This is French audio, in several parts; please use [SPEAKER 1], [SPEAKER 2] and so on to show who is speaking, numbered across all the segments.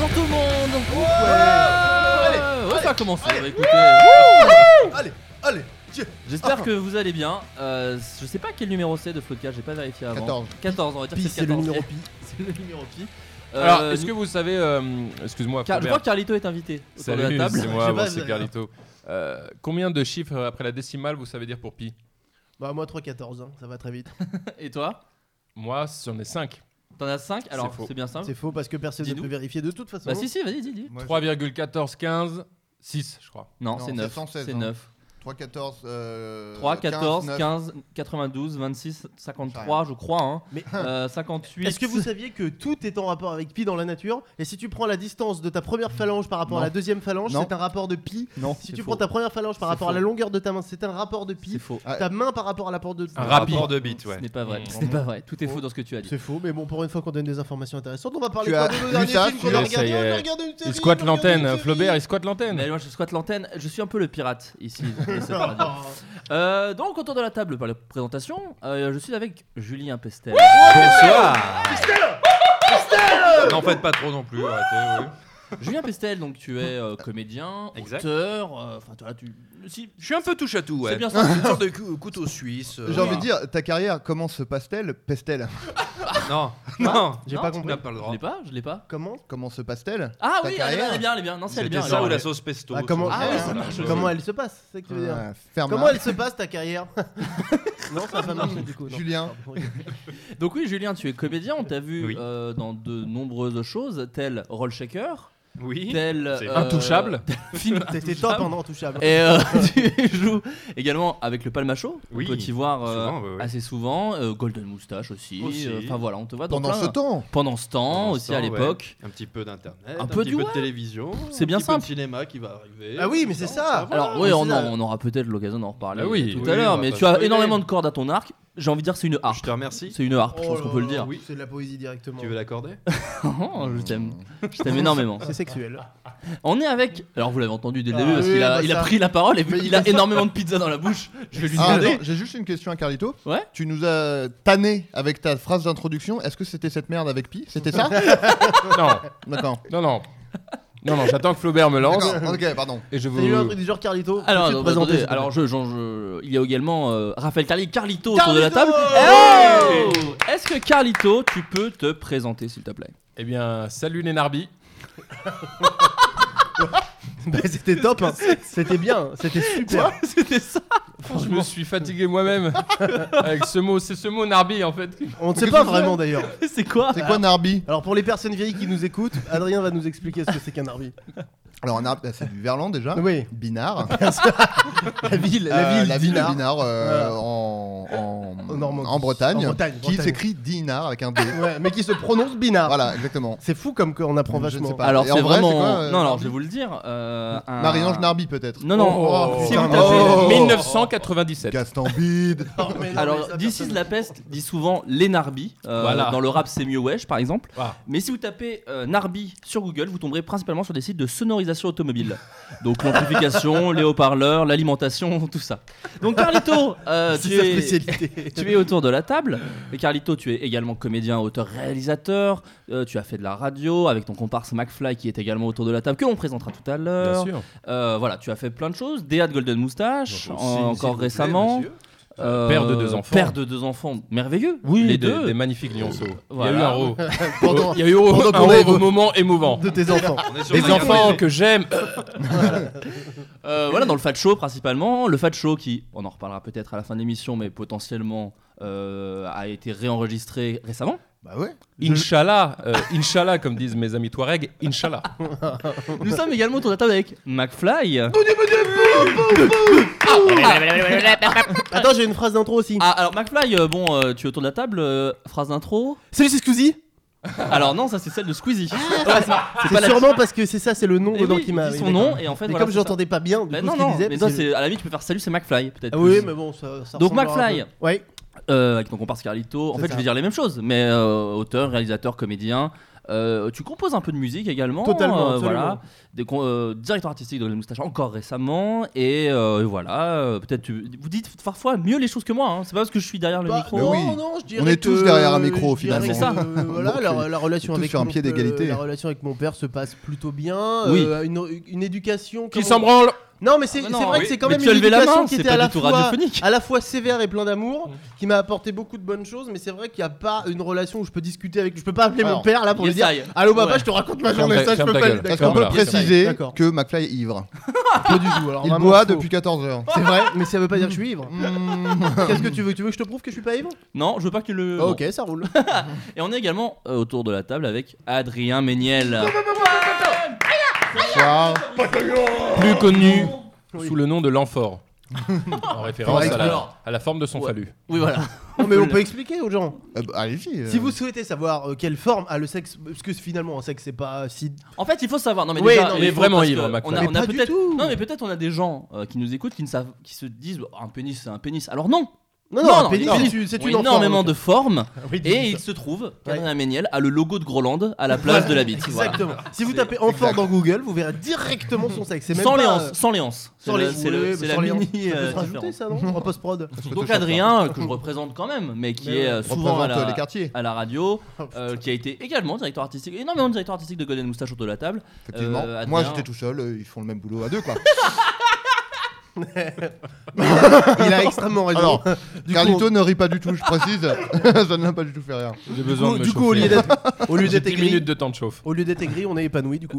[SPEAKER 1] monde donc
[SPEAKER 2] Ouais,
[SPEAKER 1] ouais.
[SPEAKER 2] allez,
[SPEAKER 1] Ouais, ça a
[SPEAKER 2] allez,
[SPEAKER 1] commencé.
[SPEAKER 2] allez.
[SPEAKER 1] Bah, écoutez,
[SPEAKER 2] Allez, allez, tiens.
[SPEAKER 1] J'espère que vous allez bien. Euh, je sais pas quel numéro c'est de Floodcast, j'ai pas vérifié avant.
[SPEAKER 2] 14.
[SPEAKER 1] 14, on va dire que
[SPEAKER 2] Pi,
[SPEAKER 1] c'est le 14.
[SPEAKER 2] numéro
[SPEAKER 1] pi. c'est le numéro pi.
[SPEAKER 3] Alors,
[SPEAKER 1] Euh,
[SPEAKER 3] est-ce que vous savez, euh,
[SPEAKER 2] Ah,
[SPEAKER 3] excuse-moi,
[SPEAKER 1] Car- je
[SPEAKER 3] Robert.
[SPEAKER 1] crois que Carlito est invité autour de la
[SPEAKER 3] Salut,
[SPEAKER 1] table.
[SPEAKER 3] c'est
[SPEAKER 2] Je sais
[SPEAKER 3] moi, moi,
[SPEAKER 2] pas,
[SPEAKER 3] c'est
[SPEAKER 2] je-
[SPEAKER 3] Carlito. Euh, combien de chiffres après la décimale vous savez dire pour pi
[SPEAKER 2] Bah, moi, 3-14, hein, ça va très vite.
[SPEAKER 1] Et toi
[SPEAKER 3] Moi, j'en ai 5.
[SPEAKER 1] T'en as 5 Alors
[SPEAKER 3] C'est faux.
[SPEAKER 1] c'est bien simple.
[SPEAKER 2] C'est faux parce que personne ne
[SPEAKER 1] Ah. Dis-nous.
[SPEAKER 2] peut vérifier de toute façon.
[SPEAKER 1] Bah si si, vas-y dis dis.
[SPEAKER 4] Moi,
[SPEAKER 3] 3,1415, 6, je crois.
[SPEAKER 1] Non,
[SPEAKER 4] Non,
[SPEAKER 1] c'est
[SPEAKER 4] c'est
[SPEAKER 1] 9.
[SPEAKER 4] 116,
[SPEAKER 1] C'est
[SPEAKER 4] hein.
[SPEAKER 1] 9.
[SPEAKER 4] je- 3, 14, euh,
[SPEAKER 1] 3, 14,
[SPEAKER 4] 9.
[SPEAKER 1] 15, 92, 26, 53,
[SPEAKER 4] Rien.
[SPEAKER 1] je crois. Hein.
[SPEAKER 2] Mais-
[SPEAKER 1] Euh, 58.
[SPEAKER 2] Est-ce que vous saviez que tout est en rapport avec pi dans la nature Et si tu prends la distance de ta première phalange par rapport
[SPEAKER 1] Hmm. Non.
[SPEAKER 2] à la deuxième phalange,
[SPEAKER 1] Non.
[SPEAKER 2] c'est un rapport de pi.
[SPEAKER 1] Non,
[SPEAKER 2] Si
[SPEAKER 1] c'est
[SPEAKER 2] tu
[SPEAKER 1] faux.
[SPEAKER 2] prends ta première phalange par
[SPEAKER 1] C'est
[SPEAKER 2] rapport à
[SPEAKER 1] faux.
[SPEAKER 2] la longueur de ta main, c'est un rapport de
[SPEAKER 1] C'est
[SPEAKER 2] pi.
[SPEAKER 1] faux.
[SPEAKER 4] Ah,
[SPEAKER 2] Ta main par rapport à la porte de.
[SPEAKER 3] Un
[SPEAKER 1] rapport.
[SPEAKER 3] rapport de bits, ouais.
[SPEAKER 1] Ce n'est pas vrai.
[SPEAKER 3] Mmh.
[SPEAKER 1] Ce n'est pas vrai. Tout est faux dans ce que tu as dit.
[SPEAKER 2] C'est faux, mais bon, pour une fois qu'on donne des informations intéressantes, on va parler
[SPEAKER 4] Tu
[SPEAKER 2] quoi
[SPEAKER 4] as
[SPEAKER 2] de nos
[SPEAKER 4] lu
[SPEAKER 2] derniers
[SPEAKER 4] ça,
[SPEAKER 2] films
[SPEAKER 4] tu
[SPEAKER 2] qu'on a
[SPEAKER 3] as- ça y
[SPEAKER 2] regardés, on a
[SPEAKER 3] est.
[SPEAKER 2] regardé une série,
[SPEAKER 3] Il squatte
[SPEAKER 2] on a regardé une
[SPEAKER 3] l'antenne,
[SPEAKER 2] série.
[SPEAKER 3] Flaubert, il squatte l'antenne.
[SPEAKER 1] Mais moi je squatte l'antenne, je suis un peu le pirate ici. de cette radio. Euh, donc autour de la table par la présentation, euh, je suis avec Julie Impestel.
[SPEAKER 3] Bonsoir
[SPEAKER 5] Euh,
[SPEAKER 3] N'en faites pas trop non plus, arrêtez,
[SPEAKER 1] Julien Pestel, donc tu es euh, comédien,
[SPEAKER 5] Exact.
[SPEAKER 1] auteur, euh, enfin toi tu... Si,
[SPEAKER 5] Je suis un peu touche à tout, ouais.
[SPEAKER 1] C'est bien ça.
[SPEAKER 5] ça. Une sorte de cou- couteau suisse. euh,
[SPEAKER 4] J'ai envie de dire, ta carrière commence pastel, pestel.
[SPEAKER 3] oui. Non, non
[SPEAKER 2] J'ai
[SPEAKER 1] Non,
[SPEAKER 2] pas
[SPEAKER 1] tu
[SPEAKER 5] On
[SPEAKER 2] compris.
[SPEAKER 5] n'a pas le
[SPEAKER 1] Je
[SPEAKER 5] droit.
[SPEAKER 1] l'ai pas, je l'ai pas.
[SPEAKER 2] Comment
[SPEAKER 4] Commence pastel.
[SPEAKER 1] Ah
[SPEAKER 4] Ta
[SPEAKER 1] oui, elle est bien,
[SPEAKER 4] carrière.
[SPEAKER 1] elle est bien, elle est bien. Non, c'est elle est
[SPEAKER 5] C'était
[SPEAKER 1] bien.
[SPEAKER 5] ça
[SPEAKER 1] alors,
[SPEAKER 5] ou la
[SPEAKER 1] ouais.
[SPEAKER 5] sauce pesto
[SPEAKER 2] Bah, comment,
[SPEAKER 1] Ah oui,
[SPEAKER 5] ça
[SPEAKER 2] Voilà.
[SPEAKER 5] marche.
[SPEAKER 2] comment elle se passe c'est ça que tu veux dire.
[SPEAKER 4] Ah, ferme.
[SPEAKER 2] Comment elle se passe ta carrière Non, ça va pas marché du coup. non. Ah,
[SPEAKER 4] Julien.
[SPEAKER 1] Donc oui, Julien, tu es comédien, on t'a vu
[SPEAKER 5] Oui.
[SPEAKER 1] euh, dans de nombreuses choses, tel Roll Shaker,
[SPEAKER 5] Oui.
[SPEAKER 1] tel...
[SPEAKER 5] C'est
[SPEAKER 1] euh,
[SPEAKER 3] Intouchable
[SPEAKER 1] film
[SPEAKER 2] T'étais
[SPEAKER 1] Intouchable.
[SPEAKER 2] top en intouchable.
[SPEAKER 1] Et euh, tu joues également avec le Palmacho,
[SPEAKER 5] Oui,
[SPEAKER 1] on peut t'y voir euh,
[SPEAKER 5] souvent, ouais, ouais.
[SPEAKER 1] assez souvent, euh, Golden Moustache aussi,
[SPEAKER 5] Aussi.
[SPEAKER 1] euh, enfin voilà, on te voit dans
[SPEAKER 4] Pendant
[SPEAKER 1] plein-
[SPEAKER 4] ce temps,
[SPEAKER 1] pendant ce temps,
[SPEAKER 5] Pendant ce
[SPEAKER 1] aussi
[SPEAKER 5] temps,
[SPEAKER 1] à
[SPEAKER 5] ouais.
[SPEAKER 1] l'époque.
[SPEAKER 5] Un petit peu d'internet,
[SPEAKER 1] Un
[SPEAKER 5] un,
[SPEAKER 1] peu
[SPEAKER 5] petit
[SPEAKER 1] du
[SPEAKER 5] peu
[SPEAKER 1] web.
[SPEAKER 5] de télévision,
[SPEAKER 1] C'est bien
[SPEAKER 5] un petit peu
[SPEAKER 1] simple.
[SPEAKER 5] de cinéma qui va arriver.
[SPEAKER 2] Ah oui, mais c'est ça.
[SPEAKER 1] Alors oui,
[SPEAKER 2] mais
[SPEAKER 1] on,
[SPEAKER 2] c'est
[SPEAKER 1] en-
[SPEAKER 2] là.
[SPEAKER 1] on aura peut-être l'occasion d'en reparler
[SPEAKER 3] Ah oui,
[SPEAKER 1] tout
[SPEAKER 5] oui,
[SPEAKER 1] à l'heure,
[SPEAKER 5] on va
[SPEAKER 1] mais
[SPEAKER 5] pas
[SPEAKER 1] tu as
[SPEAKER 5] spoiler.
[SPEAKER 1] énormément de cordes à ton arc. J'ai envie de dire que c'est une
[SPEAKER 5] Je
[SPEAKER 1] harpe.
[SPEAKER 5] te remercie.
[SPEAKER 1] Ah. C'est une harpe, je
[SPEAKER 2] Oh
[SPEAKER 1] pense
[SPEAKER 2] là
[SPEAKER 1] qu'on peut le
[SPEAKER 2] là,
[SPEAKER 1] dire.
[SPEAKER 2] oui, C'est de la poésie directement.
[SPEAKER 5] Tu veux l'accorder
[SPEAKER 1] Oh, je t'aime, je t'aime énormément.
[SPEAKER 2] C'est sexuel.
[SPEAKER 1] Ah. On est avec. Alors vous l'avez entendu dès le
[SPEAKER 2] Ah,
[SPEAKER 1] début parce
[SPEAKER 2] oui,
[SPEAKER 1] qu'il a,
[SPEAKER 2] bah
[SPEAKER 1] il a
[SPEAKER 2] ça.
[SPEAKER 1] pris la parole et vu
[SPEAKER 2] Mais
[SPEAKER 1] qu'il
[SPEAKER 2] il
[SPEAKER 1] a
[SPEAKER 2] a-
[SPEAKER 1] énormément de pizza dans la bouche, je vais lui
[SPEAKER 4] Ah,
[SPEAKER 1] demander.
[SPEAKER 4] attends, j'ai juste une question à Carlito.
[SPEAKER 1] Ouais.
[SPEAKER 4] Tu nous as tanné avec ta phrase d'introduction. Est-ce que c'était cette merde avec Pi C'était ça
[SPEAKER 3] Non,
[SPEAKER 4] D'accord.
[SPEAKER 3] non, non. Non, non, j'attends que Flaubert me lance
[SPEAKER 4] D'accord, Ok, pardon.
[SPEAKER 3] et je vous.
[SPEAKER 2] T'as eu un truc du genre Carlito tu
[SPEAKER 1] Alors, Ah non,
[SPEAKER 2] te présentes,
[SPEAKER 1] attendez,
[SPEAKER 2] s'il te plaît.
[SPEAKER 1] alors je, j'en- je- il y a également euh, Raphaël Carli, Carlito, autour de la table.
[SPEAKER 2] Carlito
[SPEAKER 1] Oh Est-ce que Carlito, tu peux te présenter s'il te plaît
[SPEAKER 3] Eh bien, salut les Narbis.
[SPEAKER 2] Bah, C'était top, hein. c'était bien, c'était super.
[SPEAKER 1] C'était ça
[SPEAKER 3] Je me suis fatigué moi-même avec ce mot. C'est ce mot Narbi en fait.
[SPEAKER 2] On ne
[SPEAKER 4] Mais
[SPEAKER 2] sait
[SPEAKER 4] qu'est-ce
[SPEAKER 2] pas
[SPEAKER 4] que
[SPEAKER 2] vraiment d'ailleurs.
[SPEAKER 1] C'est quoi
[SPEAKER 4] C'est quoi Narbi
[SPEAKER 2] Alors pour les personnes vieilles qui nous écoutent, Adrien va nous expliquer ce que c'est qu'un arbi.
[SPEAKER 4] Alors, un arbre, bah, c'est du verlan
[SPEAKER 1] Ah.
[SPEAKER 4] déjà.
[SPEAKER 2] Oui,
[SPEAKER 4] Binard.
[SPEAKER 2] la ville,
[SPEAKER 4] Euh,
[SPEAKER 2] la ville,
[SPEAKER 4] la ville de
[SPEAKER 2] Dinard.
[SPEAKER 4] Dinard euh,
[SPEAKER 2] Ouais.
[SPEAKER 4] en, en,
[SPEAKER 2] En Normandie.
[SPEAKER 4] en Bretagne,
[SPEAKER 2] En Bretagne,
[SPEAKER 4] qui
[SPEAKER 2] Bretagne. Ah.
[SPEAKER 4] s'écrit Dinard avec un D.
[SPEAKER 2] Ouais, mais qui se prononce Binard.
[SPEAKER 4] voilà, exactement.
[SPEAKER 2] C'est fou comme qu'on apprend
[SPEAKER 4] Je ne sais
[SPEAKER 2] vachement.
[SPEAKER 4] pas.
[SPEAKER 1] Alors
[SPEAKER 4] Et en
[SPEAKER 1] c'est
[SPEAKER 4] vrai,
[SPEAKER 1] vraiment.
[SPEAKER 4] c'est quoi, euh,
[SPEAKER 1] non, alors
[SPEAKER 4] Narbi
[SPEAKER 1] je vais vous le dire. euh,
[SPEAKER 2] Ah.
[SPEAKER 1] un-
[SPEAKER 4] Marie-Ange Narbi peut-être.
[SPEAKER 1] Ah Non, non.
[SPEAKER 3] Oh,
[SPEAKER 1] si,
[SPEAKER 2] putain.
[SPEAKER 1] tout à fait.
[SPEAKER 4] Oh.
[SPEAKER 3] 1997.
[SPEAKER 4] Castambide.
[SPEAKER 2] Non, Ah, mais non, mais
[SPEAKER 1] Alors,
[SPEAKER 2] ça,
[SPEAKER 1] This
[SPEAKER 2] personne-
[SPEAKER 1] is la peste dit souvent les Narbi. euh,
[SPEAKER 3] Voilà.
[SPEAKER 1] Dans le rap, c'est mieux wesh, par exemple.
[SPEAKER 3] Voilà.
[SPEAKER 1] Mais si vous tapez euh, Narbi sur Google, vous tomberez principalement sur des sites de sonorisation automobile. Donc, l'amplification, les haut-parleurs, l'alimentation, tout ça. Donc, Carlito, euh,
[SPEAKER 2] C'est
[SPEAKER 1] tu,
[SPEAKER 2] sa
[SPEAKER 1] es,
[SPEAKER 2] spécialité.
[SPEAKER 1] tu es autour de la table. Et Carlito, tu es également comédien, auteur, réalisateur. Euh, tu as fait de la radio avec ton comparse McFly qui est également autour de la table, que l'on présentera tout à
[SPEAKER 3] Bien
[SPEAKER 1] l'heure.
[SPEAKER 3] sûr.
[SPEAKER 1] Euh, voilà, tu as fait plein de choses. DA de Golden Moustache,
[SPEAKER 5] Donc,
[SPEAKER 1] en-
[SPEAKER 5] si- s'il vous
[SPEAKER 1] encore
[SPEAKER 5] plaît,
[SPEAKER 1] récemment.
[SPEAKER 5] monsieur.
[SPEAKER 1] Euh,
[SPEAKER 3] Père de deux enfants.
[SPEAKER 1] Père de deux enfants, merveilleux.
[SPEAKER 3] Oui,
[SPEAKER 1] les
[SPEAKER 3] des,
[SPEAKER 1] deux.
[SPEAKER 3] des magnifiques lionceaux.
[SPEAKER 1] Voilà.
[SPEAKER 3] Il y a eu un ro-
[SPEAKER 4] Pendant-
[SPEAKER 3] Il y a eu un
[SPEAKER 4] pendant qu'on
[SPEAKER 3] ro-
[SPEAKER 4] est-
[SPEAKER 3] au moment émouvant.
[SPEAKER 2] de tes enfants.
[SPEAKER 5] On est sur
[SPEAKER 3] Des
[SPEAKER 5] un-
[SPEAKER 3] enfants que j'aime.
[SPEAKER 1] Euh, voilà, dans le Fat Show principalement. Le Fat Show qui, on en reparlera peut-être à la fin de l'émission, mais potentiellement euh, a été réenregistré récemment.
[SPEAKER 4] bah ouais.
[SPEAKER 3] Inch'Allah, euh, Inch'Allah, comme disent mes amis Touareg, Inch'Allah.
[SPEAKER 1] Nous sommes également autour de la table avec McFly.
[SPEAKER 2] Attends, j'ai une phrase d'intro aussi.
[SPEAKER 1] Ah, alors McFly, euh, bon, euh, tu es autour de la table, euh, phrase d'intro.
[SPEAKER 2] Salut, c'est Squeezie.
[SPEAKER 1] Alors non, ça c'est celle de Squeezie.
[SPEAKER 2] Ah. C'est sûrement parce que c'est ça, c'est le nom
[SPEAKER 1] Eh
[SPEAKER 2] dedans
[SPEAKER 1] oui,
[SPEAKER 2] qui m'a. oui,
[SPEAKER 1] dis son
[SPEAKER 2] d'accord.
[SPEAKER 1] nom et en fait
[SPEAKER 2] Mais
[SPEAKER 1] voilà,
[SPEAKER 2] comme
[SPEAKER 1] c'est ça.
[SPEAKER 2] j'entendais pas bien, du
[SPEAKER 1] Bah,
[SPEAKER 2] coup,
[SPEAKER 1] non,
[SPEAKER 2] ce qu'il
[SPEAKER 1] non,
[SPEAKER 2] disait,
[SPEAKER 1] mais toi,
[SPEAKER 2] parce que-
[SPEAKER 1] c'est- à la limite, tu peux faire salut, c'est McFly, peut-être.
[SPEAKER 2] Ah oui,
[SPEAKER 1] plus.
[SPEAKER 2] mais bon, ça, ça
[SPEAKER 1] Donc,
[SPEAKER 2] ressemblera un
[SPEAKER 1] McFly.
[SPEAKER 2] peu. Ouais.
[SPEAKER 1] Euh, avec ton comparse Carlito. En
[SPEAKER 2] C'est
[SPEAKER 1] fait,
[SPEAKER 2] ça.
[SPEAKER 1] je vais dire les mêmes choses, mais euh, auteur, réalisateur, comédien, Euh, tu composes un peu de musique également.
[SPEAKER 2] Totalement,
[SPEAKER 1] euh, voilà.
[SPEAKER 2] absolument.
[SPEAKER 1] Des con- euh, directeur artistique de la moustache encore récemment. Et euh, voilà, euh, peut-être tu- vous dites parfois mieux les choses que moi. hein. C'est pas parce que je suis derrière le
[SPEAKER 2] Bah,
[SPEAKER 1] micro.
[SPEAKER 2] non,
[SPEAKER 4] oui.
[SPEAKER 2] non, je dirais
[SPEAKER 4] On est tous
[SPEAKER 2] que-
[SPEAKER 4] derrière un micro,
[SPEAKER 2] je dirais
[SPEAKER 4] finalement.
[SPEAKER 2] que,
[SPEAKER 1] C'est ça.
[SPEAKER 2] euh, voilà,
[SPEAKER 4] Donc,
[SPEAKER 2] la, la relation
[SPEAKER 4] tous
[SPEAKER 2] avec
[SPEAKER 4] sur un
[SPEAKER 2] mon
[SPEAKER 4] pied
[SPEAKER 2] pe-
[SPEAKER 4] d'égalité.
[SPEAKER 2] La relation avec mon père se passe plutôt bien.
[SPEAKER 1] Oui.
[SPEAKER 2] euh, une, une éducation.
[SPEAKER 1] Qui
[SPEAKER 2] comment-
[SPEAKER 1] s'en branle
[SPEAKER 2] Non, mais c'est
[SPEAKER 1] Ah,
[SPEAKER 2] c'est
[SPEAKER 1] mais non,
[SPEAKER 2] vrai
[SPEAKER 1] oui.
[SPEAKER 2] que c'est quand
[SPEAKER 1] Mais
[SPEAKER 2] même
[SPEAKER 1] tu as
[SPEAKER 2] une
[SPEAKER 1] levé la
[SPEAKER 2] éducation
[SPEAKER 1] main,
[SPEAKER 2] qui
[SPEAKER 1] c'est
[SPEAKER 2] était
[SPEAKER 1] pas
[SPEAKER 2] à
[SPEAKER 1] du
[SPEAKER 2] la
[SPEAKER 1] tout
[SPEAKER 2] fois
[SPEAKER 1] radiophonique.
[SPEAKER 2] à la fois sévère et plein d'amour, qui m'a apporté beaucoup de bonnes choses. Mais c'est vrai qu'il n'y a pas une relation où je peux discuter avec. Je peux pas appeler mon
[SPEAKER 4] Alors,
[SPEAKER 2] père là pour lui
[SPEAKER 1] Yes,
[SPEAKER 2] dire.
[SPEAKER 1] I.
[SPEAKER 2] Allô, papa,
[SPEAKER 1] Ouais.
[SPEAKER 2] je te raconte ma
[SPEAKER 3] Ferme
[SPEAKER 2] journée.
[SPEAKER 3] ta-
[SPEAKER 2] Ça, je
[SPEAKER 3] ferme
[SPEAKER 2] peux
[SPEAKER 3] ta
[SPEAKER 2] pas.
[SPEAKER 3] gueule.
[SPEAKER 2] lui-
[SPEAKER 4] Est-ce
[SPEAKER 2] D'accord.
[SPEAKER 4] qu'on peut
[SPEAKER 3] Voilà, c'est ça.
[SPEAKER 4] préciser
[SPEAKER 2] D'accord.
[SPEAKER 4] que McFly est ivre
[SPEAKER 2] Pas du tout. Alors,
[SPEAKER 4] Il
[SPEAKER 2] vraiment,
[SPEAKER 4] boit
[SPEAKER 2] faux.
[SPEAKER 4] depuis 14 heures.
[SPEAKER 2] C'est vrai, mais ça veut pas dire que je suis ivre.
[SPEAKER 4] Mmh.
[SPEAKER 2] Qu'est-ce que tu veux Tu veux que je te prouve que je suis pas ivre
[SPEAKER 1] Non, je veux pas que le.
[SPEAKER 2] Ok,
[SPEAKER 4] Eh,
[SPEAKER 2] ça roule.
[SPEAKER 1] Et on est également euh, autour de la table avec Adrien Méniel.
[SPEAKER 4] Ciao.
[SPEAKER 3] Plus connu
[SPEAKER 2] Oui.
[SPEAKER 3] sous le nom de l'amphore. en référence à la,
[SPEAKER 1] Alors.
[SPEAKER 3] à la forme de son
[SPEAKER 1] Ouais.
[SPEAKER 3] phallu.
[SPEAKER 1] Oui, voilà.
[SPEAKER 2] Non, mais on peut expliquer aux gens.
[SPEAKER 4] Euh, bah, Allez-y. euh.
[SPEAKER 2] Si vous souhaitez savoir euh, quelle forme a le sexe, parce que finalement un sexe c'est pas si.
[SPEAKER 1] En fait, il faut savoir. Non, mais
[SPEAKER 2] Oui,
[SPEAKER 1] déjà,
[SPEAKER 2] non,
[SPEAKER 1] il
[SPEAKER 3] mais
[SPEAKER 1] faut
[SPEAKER 3] vraiment
[SPEAKER 1] parce
[SPEAKER 3] ivre,
[SPEAKER 1] que
[SPEAKER 3] Macron.
[SPEAKER 1] on a-
[SPEAKER 2] Mais
[SPEAKER 1] on a
[SPEAKER 2] pas du
[SPEAKER 1] peut-être-
[SPEAKER 2] tout.
[SPEAKER 1] Non, mais peut-être on a des gens euh, qui nous écoutent qui ne savent, qui se disent oh, un pénis, c'est un pénis. Alors non.
[SPEAKER 2] Non,
[SPEAKER 1] Non,
[SPEAKER 2] non,
[SPEAKER 1] non,
[SPEAKER 2] un pénis
[SPEAKER 1] non.
[SPEAKER 2] c'est une- c'est
[SPEAKER 1] Ils ont
[SPEAKER 2] une enfant.
[SPEAKER 1] énormément de formes.
[SPEAKER 2] Oui, dis-nous
[SPEAKER 1] Et il
[SPEAKER 2] ça.
[SPEAKER 1] se trouve
[SPEAKER 2] Ouais.
[SPEAKER 1] qu'Adrien Méniel a le logo de Groland à la place de la bite. Voilà.
[SPEAKER 2] Exactement. Si vous tapez enfant dans Google, vous verrez directement son sexe. C'est même
[SPEAKER 1] Sans
[SPEAKER 2] pas,
[SPEAKER 1] léance,
[SPEAKER 2] euh,
[SPEAKER 1] sans léance. C'est
[SPEAKER 2] Sans
[SPEAKER 1] le-
[SPEAKER 2] les
[SPEAKER 1] c'est le- c'est la mini. euh,
[SPEAKER 2] rajouter
[SPEAKER 1] différence.
[SPEAKER 2] ça non En post-prod.
[SPEAKER 1] Donc Adrien, euh, que je représente quand même, mais qui
[SPEAKER 2] hein. Mais
[SPEAKER 1] est
[SPEAKER 2] ouais.
[SPEAKER 1] euh, souvent à
[SPEAKER 4] Représente, euh,
[SPEAKER 1] la,
[SPEAKER 4] les quartiers.
[SPEAKER 1] à la radio,
[SPEAKER 2] Oh,
[SPEAKER 1] euh, qui a été également directeur artistique, énormément de directeur artistique de Golden Moustache autour de la table.
[SPEAKER 4] Effectivement.
[SPEAKER 1] Euh, Adrien-
[SPEAKER 4] Moi, j'étais tout seul. euh, Ils font le même boulot à deux, quoi.
[SPEAKER 2] Il a extrêmement raison.
[SPEAKER 4] Alors,
[SPEAKER 2] Du
[SPEAKER 4] Carlito
[SPEAKER 2] coup,
[SPEAKER 4] ne rit pas du tout, je précise. Ça ne l'a pas du tout fait rire.
[SPEAKER 3] J'ai
[SPEAKER 2] on- du coup, au lieu d'être au lieu d'être
[SPEAKER 3] 10 minutes
[SPEAKER 2] aigri,
[SPEAKER 3] de temps de chauffe.
[SPEAKER 2] au lieu d'être aigri, on est épanoui du coup.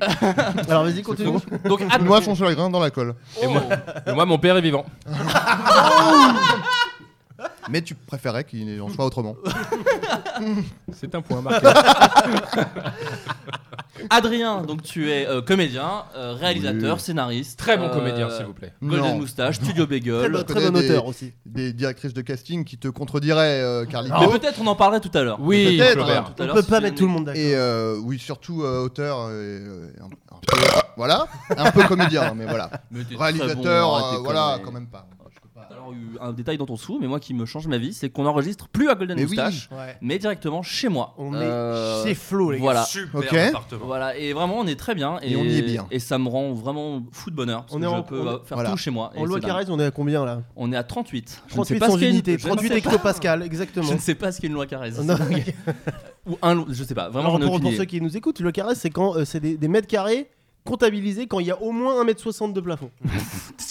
[SPEAKER 2] Alors vas-y continue.
[SPEAKER 1] Donc
[SPEAKER 2] Ah,
[SPEAKER 1] Ad-
[SPEAKER 4] Moi, son seul grain dans la colle.
[SPEAKER 1] Oh.
[SPEAKER 3] Et moi, mon père est vivant.
[SPEAKER 4] Mais tu préférais qu'il en soit autrement.
[SPEAKER 3] C'est un point marqué.
[SPEAKER 1] Adrien, donc tu es euh, comédien, euh, réalisateur, scénariste,
[SPEAKER 3] Très bon
[SPEAKER 1] euh,
[SPEAKER 3] comédien, s'il vous plaît.
[SPEAKER 1] Golden
[SPEAKER 4] Non.
[SPEAKER 1] Moustache, Studio
[SPEAKER 2] Très
[SPEAKER 1] Bagel.
[SPEAKER 2] bon,
[SPEAKER 4] je
[SPEAKER 2] très
[SPEAKER 4] connais
[SPEAKER 2] bon
[SPEAKER 4] des-
[SPEAKER 2] auteur aussi.
[SPEAKER 4] Des directrices de casting qui te contrediraient, euh, Carlito.
[SPEAKER 2] Ah,
[SPEAKER 1] Mais peut-être on en parlerait tout à l'heure.
[SPEAKER 3] Oui,
[SPEAKER 4] Peut-être,
[SPEAKER 3] Flaubert.
[SPEAKER 1] Tout à
[SPEAKER 2] On
[SPEAKER 1] l'heure,
[SPEAKER 2] peut
[SPEAKER 1] si
[SPEAKER 2] pas
[SPEAKER 1] tu
[SPEAKER 2] mettre
[SPEAKER 1] nous-
[SPEAKER 2] tout le monde d'accord.
[SPEAKER 4] Et euh, oui, surtout euh, auteur. euh, et, euh, un- un peu- voilà, un peu comédien, hein, mais voilà.
[SPEAKER 1] Mais t'es très
[SPEAKER 4] Réalisateur,
[SPEAKER 1] bon, arrête tes
[SPEAKER 4] euh, voilà,
[SPEAKER 1] conneries.
[SPEAKER 4] quand même pas. Je peux pas.
[SPEAKER 1] Alors, eu un détail dont on se fout, mais moi qui me change ma vie, c'est qu'on enregistre plus à Golden
[SPEAKER 4] Mais oui.
[SPEAKER 1] Moustache,
[SPEAKER 2] Ouais.
[SPEAKER 1] mais directement chez moi.
[SPEAKER 2] On
[SPEAKER 1] Euh,
[SPEAKER 2] est chez Flo les gars.
[SPEAKER 1] Voilà.
[SPEAKER 5] Super
[SPEAKER 4] Ok.
[SPEAKER 5] appartement.
[SPEAKER 1] Voilà, et vraiment on est très bien. Et,
[SPEAKER 4] Et on y est bien.
[SPEAKER 1] Et ça me rend vraiment fou de bonheur. Parce
[SPEAKER 2] On
[SPEAKER 1] que
[SPEAKER 2] est
[SPEAKER 1] je
[SPEAKER 2] en-
[SPEAKER 1] peux
[SPEAKER 2] on est-
[SPEAKER 1] euh, faire
[SPEAKER 4] voilà.
[SPEAKER 1] tout chez moi. et
[SPEAKER 2] En loi
[SPEAKER 1] c'est dingue.
[SPEAKER 2] Carrez, on est à combien là
[SPEAKER 1] On est à 38. Je ne sais
[SPEAKER 2] 38
[SPEAKER 1] pas ce
[SPEAKER 2] sans
[SPEAKER 1] qu'est une-
[SPEAKER 2] unité,
[SPEAKER 1] je ne
[SPEAKER 2] 38
[SPEAKER 1] sais pas-
[SPEAKER 2] hectopascal, exactement.
[SPEAKER 1] Je ne sais pas ce qu'est une loi Carrez. c'est
[SPEAKER 2] Non.
[SPEAKER 1] dingue. Ou un, lo- je sais pas. Vraiment,
[SPEAKER 2] Alors,
[SPEAKER 1] j'en ai
[SPEAKER 2] pour,
[SPEAKER 1] aucune
[SPEAKER 2] pour
[SPEAKER 1] idée.
[SPEAKER 2] ceux qui nous écoutent, le carré, c'est quand euh, c'est des, des mètres carrés comptabilisés quand il y a au moins 1m60 de plafond.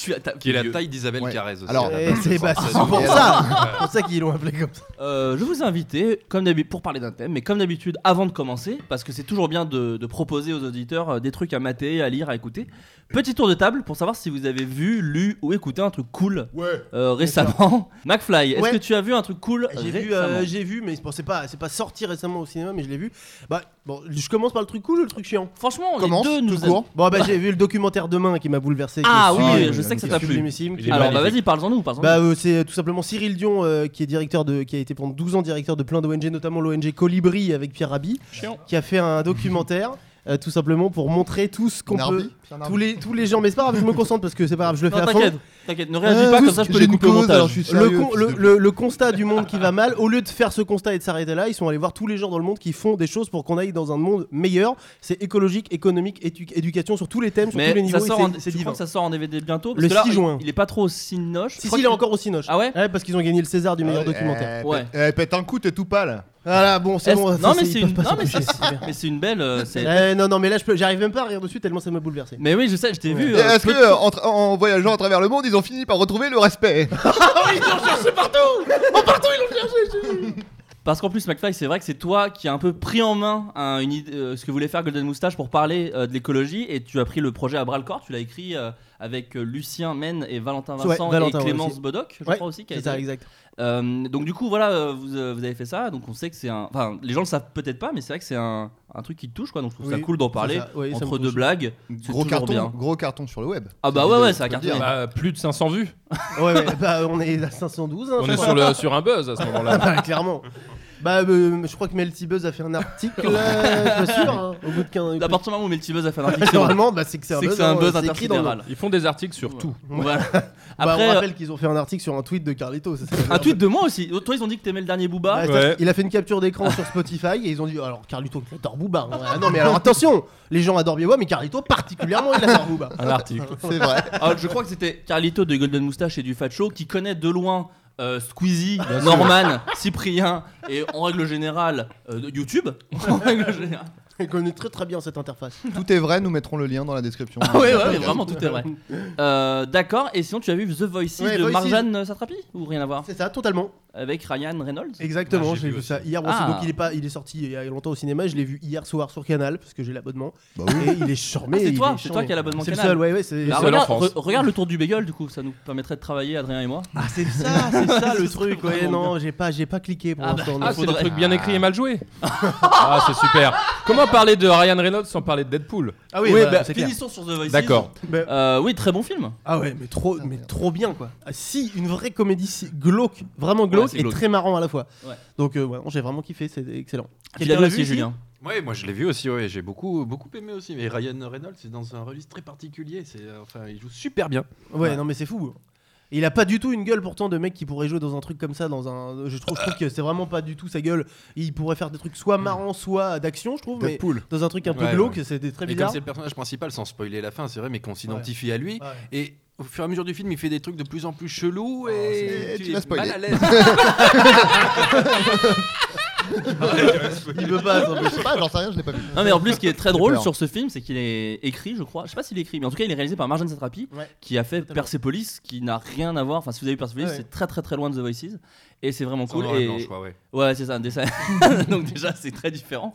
[SPEAKER 1] Tu as- t'as-
[SPEAKER 5] Qui est la
[SPEAKER 1] vieux.
[SPEAKER 5] taille d'Isabelle
[SPEAKER 4] Ouais.
[SPEAKER 5] Carrez aussi.
[SPEAKER 1] Ah,
[SPEAKER 4] Alors,
[SPEAKER 5] à la
[SPEAKER 2] Et
[SPEAKER 5] base,
[SPEAKER 2] c'est
[SPEAKER 5] je crois.
[SPEAKER 2] bah, c'est pour
[SPEAKER 5] Ouais.
[SPEAKER 2] ça, c'est pour ça qu'ils l'ont appelé comme ça.
[SPEAKER 1] Euh, je vous ai invité, comme d'habitude, pour parler d'un thème, mais comme d'habitude, avant de commencer, parce que c'est toujours bien de, de proposer aux auditeurs euh, des trucs à mater, à lire, à écouter. Petit tour de table pour savoir si vous avez vu, lu ou écouté un truc cool
[SPEAKER 4] Ouais.
[SPEAKER 1] euh, récemment. McFly, est-ce
[SPEAKER 2] Ouais.
[SPEAKER 1] que tu as vu un truc cool
[SPEAKER 2] J'ai vu, euh,
[SPEAKER 1] Ah, récemment
[SPEAKER 2] j'ai vu, mais bon, c'est pas, c'est pas sorti récemment au cinéma, mais je l'ai vu. Bah, bon, je commence par le truc cool ou le truc chiant
[SPEAKER 1] Franchement,
[SPEAKER 4] Commence,
[SPEAKER 1] les deux nous
[SPEAKER 4] tout court.
[SPEAKER 2] Bon, bah, j'ai vu le documentaire Demain qui m'a bouleversé. qui
[SPEAKER 1] Ah
[SPEAKER 2] est
[SPEAKER 1] oui,
[SPEAKER 4] Ah,
[SPEAKER 2] sublime,
[SPEAKER 4] oui,
[SPEAKER 1] je
[SPEAKER 4] oui,
[SPEAKER 1] sais que
[SPEAKER 2] qui
[SPEAKER 1] ça
[SPEAKER 2] est
[SPEAKER 1] t'a plu.
[SPEAKER 2] sublimissime.
[SPEAKER 3] Il est
[SPEAKER 1] Alors bah
[SPEAKER 3] magnifique.
[SPEAKER 1] vas-y, parle-en nous,
[SPEAKER 4] Hein
[SPEAKER 1] parle-en
[SPEAKER 2] Bah, euh, c'est tout simplement Cyril Dion euh, qui est directeur de, qui a été pendant 12 ans directeur de plein d'ONG, notamment l'ONG Colibri avec Pierre Rabhi,
[SPEAKER 3] Chiant.
[SPEAKER 2] qui a fait un documentaire euh, tout simplement pour montrer tout ce qu'on peut,
[SPEAKER 4] Narby Pierre Narby
[SPEAKER 2] tous les tous les gens. Mais c'est pas grave, je me concentre parce que c'est pas grave, je le fais
[SPEAKER 1] Non,
[SPEAKER 2] à fond.
[SPEAKER 1] t'inquiète, t'inquiète, ne réagis
[SPEAKER 4] Euh,
[SPEAKER 1] pas
[SPEAKER 4] tout
[SPEAKER 1] comme
[SPEAKER 4] ce
[SPEAKER 1] ça je
[SPEAKER 4] que
[SPEAKER 1] peux
[SPEAKER 4] j'ai
[SPEAKER 1] les couper au
[SPEAKER 4] une cause, alors
[SPEAKER 1] montage.
[SPEAKER 4] je suis
[SPEAKER 2] Le,
[SPEAKER 4] sérieux,
[SPEAKER 2] con-
[SPEAKER 4] fils
[SPEAKER 2] le-
[SPEAKER 4] de-
[SPEAKER 2] le- le constat du monde qui va mal, au lieu de faire ce constat et de s'arrêter là, ils sont allés voir tous les gens dans le monde qui font des choses pour qu'on aille dans un monde meilleur. C'est écologique, économique, édu- éducation sur tous les thèmes, sur tous les
[SPEAKER 1] Mais
[SPEAKER 2] niveaux.
[SPEAKER 1] ça
[SPEAKER 2] et
[SPEAKER 1] sort,
[SPEAKER 2] c'est-
[SPEAKER 1] en,
[SPEAKER 2] c'est
[SPEAKER 1] tu crois
[SPEAKER 2] divin.
[SPEAKER 1] que ça sort en DVD bientôt Parce
[SPEAKER 2] Le
[SPEAKER 1] que là,
[SPEAKER 2] 6 juin.
[SPEAKER 1] Il, il est pas trop aussi noche. Je
[SPEAKER 2] Si,
[SPEAKER 1] crois
[SPEAKER 2] si, il est
[SPEAKER 1] qu'il-
[SPEAKER 2] encore aussi noche.
[SPEAKER 1] Ah ouais
[SPEAKER 2] parce qu'ils ont gagné le César du meilleur
[SPEAKER 4] Ouais,
[SPEAKER 2] documentaire.
[SPEAKER 4] eh,
[SPEAKER 1] Ouais.
[SPEAKER 4] pète- eh, pète un coup, t'es tout pâle.
[SPEAKER 2] Voilà, bon, c'est
[SPEAKER 1] Est-ce-
[SPEAKER 2] bon.
[SPEAKER 1] Non
[SPEAKER 2] ça,
[SPEAKER 1] mais
[SPEAKER 2] ils
[SPEAKER 1] c'est
[SPEAKER 2] peuvent
[SPEAKER 1] une
[SPEAKER 2] pas
[SPEAKER 1] non
[SPEAKER 2] s'en
[SPEAKER 1] mais ça-
[SPEAKER 2] empêcher, c'est bien.
[SPEAKER 1] mais c'est une belle euh, c'est-
[SPEAKER 2] Eh, non, non, mais là, je peux- j'arrive même pas à rire dessus tellement ça m'a bouleversé.
[SPEAKER 1] Mais oui, je sais, je t'ai vu.
[SPEAKER 4] Et
[SPEAKER 1] euh,
[SPEAKER 4] Est-ce que euh, en, tra- en voyageant à travers le monde, ils ont fini par retrouver le respect
[SPEAKER 1] Parce qu'en plus, McFly, c'est vrai que c'est toi qui as un peu pris en main hein, une idée- euh, ce que voulait faire Golden Moustache pour parler euh, de l'écologie et tu as pris le projet à bras le corps. Tu l'as écrit euh, avec euh, Lucien Mène et Valentin
[SPEAKER 2] Ouais,
[SPEAKER 1] Vincent
[SPEAKER 2] Valentin,
[SPEAKER 1] et
[SPEAKER 2] ouais,
[SPEAKER 1] Clémence
[SPEAKER 2] aussi.
[SPEAKER 1] Bodoc, je
[SPEAKER 2] Ouais,
[SPEAKER 1] crois aussi. qui a
[SPEAKER 2] C'est
[SPEAKER 1] été-
[SPEAKER 2] ça, exact.
[SPEAKER 1] Euh, donc, du coup, voilà, euh, vous, euh, vous avez fait ça. Donc, on sait que c'est un. Enfin, les gens le savent peut-être pas, mais c'est vrai que c'est un, un truc qui te touche quoi. Donc, je trouve ça
[SPEAKER 2] Oui,
[SPEAKER 1] cool d'en
[SPEAKER 2] c'est
[SPEAKER 1] parler
[SPEAKER 2] ça, oui, ça me
[SPEAKER 1] entre deux
[SPEAKER 2] touche.
[SPEAKER 1] blagues. C'est
[SPEAKER 4] Gros
[SPEAKER 1] toujours
[SPEAKER 4] carton,
[SPEAKER 1] bien.
[SPEAKER 4] gros carton sur le web.
[SPEAKER 1] Ah bah
[SPEAKER 4] Cette
[SPEAKER 1] ouais,
[SPEAKER 4] vidéo,
[SPEAKER 1] ouais,
[SPEAKER 4] je
[SPEAKER 1] ça a
[SPEAKER 4] peux le
[SPEAKER 1] cartonné.
[SPEAKER 4] dire.
[SPEAKER 3] Bah, plus de 500 vues.
[SPEAKER 2] Ouais, ouais, bah, on est à 512. hein,
[SPEAKER 3] On
[SPEAKER 2] ça
[SPEAKER 3] est
[SPEAKER 2] va.
[SPEAKER 3] sur, le, sur un buzz à ce moment-là.
[SPEAKER 2] Ah, bah, clairement. Bah, euh, je crois que Melty Buzz a fait un article,
[SPEAKER 1] Oh.
[SPEAKER 2] euh, je suis sûr, hein, au bout de 15
[SPEAKER 1] À partir du moment où Multibuzz a fait un article,
[SPEAKER 2] C'est
[SPEAKER 1] c'est vrai.
[SPEAKER 2] vraiment, bah, c'est que c'est un
[SPEAKER 1] c'est que
[SPEAKER 2] buzz,
[SPEAKER 1] c'est un
[SPEAKER 2] hein,
[SPEAKER 1] buzz
[SPEAKER 2] c'est écrit dans le-
[SPEAKER 1] intersidéral.
[SPEAKER 6] Ils font des articles sur tout.
[SPEAKER 1] Voilà.
[SPEAKER 2] Bah,
[SPEAKER 1] Après, euh,
[SPEAKER 2] on rappelle qu'ils ont fait un article sur un tweet de Carlito. ça, c'est-
[SPEAKER 1] un tweet de moi aussi. Toi, ils ont dit que t'aimais le dernier Booba.
[SPEAKER 2] Ouais,
[SPEAKER 6] Ouais.
[SPEAKER 2] c'est-à-dire qu'il a fait une capture d'écran sur Spotify et ils ont dit alors Carlito il adore Booba. Ouais, ah non mais alors attention, les gens adorent Booba mais Carlito particulièrement il adore Booba.
[SPEAKER 6] Un article.
[SPEAKER 4] C'est vrai.
[SPEAKER 1] Ah, je crois que c'était Carlito de Golden Moustache et du Fat Show qui connaît de loin euh, Squeezie, Norman, Cyprien et en règle générale euh, de YouTube. En règle générale.
[SPEAKER 2] Il connaît très très bien cette interface.
[SPEAKER 4] Tout est vrai, nous mettrons le lien dans la description.
[SPEAKER 1] Ah ouais, ouais, mais vraiment tout est vrai. Euh, D'accord, et sinon tu as vu The Voices
[SPEAKER 2] Ouais,
[SPEAKER 1] de
[SPEAKER 2] Voices.
[SPEAKER 1] Marjane Satrapi Ou rien à voir
[SPEAKER 2] C'est ça totalement.
[SPEAKER 1] Avec Ryan Reynolds
[SPEAKER 2] Ah. Exactement,
[SPEAKER 3] Ah, j'ai
[SPEAKER 2] j'ai
[SPEAKER 3] vu
[SPEAKER 2] vu
[SPEAKER 3] aussi.
[SPEAKER 2] ça hier. Bon, c'est-
[SPEAKER 1] Ah.
[SPEAKER 2] donc il est pas il est sorti il y a longtemps au cinéma, je l'ai vu hier soir sur Canal parce que j'ai l'abonnement
[SPEAKER 4] Bah
[SPEAKER 2] et il est charmé.
[SPEAKER 1] Ah, c'est
[SPEAKER 2] il
[SPEAKER 1] toi,
[SPEAKER 2] est
[SPEAKER 1] c'est
[SPEAKER 2] charmé.
[SPEAKER 1] toi qui as l'abonnement
[SPEAKER 2] C'est le
[SPEAKER 1] Canal.
[SPEAKER 2] seul, ouais ouais, c'est
[SPEAKER 1] Bah,
[SPEAKER 6] seul en
[SPEAKER 1] regarde,
[SPEAKER 6] France.
[SPEAKER 1] re- regarde le tour du bagel du coup, ça nous permettrait de travailler Adrien et moi.
[SPEAKER 2] Ah, c'est ça, c'est ça le truc. Ouais, non, j'ai pas j'ai pas cliqué pour
[SPEAKER 1] Ah, bah,
[SPEAKER 2] l'instant. non.
[SPEAKER 6] Ah, c'est le
[SPEAKER 1] faudrait-
[SPEAKER 6] truc bien écrit et mal joué. ah, c'est super. Comment parler de Ryan Reynolds sans parler de Deadpool
[SPEAKER 2] Ah
[SPEAKER 1] Oui,
[SPEAKER 2] voilà,
[SPEAKER 1] bah,
[SPEAKER 2] c'est clair.
[SPEAKER 1] finissons sur The Voices.
[SPEAKER 6] D'accord.
[SPEAKER 2] Bah,
[SPEAKER 1] Euh, oui, très bon film.
[SPEAKER 2] Ah ouais, mais trop, mais trop bien quoi. Ah, si, une vraie comédie si- glauque, vraiment glauque
[SPEAKER 1] c'est
[SPEAKER 2] et
[SPEAKER 1] glauque.
[SPEAKER 2] très marrant à la fois.
[SPEAKER 1] Ouais.
[SPEAKER 2] Donc euh, ouais, non, j'ai vraiment kiffé, c'est excellent.
[SPEAKER 1] Tu
[SPEAKER 2] Quelqu'un
[SPEAKER 1] l'as vu
[SPEAKER 2] l'a
[SPEAKER 1] aussi,
[SPEAKER 2] vu,
[SPEAKER 1] Julien
[SPEAKER 5] Ouais, moi je l'ai vu aussi, ouais, j'ai beaucoup, beaucoup aimé aussi. Mais Ryan Reynolds, c'est dans un registre très particulier. C'est, euh, enfin, il joue super bien.
[SPEAKER 2] Ouais, non mais c'est fou. Et Il a pas du tout une gueule pourtant de mec qui pourrait jouer dans un truc comme ça dans un je trouve, je trouve que c'est vraiment pas du tout sa gueule. Il pourrait faire des trucs soit marrants soit d'action, je trouve mais
[SPEAKER 4] Deadpool.
[SPEAKER 2] dans un truc un peu
[SPEAKER 5] Ouais,
[SPEAKER 2] glauque, c'était très
[SPEAKER 5] Et comme
[SPEAKER 2] bizarre.
[SPEAKER 5] c'est le personnage principal, sans spoiler la fin, c'est vrai, mais qu'on s'identifie à lui.
[SPEAKER 2] Ouais.
[SPEAKER 5] Et au fur et à mesure du film, il fait des trucs de plus en plus chelous et
[SPEAKER 4] Oh, c'est- tu l'as
[SPEAKER 5] es
[SPEAKER 4] spoilé.
[SPEAKER 5] mal à l'aise.
[SPEAKER 2] Il veut pas attends.
[SPEAKER 4] Je sais pas, j'en sais rien, je l'ai pas vu.
[SPEAKER 1] Non mais en plus ce qui est très drôle
[SPEAKER 4] peur.
[SPEAKER 1] sur ce film c'est qu'il est écrit je crois, je sais pas s'il est écrit mais en tout cas il est réalisé par Marjane Satrapi
[SPEAKER 2] Ouais.
[SPEAKER 1] qui a fait
[SPEAKER 2] Totalement.
[SPEAKER 1] Persepolis qui n'a rien à voir, enfin si vous avez vu Persepolis
[SPEAKER 2] Ouais.
[SPEAKER 1] c'est très très très loin de The Voices et c'est vraiment
[SPEAKER 5] C'est en
[SPEAKER 1] cool
[SPEAKER 5] noir et
[SPEAKER 1] et
[SPEAKER 5] blanc, je crois, ouais.
[SPEAKER 1] ouais c'est ça un dessin donc déjà c'est très différent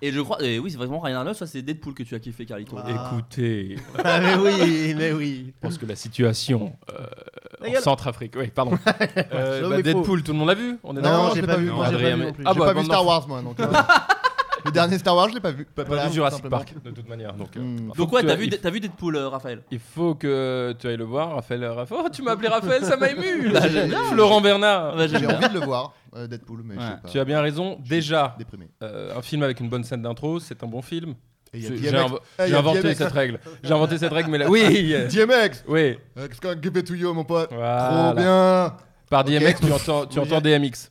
[SPEAKER 1] et je crois et oui c'est vraiment Ryan Reynolds ça c'est Deadpool que tu as kiffé Carlito.
[SPEAKER 2] Ouais. Ah.
[SPEAKER 6] Écoutez,
[SPEAKER 2] Ah, mais oui, mais oui.
[SPEAKER 6] je pense que la situation euh,
[SPEAKER 2] La
[SPEAKER 6] en
[SPEAKER 2] gueule.
[SPEAKER 6] Centrafrique, oui, pardon. Euh,
[SPEAKER 2] Non, mais
[SPEAKER 6] bah,
[SPEAKER 2] faut-
[SPEAKER 6] Deadpool, tout le monde l'a vu On est
[SPEAKER 2] Non,
[SPEAKER 6] d'accord
[SPEAKER 4] je
[SPEAKER 2] j'ai
[SPEAKER 4] l'ai
[SPEAKER 2] pas
[SPEAKER 4] pas
[SPEAKER 2] vu,
[SPEAKER 4] vu,
[SPEAKER 2] moi, j'ai
[SPEAKER 6] Adrien,
[SPEAKER 2] pas vu
[SPEAKER 6] mais-
[SPEAKER 2] non plus.
[SPEAKER 6] Ah
[SPEAKER 4] J'ai
[SPEAKER 6] bah,
[SPEAKER 4] pas vu
[SPEAKER 6] bande
[SPEAKER 4] Star Wars moi donc. euh, le dernier Star Wars, je l'ai pas vu.
[SPEAKER 6] Pas, pas
[SPEAKER 4] Voilà,
[SPEAKER 6] vu Jurassic
[SPEAKER 4] simplement.
[SPEAKER 6] Park, de toute manière. Donc, euh,
[SPEAKER 4] Hmm.
[SPEAKER 6] faut
[SPEAKER 1] Donc
[SPEAKER 6] que
[SPEAKER 1] ouais
[SPEAKER 6] tu
[SPEAKER 1] t'as
[SPEAKER 6] ailles-
[SPEAKER 1] vu, t'as vu Deadpool euh, Raphaël
[SPEAKER 6] Il faut que tu ailles le voir, Raphaël. euh, Raphaël. Oh, tu m'as appelé Raphaël, ça m'a ému.
[SPEAKER 1] Bah, j'aime bien.
[SPEAKER 6] Florent Bernard.
[SPEAKER 1] Ouais, j'aime
[SPEAKER 4] J'ai
[SPEAKER 1] Ah, bah, bien.
[SPEAKER 4] envie de le voir, euh, Deadpool, mais
[SPEAKER 1] Ouais.
[SPEAKER 4] je sais pas.
[SPEAKER 6] Tu as bien raison. Déjà,
[SPEAKER 4] Déprimé.
[SPEAKER 6] euh, un film avec une bonne scène d'intro, c'est un bon film.
[SPEAKER 4] Et il y a
[SPEAKER 6] C'est- J'ai
[SPEAKER 4] DMX.
[SPEAKER 6] inv-
[SPEAKER 4] Eh, il y
[SPEAKER 6] j'ai
[SPEAKER 4] a
[SPEAKER 6] inventé
[SPEAKER 4] DMX.
[SPEAKER 6] cette règle. J'ai inventé cette règle, mais là. Oui euh,
[SPEAKER 4] DMX
[SPEAKER 6] Oui
[SPEAKER 4] euh, It's gonna give it to you, mon pote.
[SPEAKER 6] Voilà.
[SPEAKER 4] Trop bien
[SPEAKER 6] Par
[SPEAKER 4] Ok.
[SPEAKER 6] DMX, tu entends, tu
[SPEAKER 4] Oui.
[SPEAKER 6] entends DMX.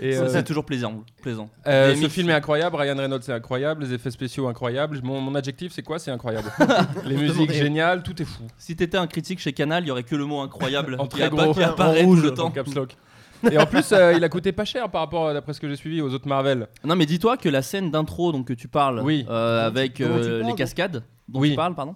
[SPEAKER 6] Et,
[SPEAKER 1] Ça,
[SPEAKER 6] euh,
[SPEAKER 1] c'est toujours plaisant, plaisant.
[SPEAKER 6] euh,
[SPEAKER 1] DMX.
[SPEAKER 6] ce film est incroyable, Ryan Reynolds est incroyable, les effets spéciaux incroyables. Mon, mon adjectif, c'est quoi C'est incroyable. les musiques géniales, tout est fou.
[SPEAKER 1] Si t'étais un critique chez Canal il y aurait que le mot incroyable
[SPEAKER 6] En
[SPEAKER 1] qui,
[SPEAKER 6] très
[SPEAKER 1] appa-
[SPEAKER 6] gros,
[SPEAKER 1] qui
[SPEAKER 6] en
[SPEAKER 1] apparaît tout
[SPEAKER 6] rouge,
[SPEAKER 1] le
[SPEAKER 6] en
[SPEAKER 1] temps.
[SPEAKER 6] caps lock. Et en plus, euh, il a coûté pas cher par rapport, euh, d'après ce que j'ai suivi, aux autres Marvel.
[SPEAKER 1] Non mais dis-toi que la scène d'intro donc que tu parles
[SPEAKER 6] Oui.
[SPEAKER 1] euh,
[SPEAKER 4] Dont
[SPEAKER 1] avec
[SPEAKER 4] tu- dont tu
[SPEAKER 1] euh,
[SPEAKER 4] parles,
[SPEAKER 1] les
[SPEAKER 4] donc.
[SPEAKER 1] cascades dont
[SPEAKER 6] Oui.
[SPEAKER 1] tu parles pardon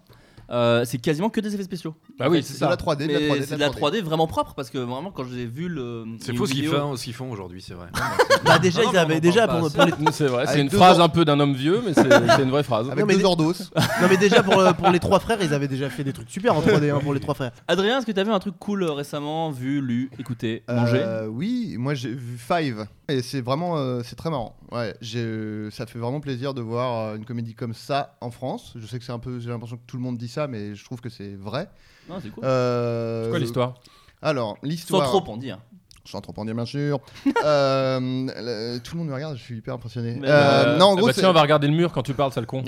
[SPEAKER 1] euh, c'est quasiment que des effets spéciaux.
[SPEAKER 6] Bah oui, c'est
[SPEAKER 4] C'est de
[SPEAKER 6] ça.
[SPEAKER 4] la 3D, Ah, de la 3D.
[SPEAKER 1] Mais c'est de la 3D vraiment propre parce que vraiment quand j'ai vu le
[SPEAKER 5] C'est
[SPEAKER 1] les
[SPEAKER 5] faux ce hein. qu'ils
[SPEAKER 1] vidéos-
[SPEAKER 5] font, ce qu'ils font aujourd'hui, c'est vrai.
[SPEAKER 4] Ah,
[SPEAKER 2] Bah déjà
[SPEAKER 5] Non,
[SPEAKER 2] ils
[SPEAKER 5] mais on en
[SPEAKER 2] avaient
[SPEAKER 5] parle
[SPEAKER 2] déjà
[SPEAKER 5] pas
[SPEAKER 2] pour
[SPEAKER 5] assez.
[SPEAKER 2] pour les
[SPEAKER 6] C'est vrai, c'est
[SPEAKER 4] Avec
[SPEAKER 6] une
[SPEAKER 4] deux
[SPEAKER 6] phrase
[SPEAKER 4] ans.
[SPEAKER 6] un peu d'un homme vieux, mais c'est c'est une vraie phrase.
[SPEAKER 4] Avec
[SPEAKER 2] mais
[SPEAKER 4] deux
[SPEAKER 2] des-
[SPEAKER 4] ordos.
[SPEAKER 2] Non mais déjà pour, euh, pour les trois frères, ils avaient déjà fait des trucs super en 3D hein, pour les trois frères.
[SPEAKER 1] Adrien, est-ce que t'as vu un truc cool euh, récemment, vu, lu, écouté, mangé
[SPEAKER 4] Euh, Oui, moi j'ai vu Five et c'est vraiment euh, c'est très marrant. Ouais, j'ai, euh, ça fait vraiment plaisir de voir euh, une comédie comme ça en France. Je sais que c'est un peu, j'ai l'impression que tout le monde dit ça, mais je trouve que c'est vrai.
[SPEAKER 1] Non, c'est cool.
[SPEAKER 4] Euh,
[SPEAKER 6] C'est quoi l'histoire
[SPEAKER 4] Alors
[SPEAKER 1] Sans
[SPEAKER 4] l'histoire.
[SPEAKER 1] trop en dire.
[SPEAKER 4] Sans trop en dire bien sûr. Euh, le- tout le monde me regarde, je suis hyper impressionné.
[SPEAKER 1] Mais-
[SPEAKER 4] Euh, non, en
[SPEAKER 6] Ah
[SPEAKER 4] gros,
[SPEAKER 6] bah
[SPEAKER 4] c'est-
[SPEAKER 6] tiens, on va regarder le mur quand tu parles, sale con.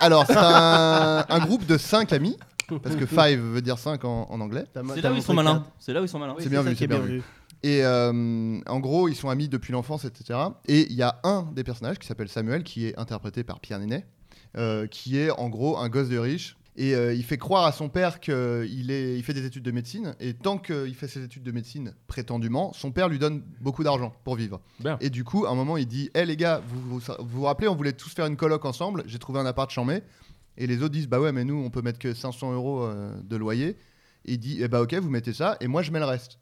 [SPEAKER 4] alors c'est un, un groupe de cinq amis parce que Five veut dire cinq en, en anglais.
[SPEAKER 2] T'as ma-
[SPEAKER 1] C'est
[SPEAKER 2] t'as
[SPEAKER 1] là où
[SPEAKER 2] mon
[SPEAKER 1] ils sont
[SPEAKER 2] truc,
[SPEAKER 1] malins.
[SPEAKER 2] hein.
[SPEAKER 1] C'est là où ils sont malins.
[SPEAKER 2] Oui,
[SPEAKER 4] C'est bien
[SPEAKER 2] ça
[SPEAKER 4] vu,
[SPEAKER 2] qui est
[SPEAKER 4] c'est bien Et euh, en gros, ils sont amis depuis l'enfance, etc. Et il y a un des personnages qui s'appelle Samuel, qui est interprété par Pierre Nénet, euh, qui est en gros un gosse de riche. Et euh, il fait croire à son père qu'il est, il fait des études de médecine. Et tant qu'il fait ses études de médecine, prétendument, son père lui donne beaucoup d'argent pour vivre.
[SPEAKER 6] Bien.
[SPEAKER 4] Et du coup, à un moment, il dit Hé les gars, vous vous, vous vous rappelez, on voulait tous faire une coloc ensemble. J'ai trouvé un appart chambé. Et les autres disent Bah ouais, mais nous, on peut mettre que 500 euros euh, de loyer. Et il dit Eh bah ok, vous mettez ça, et moi, je mets le reste.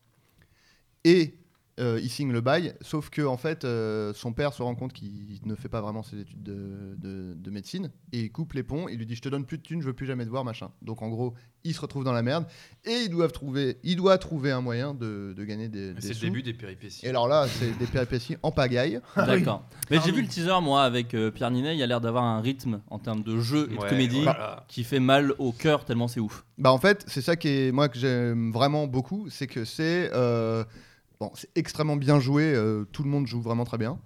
[SPEAKER 4] Et euh, il signe le bail, sauf que en fait, euh, son père se rend compte qu'il ne fait pas vraiment ses études de, de- de médecine et il coupe les ponts. Il lui dit Je te donne plus de thunes, je veux plus jamais te voir, machin. Donc en gros, il se retrouve dans la merde et il doit trouver, il doit trouver un moyen de, de gagner des. des
[SPEAKER 5] C'est le
[SPEAKER 4] sous.
[SPEAKER 5] début des péripéties.
[SPEAKER 4] Et alors là, c'est des péripéties en pagaille.
[SPEAKER 1] D'accord. Mais j'ai vu le teaser, moi, avec euh, Pierre Ninet. Il a l'air d'avoir un rythme en termes de jeu et de
[SPEAKER 5] Ouais,
[SPEAKER 1] comédie
[SPEAKER 5] voilà.
[SPEAKER 1] qui fait mal au cœur tellement c'est ouf.
[SPEAKER 4] Bah en fait, c'est ça qui est moi que j'aime vraiment beaucoup, c'est que c'est euh, Bon, c'est extrêmement bien joué, euh, tout le monde joue vraiment très bien.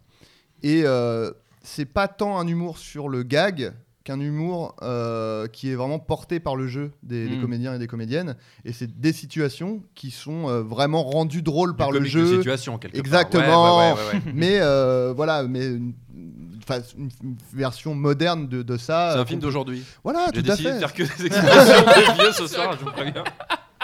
[SPEAKER 4] Et euh, c'est pas tant un humour sur le gag qu'un humour euh, qui est vraiment porté par le jeu des,
[SPEAKER 5] Hmm.
[SPEAKER 4] des
[SPEAKER 1] Mm.
[SPEAKER 4] comédiens et des comédiennes. Et c'est des situations qui sont euh, vraiment rendues drôles par
[SPEAKER 5] Du
[SPEAKER 4] le
[SPEAKER 5] comique de
[SPEAKER 4] jeu.
[SPEAKER 5] situation, quelque part.
[SPEAKER 4] Exactement.
[SPEAKER 5] Ouais, ouais, ouais, ouais, ouais.
[SPEAKER 4] Mais euh, voilà, mais une, une- enfin, une- une version moderne de, de ça.
[SPEAKER 5] C'est un film d'aujourd'hui.
[SPEAKER 4] Voilà,
[SPEAKER 5] J'ai
[SPEAKER 4] Ah, tout à
[SPEAKER 5] décidé de
[SPEAKER 4] fait.
[SPEAKER 5] faire que des expressions des vieux ce soir, je vous préviens.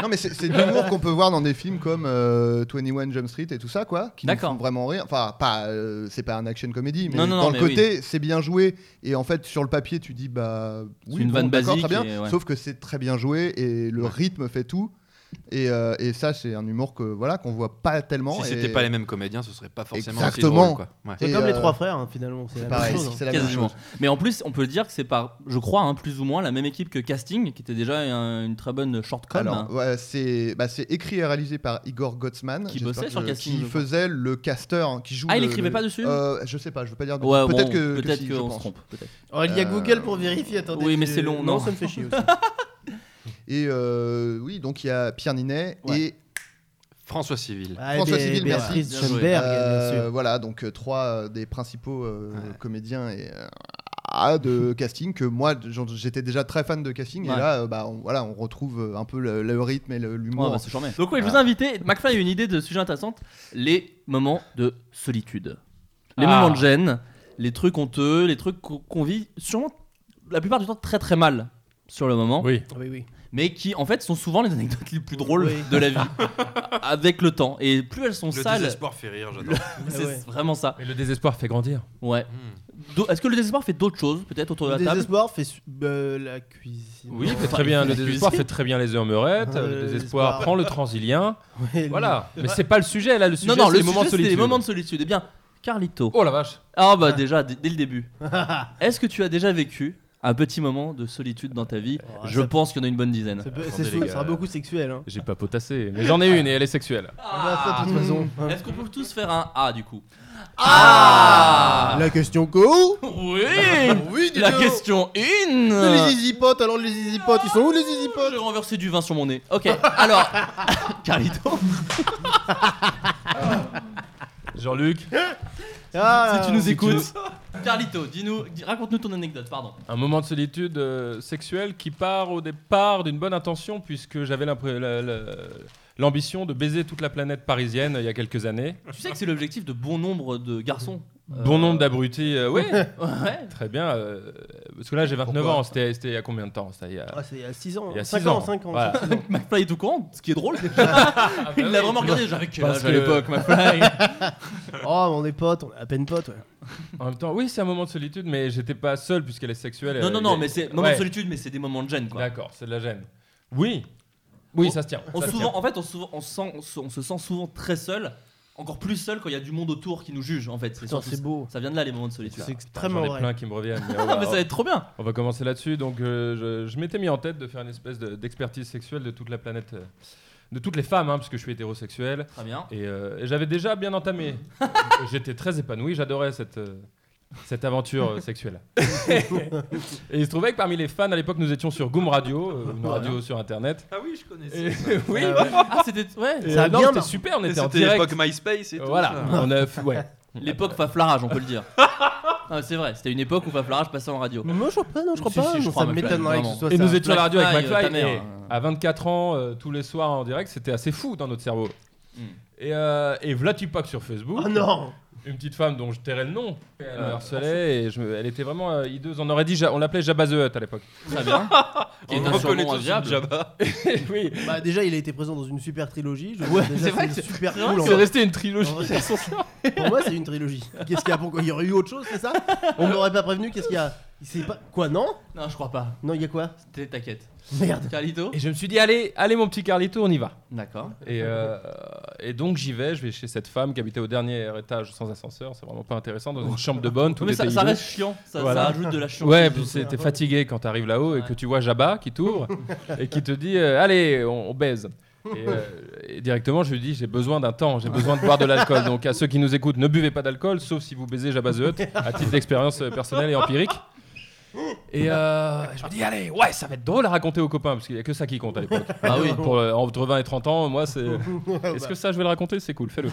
[SPEAKER 4] Non, mais c'est c'est de l'humour qu'on peut voir dans des films comme euh, 21 Jump Street et tout ça, quoi. Qui nous
[SPEAKER 1] D'accord.
[SPEAKER 4] font vraiment rire. Enfin, pas, euh, c'est pas un action comédie, mais
[SPEAKER 1] Non, non, non,
[SPEAKER 4] dans le
[SPEAKER 1] mais
[SPEAKER 4] côté, c'est bien joué. Et en fait, sur le papier, tu dis, bah.
[SPEAKER 1] C'est
[SPEAKER 4] Oui,
[SPEAKER 1] une
[SPEAKER 4] bon,
[SPEAKER 1] vanne
[SPEAKER 4] d'accord,
[SPEAKER 1] basique
[SPEAKER 4] Très
[SPEAKER 1] et
[SPEAKER 4] bien.
[SPEAKER 1] ouais.
[SPEAKER 4] Sauf que c'est très bien joué et le rythme fait tout. Et, euh, et ça, c'est un humour que voilà qu'on voit pas tellement.
[SPEAKER 5] Si
[SPEAKER 4] et-
[SPEAKER 5] c'était pas les mêmes comédiens, ce serait pas forcément
[SPEAKER 4] Exactement.
[SPEAKER 5] aussi drôle. Quoi. Ouais.
[SPEAKER 2] C'est
[SPEAKER 4] Et,
[SPEAKER 2] comme
[SPEAKER 4] euh,
[SPEAKER 2] les trois frères, hein, finalement. C'est la même
[SPEAKER 4] Pareil,
[SPEAKER 2] chose, hein.
[SPEAKER 4] c'est la même
[SPEAKER 1] Quasiment.
[SPEAKER 4] chose.
[SPEAKER 1] Mais en plus, on peut le dire que c'est par, je crois, hein, plus ou moins la même équipe que Casting, qui était déjà un- une très bonne shortcom.
[SPEAKER 4] Alors, ouais, c'est bah, c'est écrit et réalisé par Igor Gotzman,
[SPEAKER 1] Qui
[SPEAKER 4] j'espère
[SPEAKER 1] bossait
[SPEAKER 4] que
[SPEAKER 1] sur
[SPEAKER 4] je-
[SPEAKER 1] Casting,
[SPEAKER 4] qui
[SPEAKER 1] je crois.
[SPEAKER 4] faisait le caster, hein, qui joue.
[SPEAKER 1] Ah, il
[SPEAKER 4] le-
[SPEAKER 1] écrivait
[SPEAKER 4] le-
[SPEAKER 1] pas dessus
[SPEAKER 4] Euh, Je sais pas, je veux pas dire. de-
[SPEAKER 1] Ouais,
[SPEAKER 4] peut-être
[SPEAKER 1] bon,
[SPEAKER 4] que
[SPEAKER 1] peut-être
[SPEAKER 4] si, je
[SPEAKER 1] qu'on
[SPEAKER 4] pense.
[SPEAKER 1] se trompe. peut-être.
[SPEAKER 2] Alors, Oh, il y a Google pour vérifier. Attendez,
[SPEAKER 1] oui, mais
[SPEAKER 2] j'ai-
[SPEAKER 1] c'est long,
[SPEAKER 2] Non,
[SPEAKER 1] non.
[SPEAKER 2] ça me fait chier aussi.
[SPEAKER 4] Et euh, oui, donc il y a Pierre Ninet
[SPEAKER 1] Ouais.
[SPEAKER 4] et
[SPEAKER 5] François Civil.
[SPEAKER 2] Ah,
[SPEAKER 4] François
[SPEAKER 2] des-
[SPEAKER 4] Civil, merci.
[SPEAKER 2] Béatrice
[SPEAKER 1] Bien joué.
[SPEAKER 2] Schoenberg,
[SPEAKER 4] euh,
[SPEAKER 2] bien sûr.
[SPEAKER 4] voilà donc euh, trois euh, des principaux euh,
[SPEAKER 5] Ouais.
[SPEAKER 4] comédiens et euh, ah, de casting que moi j'en- j'étais déjà très fan de casting et
[SPEAKER 1] Ouais.
[SPEAKER 4] là euh, bah on, voilà on retrouve euh, un peu le, le rythme et le-
[SPEAKER 1] Ouais,
[SPEAKER 4] l'humour.
[SPEAKER 1] bah, c'est charmé. Donc, oui, je vous invite. McFly a une idée de sujet intéressant les moments de solitude, les
[SPEAKER 6] Ah.
[SPEAKER 1] moments de gêne, les trucs honteux, les trucs qu'on- qu'on vit sûrement la plupart du temps très très mal sur le moment,
[SPEAKER 6] Oui.
[SPEAKER 2] Oui, oui.
[SPEAKER 1] mais qui en fait sont souvent les anecdotes les plus drôles
[SPEAKER 2] Oui.
[SPEAKER 1] de la vie avec le temps. Et plus elles sont
[SPEAKER 5] Le
[SPEAKER 1] sales,
[SPEAKER 5] désespoir fait rire, j'adore.
[SPEAKER 1] c'est
[SPEAKER 2] ouais.
[SPEAKER 1] vraiment ça.
[SPEAKER 6] Mais le désespoir fait grandir.
[SPEAKER 1] Ouais.
[SPEAKER 5] Hmm.
[SPEAKER 1] Do- Est-ce que le désespoir fait d'autres choses peut-être autour de
[SPEAKER 2] Le
[SPEAKER 1] la table
[SPEAKER 2] désespoir fait su- euh, la cuisine.
[SPEAKER 6] Oui, il fait
[SPEAKER 1] Enfin,
[SPEAKER 6] très bien.
[SPEAKER 1] il
[SPEAKER 6] Le
[SPEAKER 1] fait
[SPEAKER 6] désespoir
[SPEAKER 1] cuisiner.
[SPEAKER 6] fait très bien les meurettes.
[SPEAKER 2] Euh,
[SPEAKER 6] Le
[SPEAKER 2] le
[SPEAKER 6] désespoir
[SPEAKER 2] désespoir.
[SPEAKER 6] prend le transilien.
[SPEAKER 2] Ouais,
[SPEAKER 6] Voilà. Mais c'est pas le sujet là. Le sujet,
[SPEAKER 1] Non, non,
[SPEAKER 6] c'est
[SPEAKER 1] le
[SPEAKER 6] les moments de
[SPEAKER 1] sujet, c'était
[SPEAKER 6] solitude.
[SPEAKER 1] les moments de solitude. Eh bien, Carlito.
[SPEAKER 6] Oh la vache.
[SPEAKER 1] Ah bah déjà, d- dès le début.
[SPEAKER 2] Ah.
[SPEAKER 1] Est-ce que tu as déjà vécu un petit moment de solitude dans ta vie
[SPEAKER 2] Oh,
[SPEAKER 1] Je
[SPEAKER 2] ça-
[SPEAKER 1] pense qu'il y en a une bonne dizaine.
[SPEAKER 2] Ça peut-
[SPEAKER 5] Attendez,
[SPEAKER 2] c'est-
[SPEAKER 5] les
[SPEAKER 2] ça
[SPEAKER 5] gars.
[SPEAKER 2] sera beaucoup sexuel. Hein.
[SPEAKER 6] J'ai pas potassé, mais j'en ai une et elle est sexuelle.
[SPEAKER 2] Ah, bah, ça, de toute façon.
[SPEAKER 1] Est-ce qu'on peut tous faire un A du coup
[SPEAKER 2] Ah. La question go
[SPEAKER 1] Oui
[SPEAKER 2] Oui,
[SPEAKER 1] Ah. La question
[SPEAKER 2] Les
[SPEAKER 1] 1
[SPEAKER 2] zizi potes, alors les zizi potes, ils sont où les zizi
[SPEAKER 1] J'ai
[SPEAKER 2] potes
[SPEAKER 1] renversé du vin sur mon nez. Ok, alors, Carlito,
[SPEAKER 6] Jean-Luc,
[SPEAKER 2] Ah,
[SPEAKER 1] si tu nous écoutes. Carlito, dis-nous, dis- raconte-nous ton anecdote, pardon.
[SPEAKER 6] un moment de solitude euh, sexuelle qui part au départ d'une bonne intention puisque j'avais l'impré- la- la- l'ambition de baiser toute la planète parisienne euh, il y a quelques années.
[SPEAKER 1] Tu sais que c'est l'objectif de bon nombre de garçons. Euh,
[SPEAKER 6] Bon nombre d'abrutis, euh, oui,
[SPEAKER 1] Ouais.
[SPEAKER 6] très bien. euh, parce que là j'ai 29
[SPEAKER 4] Pourquoi
[SPEAKER 6] ans, c'était c'était il y a combien de temps C'était il y a-
[SPEAKER 2] Ah, c'est il y a 6 ans.
[SPEAKER 6] Il y a
[SPEAKER 2] 5
[SPEAKER 6] six
[SPEAKER 2] ans,
[SPEAKER 6] ans.
[SPEAKER 2] 5 ans.
[SPEAKER 6] Voilà.
[SPEAKER 2] six ans.
[SPEAKER 1] Euh, McFly est au courant, ce qui est drôle. déjà. Il
[SPEAKER 6] Bah
[SPEAKER 1] l'a
[SPEAKER 6] Ah,
[SPEAKER 1] vraiment regardé, euh, j'avais quel
[SPEAKER 6] Parce
[SPEAKER 1] âge à
[SPEAKER 6] que-
[SPEAKER 1] l'époque, McFly
[SPEAKER 2] Oh, on est potes, on est à peine potes, ouais.
[SPEAKER 6] En même temps, oui, c'est un moment de solitude, mais j'étais pas seul puisqu'elle est sexuelle.
[SPEAKER 1] Non,
[SPEAKER 6] euh,
[SPEAKER 1] non,
[SPEAKER 6] il
[SPEAKER 1] non,
[SPEAKER 6] y a-
[SPEAKER 1] mais c'est moment
[SPEAKER 6] Ouais,
[SPEAKER 1] de solitude, mais c'est des moments de gêne, quoi.
[SPEAKER 6] D'accord, c'est de la gêne. Oui, oui,
[SPEAKER 1] On-
[SPEAKER 6] ça se tient.
[SPEAKER 1] On
[SPEAKER 6] ça se
[SPEAKER 1] souvent, en fait, on, souvent- on, sent- on se- on se sent souvent très seul, encore plus seul quand il y a du monde autour qui nous juge, en fait. C'est
[SPEAKER 2] Putain,
[SPEAKER 1] surtout
[SPEAKER 2] c'est
[SPEAKER 1] ça.
[SPEAKER 2] beau.
[SPEAKER 1] Ça vient de là, les moments de solitude.
[SPEAKER 2] C'est
[SPEAKER 6] tient. J'en
[SPEAKER 2] extrêmement
[SPEAKER 6] ai
[SPEAKER 2] vrai.
[SPEAKER 6] plein qui me reviennent. mais on
[SPEAKER 1] Ah,
[SPEAKER 6] va-
[SPEAKER 1] mais ça va être trop bien.
[SPEAKER 6] On va commencer là-dessus. Donc, euh, je, je m'étais mis en tête de faire une espèce de- d'expertise sexuelle de toute la planète, euh, de toutes les femmes, hein, parce que je suis hétérosexuel.
[SPEAKER 1] Très bien.
[SPEAKER 6] Et, euh, et j'avais déjà bien entamé. J'étais très épanoui, j'adorais cette, euh, cette aventure euh, sexuelle. et il se trouvait que parmi les fans, à l'époque, nous étions sur Goom Radio, euh, une radio sur Internet.
[SPEAKER 5] Ah oui, je connaissais.
[SPEAKER 6] Et- oui,
[SPEAKER 2] Ah ouais.
[SPEAKER 1] Ah, c'était. Ouais.
[SPEAKER 6] Et,
[SPEAKER 2] Ça a
[SPEAKER 6] euh, non,
[SPEAKER 2] bien
[SPEAKER 6] c'était
[SPEAKER 2] marché.
[SPEAKER 6] super, on
[SPEAKER 5] Et
[SPEAKER 6] était en
[SPEAKER 5] C'était
[SPEAKER 6] direct.
[SPEAKER 5] l'époque MySpace et tout.
[SPEAKER 6] Voilà,
[SPEAKER 5] ça.
[SPEAKER 6] on a, f- ouais.
[SPEAKER 1] L'époque Faflarage, on peut le dire. Ah, c'est vrai, c'était une époque où Faflarage passait en radio.
[SPEAKER 2] Mais moi, je crois pas, non, je crois
[SPEAKER 1] Si,
[SPEAKER 2] pas.
[SPEAKER 1] si, je
[SPEAKER 2] non,
[SPEAKER 1] crois,
[SPEAKER 2] ça
[SPEAKER 1] McFly,
[SPEAKER 2] m'étonnerait que ce
[SPEAKER 1] vraiment.
[SPEAKER 2] soit
[SPEAKER 6] Et
[SPEAKER 2] ça.
[SPEAKER 6] nous étions à la radio avec
[SPEAKER 1] McFly, euh, ta
[SPEAKER 6] McFly.
[SPEAKER 1] mère.
[SPEAKER 6] et à 24 ans, euh, tous les soirs en direct, c'était assez fou dans notre cerveau.
[SPEAKER 1] Mm.
[SPEAKER 6] Et, euh, et voilà, tu packs sur Facebook.
[SPEAKER 2] Oh non
[SPEAKER 6] Une petite femme dont je tairais le nom. Elle me harcelait et je me- elle était vraiment euh, hideuse. On aurait dit, Ja- on l'appelait Jabba the Hutt à l'époque.
[SPEAKER 1] Très bien. hein. Qui est
[SPEAKER 5] On
[SPEAKER 1] un
[SPEAKER 5] reconnaît
[SPEAKER 1] surnom
[SPEAKER 5] tout de suite
[SPEAKER 1] agréable.
[SPEAKER 5] Jabba.
[SPEAKER 6] oui.
[SPEAKER 2] Bah, déjà, il a été présent dans une super trilogie. Je
[SPEAKER 1] Ouais,
[SPEAKER 2] déjà,
[SPEAKER 1] c'est vrai que c'est-
[SPEAKER 2] super
[SPEAKER 1] c'est vrai
[SPEAKER 2] cool.
[SPEAKER 1] que
[SPEAKER 2] en
[SPEAKER 6] C'est
[SPEAKER 2] fait.
[SPEAKER 6] resté une trilogie.
[SPEAKER 2] En vrai, Pour moi, c'est une trilogie. Qu'est-ce qu'il y a Pourquoi Il y aurait eu autre chose, c'est ça On m'aurait pas prévenu, qu'est-ce qu'il y a C'est pas. Quoi, non
[SPEAKER 1] Non, je crois pas.
[SPEAKER 2] Non, il y a quoi
[SPEAKER 1] T'es- T'inquiète.
[SPEAKER 2] Merde.
[SPEAKER 1] Carlito
[SPEAKER 6] Et je me suis dit, allez, allez mon petit Carlito, on y va.
[SPEAKER 1] D'accord.
[SPEAKER 6] Et, euh, et donc j'y vais, je vais chez cette femme qui habitait au dernier étage sans ascenseur. C'est vraiment pas intéressant dans une chambre de bonne. Tout
[SPEAKER 1] Oh. Mais ça,
[SPEAKER 6] était
[SPEAKER 1] ça
[SPEAKER 6] hideux.
[SPEAKER 1] reste chiant, ça,
[SPEAKER 6] Voilà.
[SPEAKER 1] ça ajoute de la chiant.
[SPEAKER 6] Ouais, puis c'est- t'es fatigué quand t'arrives là-haut et
[SPEAKER 1] Ouais.
[SPEAKER 6] que tu vois Jabba qui t'ouvre et qui te dit euh, Allez, on, on baise. Et, euh, et directement, je lui dis J'ai besoin d'un temps, j'ai besoin de boire de l'alcool. Donc, à ceux qui nous écoutent, ne buvez pas d'alcool, sauf si vous baisez Jabba the Hutt, à titre d'expérience euh, personnelle et empirique. Et euh, je me dis, allez, ouais, ça va être drôle à raconter aux copains, parce qu'il n'y a que ça qui compte à l'époque.
[SPEAKER 1] Ah oui.
[SPEAKER 6] Pour, euh, entre 20 et 30 ans, moi, c'est. Est-ce que ça, je vais le raconter C'est cool, fais-le.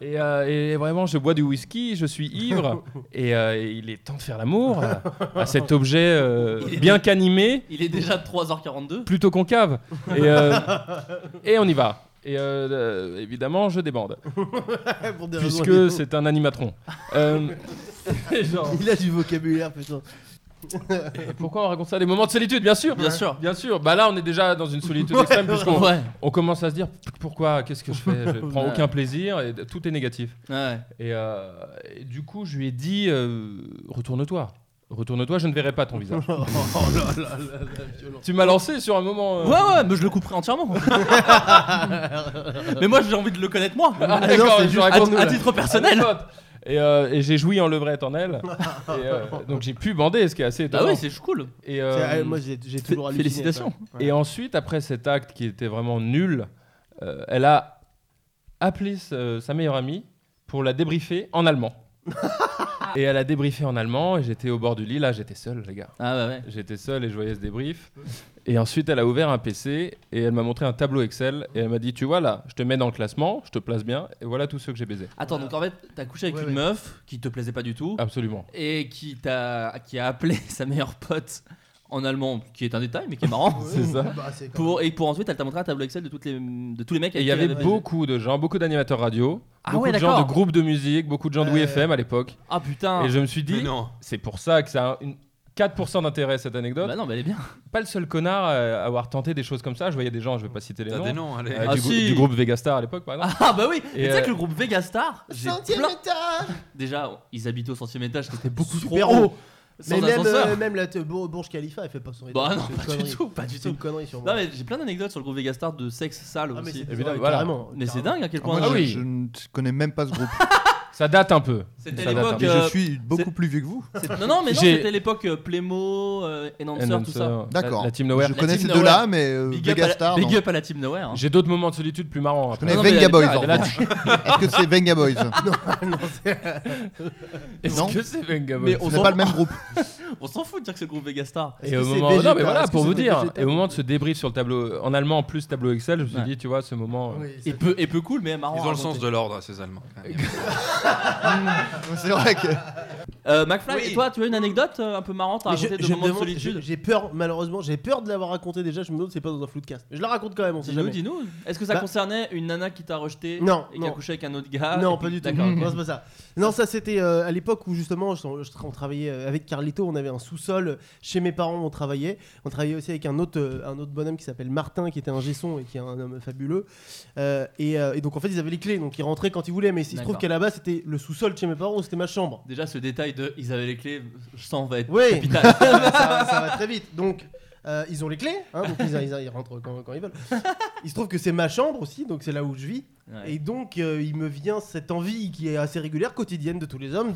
[SPEAKER 6] et, euh, et vraiment, je bois du whisky, je suis ivre, et euh, il est temps de faire l'amour à, à cet objet euh,
[SPEAKER 1] Il est-
[SPEAKER 6] bien qu'animé,
[SPEAKER 1] Il est déjà 3h42.
[SPEAKER 6] plutôt concave. Et, euh, et on y va. Et euh, euh, évidemment, je débande,
[SPEAKER 2] Pour des raisons
[SPEAKER 6] puisque c'est un animatron. Euh, genre,
[SPEAKER 2] Il a du vocabulaire, putain.
[SPEAKER 6] et pourquoi on raconte ça Des moments de solitude, bien sûr
[SPEAKER 1] Bien sûr.
[SPEAKER 6] Bien sûr, bah là on est déjà dans une solitude extrême puisqu'on
[SPEAKER 1] Ouais.
[SPEAKER 6] on commence à se dire P- pourquoi, qu'est-ce que je fais, je prends
[SPEAKER 1] Ouais.
[SPEAKER 6] aucun plaisir et tout est négatif.
[SPEAKER 1] ouais.
[SPEAKER 6] Et, euh, et du coup je lui ai dit euh, retourne-toi, retourne-toi, je ne verrai pas ton visage. tu m'as lancé sur un moment. euh,
[SPEAKER 1] Ouais, ouais, mais je le couperai entièrement. mais moi, j'ai envie de le connaître moi.
[SPEAKER 6] Ah,
[SPEAKER 2] non,
[SPEAKER 6] d'accord,
[SPEAKER 2] c'est
[SPEAKER 6] je
[SPEAKER 2] juste
[SPEAKER 1] À,
[SPEAKER 6] raconte-
[SPEAKER 1] à titre personnel.
[SPEAKER 6] Et, euh, et j'ai joui en levrette en elle. Et, euh, donc j'ai pu bander, ce qui est assez
[SPEAKER 1] Bah
[SPEAKER 6] étonnant.
[SPEAKER 1] oui, c'est cool.
[SPEAKER 6] et, euh,
[SPEAKER 2] C'est- ah, moi, j'ai j'ai toujours halluciné.
[SPEAKER 1] félicitations.
[SPEAKER 2] ça.
[SPEAKER 6] Et ensuite, après cet acte qui était vraiment nul, euh, elle a appelé ce- sa meilleure amie pour la débriefer en allemand. et elle a débriefé en allemand, et j'étais au bord du lit, là j'étais seul, les gars.
[SPEAKER 1] Ah ouais, ouais.
[SPEAKER 6] J'étais seul et je voyais ce débrief. Et ensuite, elle a ouvert un PC et elle m'a montré un tableau Excel et elle m'a dit Tu vois là, je te mets dans le classement, je te place bien, et voilà tous ceux que j'ai baisés.
[SPEAKER 1] Attends, donc en fait, t'as couché avec
[SPEAKER 4] Ouais,
[SPEAKER 1] une
[SPEAKER 4] ouais.
[SPEAKER 1] meuf qui te plaisait pas du
[SPEAKER 6] Ah.
[SPEAKER 1] tout
[SPEAKER 6] Absolument.
[SPEAKER 1] et qui t'a, qui a appelé sa meilleure pote en allemand, qui est un détail mais qui est marrant.
[SPEAKER 6] C'est ça.
[SPEAKER 2] Bah, c'est quand
[SPEAKER 1] Pour, et pour ensuite, elle t'a montré un tableau Excel de, toutes les, de tous les mecs.
[SPEAKER 6] Et il y
[SPEAKER 1] avec qui
[SPEAKER 6] avait
[SPEAKER 1] elle baisé.
[SPEAKER 6] beaucoup de gens, beaucoup d'animateurs radio,
[SPEAKER 1] Ah
[SPEAKER 6] beaucoup
[SPEAKER 1] ouais,
[SPEAKER 6] de gens de
[SPEAKER 1] d'accord.
[SPEAKER 6] groupes de musique, beaucoup de gens de
[SPEAKER 2] Ouais.
[SPEAKER 6] WFM à l'époque.
[SPEAKER 1] Ah putain.
[SPEAKER 6] Et je me suis dit,
[SPEAKER 5] Mais non.
[SPEAKER 6] C'est pour ça que ça a une 4% d'intérêt cette anecdote.
[SPEAKER 1] Bah non, mais elle est bien.
[SPEAKER 6] Pas le seul connard à avoir tenté des choses comme ça. Je voyais des gens, je vais pas citer les
[SPEAKER 5] T'as
[SPEAKER 6] noms.
[SPEAKER 5] des noms, allez.
[SPEAKER 6] euh,
[SPEAKER 1] Ah,
[SPEAKER 6] du, grou-
[SPEAKER 1] si.
[SPEAKER 6] du groupe Vegastar à l'époque, par exemple.
[SPEAKER 1] Ah bah oui.
[SPEAKER 6] Et
[SPEAKER 1] Mais tu sais
[SPEAKER 6] euh,
[SPEAKER 1] que le groupe Vegastar, j'ai plein- déjà, ils habitent au centième étage, c'était beaucoup
[SPEAKER 2] Super
[SPEAKER 1] trop
[SPEAKER 2] haut.
[SPEAKER 1] haut. Sans
[SPEAKER 2] Mais même,
[SPEAKER 1] ascenseur.
[SPEAKER 2] euh, même la te- Bour- Burj Khalifa, elle fait pas son
[SPEAKER 1] Bah
[SPEAKER 2] état,
[SPEAKER 1] non,
[SPEAKER 2] c'est une
[SPEAKER 1] pas
[SPEAKER 2] connerie.
[SPEAKER 1] du tout, pas du
[SPEAKER 2] C'est une
[SPEAKER 1] tout.
[SPEAKER 2] connerie sur moi.
[SPEAKER 1] Non mais j'ai plein d'anecdotes sur le groupe Vegastar de sexe sale
[SPEAKER 2] Ah, mais
[SPEAKER 1] aussi.
[SPEAKER 2] c'est-
[SPEAKER 6] Évidemment,
[SPEAKER 2] ouais,
[SPEAKER 6] voilà.
[SPEAKER 2] carrément,
[SPEAKER 1] Mais c'est
[SPEAKER 2] carrément.
[SPEAKER 1] dingue à quel
[SPEAKER 4] Ah, moi,
[SPEAKER 1] point.
[SPEAKER 6] Ah
[SPEAKER 4] je,
[SPEAKER 6] oui.
[SPEAKER 4] je ne connais même pas ce groupe.
[SPEAKER 1] Ah.
[SPEAKER 6] Ça date un peu.
[SPEAKER 1] C'était
[SPEAKER 6] Ça date
[SPEAKER 1] l'époque,
[SPEAKER 6] un peu.
[SPEAKER 4] Et
[SPEAKER 1] euh,
[SPEAKER 4] je suis beaucoup plus vieux que vous.
[SPEAKER 1] C'est- Non non mais non,
[SPEAKER 6] J'ai-
[SPEAKER 1] c'était l'époque euh, Playmo, euh, Enhancer, tout ça.
[SPEAKER 6] Enhancer,
[SPEAKER 4] D'accord.
[SPEAKER 6] La, la Team Nowhere.
[SPEAKER 4] Je
[SPEAKER 1] La
[SPEAKER 4] connais
[SPEAKER 1] team
[SPEAKER 4] ces
[SPEAKER 1] Nowhere.
[SPEAKER 4] deux-là, mais euh,
[SPEAKER 1] Big, up à, la,
[SPEAKER 4] Vegastar. non.
[SPEAKER 1] big
[SPEAKER 4] Je
[SPEAKER 1] up à la team Nowhere. hein.
[SPEAKER 6] J'ai d'autres moments de solitude plus marrants après.
[SPEAKER 4] connais
[SPEAKER 1] Non, mais
[SPEAKER 4] Venga
[SPEAKER 1] elle-
[SPEAKER 4] Boys.
[SPEAKER 6] elle-
[SPEAKER 4] en
[SPEAKER 6] elle-
[SPEAKER 4] revanche. Est-ce que c'est Venga Boys
[SPEAKER 6] Est-ce
[SPEAKER 4] Non.
[SPEAKER 6] que c'est Venga
[SPEAKER 1] Mais
[SPEAKER 6] Boys
[SPEAKER 1] on
[SPEAKER 4] Ce n'est
[SPEAKER 1] s'en-
[SPEAKER 4] pas le même groupe.
[SPEAKER 1] On s'en fout de dire que c'est le groupe Vegastar.
[SPEAKER 2] Est-ce
[SPEAKER 6] Et
[SPEAKER 2] que
[SPEAKER 6] au
[SPEAKER 2] c'est
[SPEAKER 6] moment, non, mais
[SPEAKER 2] végétal
[SPEAKER 6] voilà,
[SPEAKER 2] Est-ce que
[SPEAKER 6] pour
[SPEAKER 2] c'est
[SPEAKER 6] vous dire,
[SPEAKER 2] végétal
[SPEAKER 6] et au moment de ce débrief sur le tableau en allemand, en plus tableau Excel, je me suis
[SPEAKER 1] Ouais.
[SPEAKER 6] dit, tu vois, ce moment. euh,
[SPEAKER 2] Oui,
[SPEAKER 1] Et
[SPEAKER 2] c'est-
[SPEAKER 1] peu, et peu cool mais marrant.
[SPEAKER 5] Ils
[SPEAKER 1] à
[SPEAKER 5] ont le sens
[SPEAKER 1] raconter.
[SPEAKER 5] de l'ordre, ces Allemands.
[SPEAKER 4] C'est vrai que.
[SPEAKER 1] Euh, McFly,
[SPEAKER 5] Oui.
[SPEAKER 1] et toi tu as une anecdote euh, un peu marrante à
[SPEAKER 2] Mais je-
[SPEAKER 1] raconter
[SPEAKER 2] je
[SPEAKER 1] de
[SPEAKER 2] me
[SPEAKER 1] moment de
[SPEAKER 2] demande-
[SPEAKER 1] solitude
[SPEAKER 2] j'ai- J'ai peur, malheureusement, j'ai peur de l'avoir raconté déjà. Je me demande, si c'est pas dans un flou de cast. Mais Je la raconte quand même, on sait
[SPEAKER 1] Dis-nous,
[SPEAKER 2] jamais.
[SPEAKER 1] dis-nous. Est-ce que ça
[SPEAKER 2] Bah-
[SPEAKER 1] concernait une nana qui t'a rejeté
[SPEAKER 2] Non,
[SPEAKER 1] et qui a
[SPEAKER 2] non.
[SPEAKER 1] couché avec un autre gars
[SPEAKER 2] non,
[SPEAKER 1] et
[SPEAKER 2] pas
[SPEAKER 1] puis-
[SPEAKER 2] du tout. Mm.
[SPEAKER 1] D'accord. ok.
[SPEAKER 2] Non, c'est pas ça. Non, ça c'était euh, à l'époque où justement je- je- on travaillait euh, avec Carlito, on avait un sous-sol euh, chez mes parents, on travaillait. On travaillait aussi avec un autre, euh, un autre bonhomme qui s'appelle Martin, qui était un gesson et qui est un homme fabuleux. Euh, et, euh, et donc en fait ils avaient les clés, donc ils rentraient quand ils voulaient. Mais il se trouve
[SPEAKER 1] D'accord.
[SPEAKER 2] qu'à la base c'était le sous-sol de chez mes parents, c'était ma chambre.
[SPEAKER 1] Déjà ce détail de ils avaient les clés, je sens va être
[SPEAKER 2] Oui.
[SPEAKER 1] capital.
[SPEAKER 2] ça, ça va très vite. Donc, euh, ils ont les clés, hein, donc ils, ils- ils rentrent quand, quand ils veulent. Il se trouve que c'est ma chambre aussi, donc c'est là où je vis.
[SPEAKER 1] Ouais.
[SPEAKER 2] Et donc, euh, il me vient cette envie qui est assez régulière, quotidienne de tous les hommes,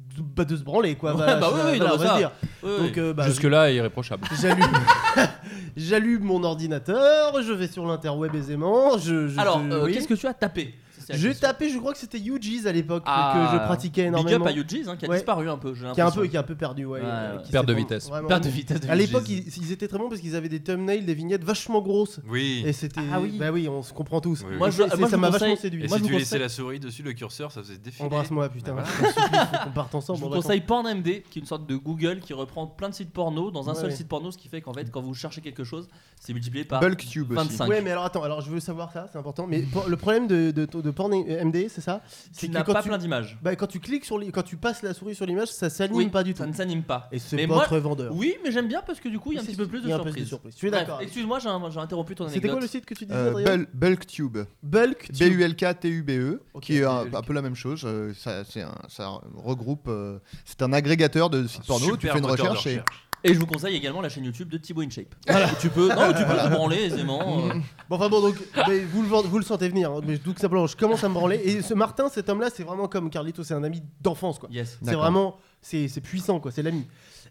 [SPEAKER 2] de, de- bah, de se branler, quoi.
[SPEAKER 1] Ouais,
[SPEAKER 2] Voilà,
[SPEAKER 1] bah
[SPEAKER 2] ça-
[SPEAKER 1] oui, oui,
[SPEAKER 2] voilà,
[SPEAKER 1] non,
[SPEAKER 2] on va
[SPEAKER 1] ça.
[SPEAKER 2] se dire.
[SPEAKER 1] Oui, oui.
[SPEAKER 2] Donc, euh, bah,
[SPEAKER 6] Jusque-là, irréprochable.
[SPEAKER 2] j'allume. J'allume mon ordinateur, je vais sur l'interweb aisément. Je, je-
[SPEAKER 1] Alors,
[SPEAKER 2] je-
[SPEAKER 1] euh,
[SPEAKER 2] oui.
[SPEAKER 1] qu'est-ce que tu as tapé Ça, c'est la
[SPEAKER 2] J'ai
[SPEAKER 1] question.
[SPEAKER 2] tapé, je crois que c'était UG's à l'époque,
[SPEAKER 1] Ah,
[SPEAKER 2] que je pratiquais
[SPEAKER 1] Big
[SPEAKER 2] énormément.
[SPEAKER 1] up à Yuji's hein, qui a
[SPEAKER 2] Ouais.
[SPEAKER 1] disparu un peu, j'ai
[SPEAKER 2] qui est un peu,
[SPEAKER 1] l'impression.
[SPEAKER 2] qui est un peu perdu, ouais.
[SPEAKER 1] Ouais,
[SPEAKER 2] euh,
[SPEAKER 1] ouais.
[SPEAKER 2] qui
[SPEAKER 6] Perte
[SPEAKER 2] s'est
[SPEAKER 6] de
[SPEAKER 2] pas-
[SPEAKER 6] vitesse.
[SPEAKER 2] vraiment-
[SPEAKER 1] Perte de vitesse de
[SPEAKER 2] À l'époque,
[SPEAKER 1] Yuji's.
[SPEAKER 2] ils, ils étaient très bons parce qu'ils avaient des thumbnails, des vignettes vachement grosses.
[SPEAKER 5] Oui.
[SPEAKER 2] Et c'était.
[SPEAKER 1] Ah oui.
[SPEAKER 2] Bah oui, on se comprend tous.
[SPEAKER 5] Oui, oui.
[SPEAKER 1] Moi,
[SPEAKER 2] Et
[SPEAKER 1] je-
[SPEAKER 2] c'est-
[SPEAKER 1] moi, je
[SPEAKER 2] ça
[SPEAKER 1] vous
[SPEAKER 2] m'a
[SPEAKER 1] conseille-
[SPEAKER 2] vachement séduit.
[SPEAKER 5] Et
[SPEAKER 2] Moi,
[SPEAKER 5] si
[SPEAKER 2] je
[SPEAKER 5] tu
[SPEAKER 2] vous
[SPEAKER 5] laissais
[SPEAKER 2] conseille-
[SPEAKER 5] la souris dessus, le curseur, ça faisait défiler.
[SPEAKER 2] Embrasse-moi, putain.
[SPEAKER 5] Bah
[SPEAKER 2] je t'en supplie, faut qu'on parte ensemble.
[SPEAKER 1] Je vous
[SPEAKER 2] en vacances.
[SPEAKER 1] conseille PornMD, qui est une sorte de Google qui reprend plein de sites porno dans un
[SPEAKER 2] Ouais,
[SPEAKER 1] seul
[SPEAKER 2] ouais.
[SPEAKER 1] site porno, ce qui fait qu'en fait, quand vous cherchez quelque chose, c'est multiplié
[SPEAKER 2] Ah.
[SPEAKER 1] par
[SPEAKER 4] BulkTube aussi.
[SPEAKER 1] 25.
[SPEAKER 2] Ouais, mais alors attends, alors je veux savoir ça, c'est important. Mais pour- le problème de, de, de porn et MD, c'est ça
[SPEAKER 1] tu
[SPEAKER 2] que
[SPEAKER 1] n'as
[SPEAKER 2] quand
[SPEAKER 1] pas
[SPEAKER 2] tu-
[SPEAKER 1] plein d'images.
[SPEAKER 2] Bah quand tu cliques sur les, quand tu passes la souris sur l'image, ça s'anime
[SPEAKER 1] Oui,
[SPEAKER 2] pas du tout.
[SPEAKER 1] Ça ne s'anime pas.
[SPEAKER 2] Et
[SPEAKER 1] Mais
[SPEAKER 2] c'est
[SPEAKER 1] moi-
[SPEAKER 2] pas très vendeur.
[SPEAKER 1] Oui, mais j'aime bien parce que du coup, il y a un
[SPEAKER 2] C'est-
[SPEAKER 1] petit peu plus de
[SPEAKER 2] il y a un peu
[SPEAKER 1] surprise.
[SPEAKER 2] Je suis d'accord. avec-
[SPEAKER 1] Excuse-moi, j'ai j'ai interrompu ton
[SPEAKER 2] C'était
[SPEAKER 1] anecdote.
[SPEAKER 2] quoi le site que tu disais,
[SPEAKER 4] Euh,
[SPEAKER 2] Adrien
[SPEAKER 4] Bul- BulkTube.
[SPEAKER 2] Bulk. Tube.
[SPEAKER 4] B-U-L-K-T-U-B-E,
[SPEAKER 2] Ok,
[SPEAKER 4] E, qui est un,
[SPEAKER 2] Bulk.
[SPEAKER 4] un peu la même chose. euh, ça, c'est un- ça regroupe. euh, c'est un agrégateur de sites porno. Tu
[SPEAKER 5] super
[SPEAKER 4] fais une
[SPEAKER 5] moteur de
[SPEAKER 4] recherche et.
[SPEAKER 1] Et je vous conseille également la chaîne YouTube de Thibaut InShape. Où Tu peux, non, où tu peux te branler aisément. euh.
[SPEAKER 2] Bon, enfin bon, donc mais vous, le, vous le sentez venir, hein, mais donc simplement je commence à me branler. Et ce Martin, cet homme-là, c'est vraiment comme Carlito, c'est un ami d'enfance quoi.
[SPEAKER 1] Yes.
[SPEAKER 2] C'est
[SPEAKER 4] D'accord.
[SPEAKER 2] vraiment, c'est c'est puissant quoi, c'est l'ami.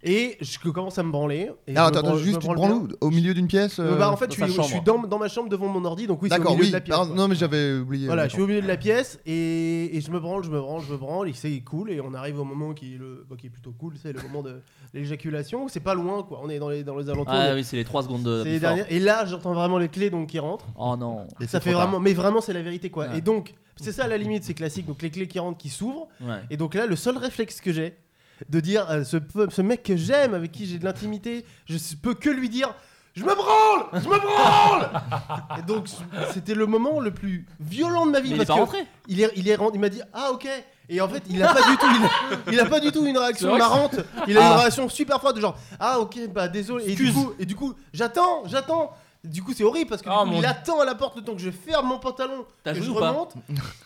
[SPEAKER 2] Et je commence à me branler. Et je me
[SPEAKER 4] Ah, attends,
[SPEAKER 2] branle-
[SPEAKER 4] attends,
[SPEAKER 2] je me
[SPEAKER 4] juste, tu te
[SPEAKER 2] branle
[SPEAKER 4] prends
[SPEAKER 2] bien.
[SPEAKER 4] où Au milieu d'une pièce
[SPEAKER 2] Euh,
[SPEAKER 4] euh,
[SPEAKER 2] bah, en fait,
[SPEAKER 1] dans
[SPEAKER 2] je
[SPEAKER 1] sa
[SPEAKER 2] suis, je
[SPEAKER 1] chambre.
[SPEAKER 2] suis dans, dans ma chambre devant mon ordi, donc oui, c'est au
[SPEAKER 4] D'accord,
[SPEAKER 2] milieu
[SPEAKER 4] oui.
[SPEAKER 2] de la pièce.
[SPEAKER 4] pardon,
[SPEAKER 2] quoi.
[SPEAKER 4] non, mais j'avais oublié.
[SPEAKER 2] Voilà,
[SPEAKER 4] d'accord.
[SPEAKER 2] je suis au milieu de la pièce et, et je me branle, je me branle, je me branle et c'est cool et on arrive au moment qui est, le, bah, qui est plutôt cool, c'est le moment de l'éjaculation. C'est pas loin quoi, on est dans les, dans les alentours.
[SPEAKER 1] Ah
[SPEAKER 2] de-
[SPEAKER 1] oui, c'est les 3 secondes de.
[SPEAKER 2] c'est les
[SPEAKER 1] before.
[SPEAKER 2] dernières- Et là, j'entends vraiment les clés donc qui rentrent.
[SPEAKER 1] Oh non.
[SPEAKER 4] Et
[SPEAKER 2] Ah, ça
[SPEAKER 4] c'est
[SPEAKER 2] fait
[SPEAKER 4] trop tard.
[SPEAKER 2] vraiment, mais vraiment c'est la vérité quoi.
[SPEAKER 1] Ouais.
[SPEAKER 2] Et donc c'est ça la limite, c'est classique. Donc les clés qui rentrent, qui s'ouvrent.
[SPEAKER 1] Ouais.
[SPEAKER 2] Et donc là, le seul réflexe que j'ai, de dire euh, ce, peu- ce mec que j'aime, avec qui j'ai de l'intimité, je s- peux que lui dire. Je me branle Je me branle Et donc, c'était le moment le plus violent de ma vie.
[SPEAKER 1] Mais il est
[SPEAKER 2] parce
[SPEAKER 1] pas
[SPEAKER 2] que
[SPEAKER 1] rentré.
[SPEAKER 2] il est, il est rentré- il m'a dit ah ok et en fait il a pas du tout il a, il a pas du tout une réaction
[SPEAKER 6] C'est vrai que
[SPEAKER 2] marrante il a
[SPEAKER 1] Ah.
[SPEAKER 2] une réaction super froide de genre ah ok bah désolé et du coup et du coup j'attends j'attends du coup c'est horrible parce que du
[SPEAKER 6] Ah,
[SPEAKER 2] coup,
[SPEAKER 6] mon
[SPEAKER 2] il
[SPEAKER 6] Dieu.
[SPEAKER 2] attend à la porte le temps que je ferme mon pantalon
[SPEAKER 1] T'as
[SPEAKER 2] que
[SPEAKER 1] joué
[SPEAKER 2] je
[SPEAKER 1] ou pas
[SPEAKER 2] remonte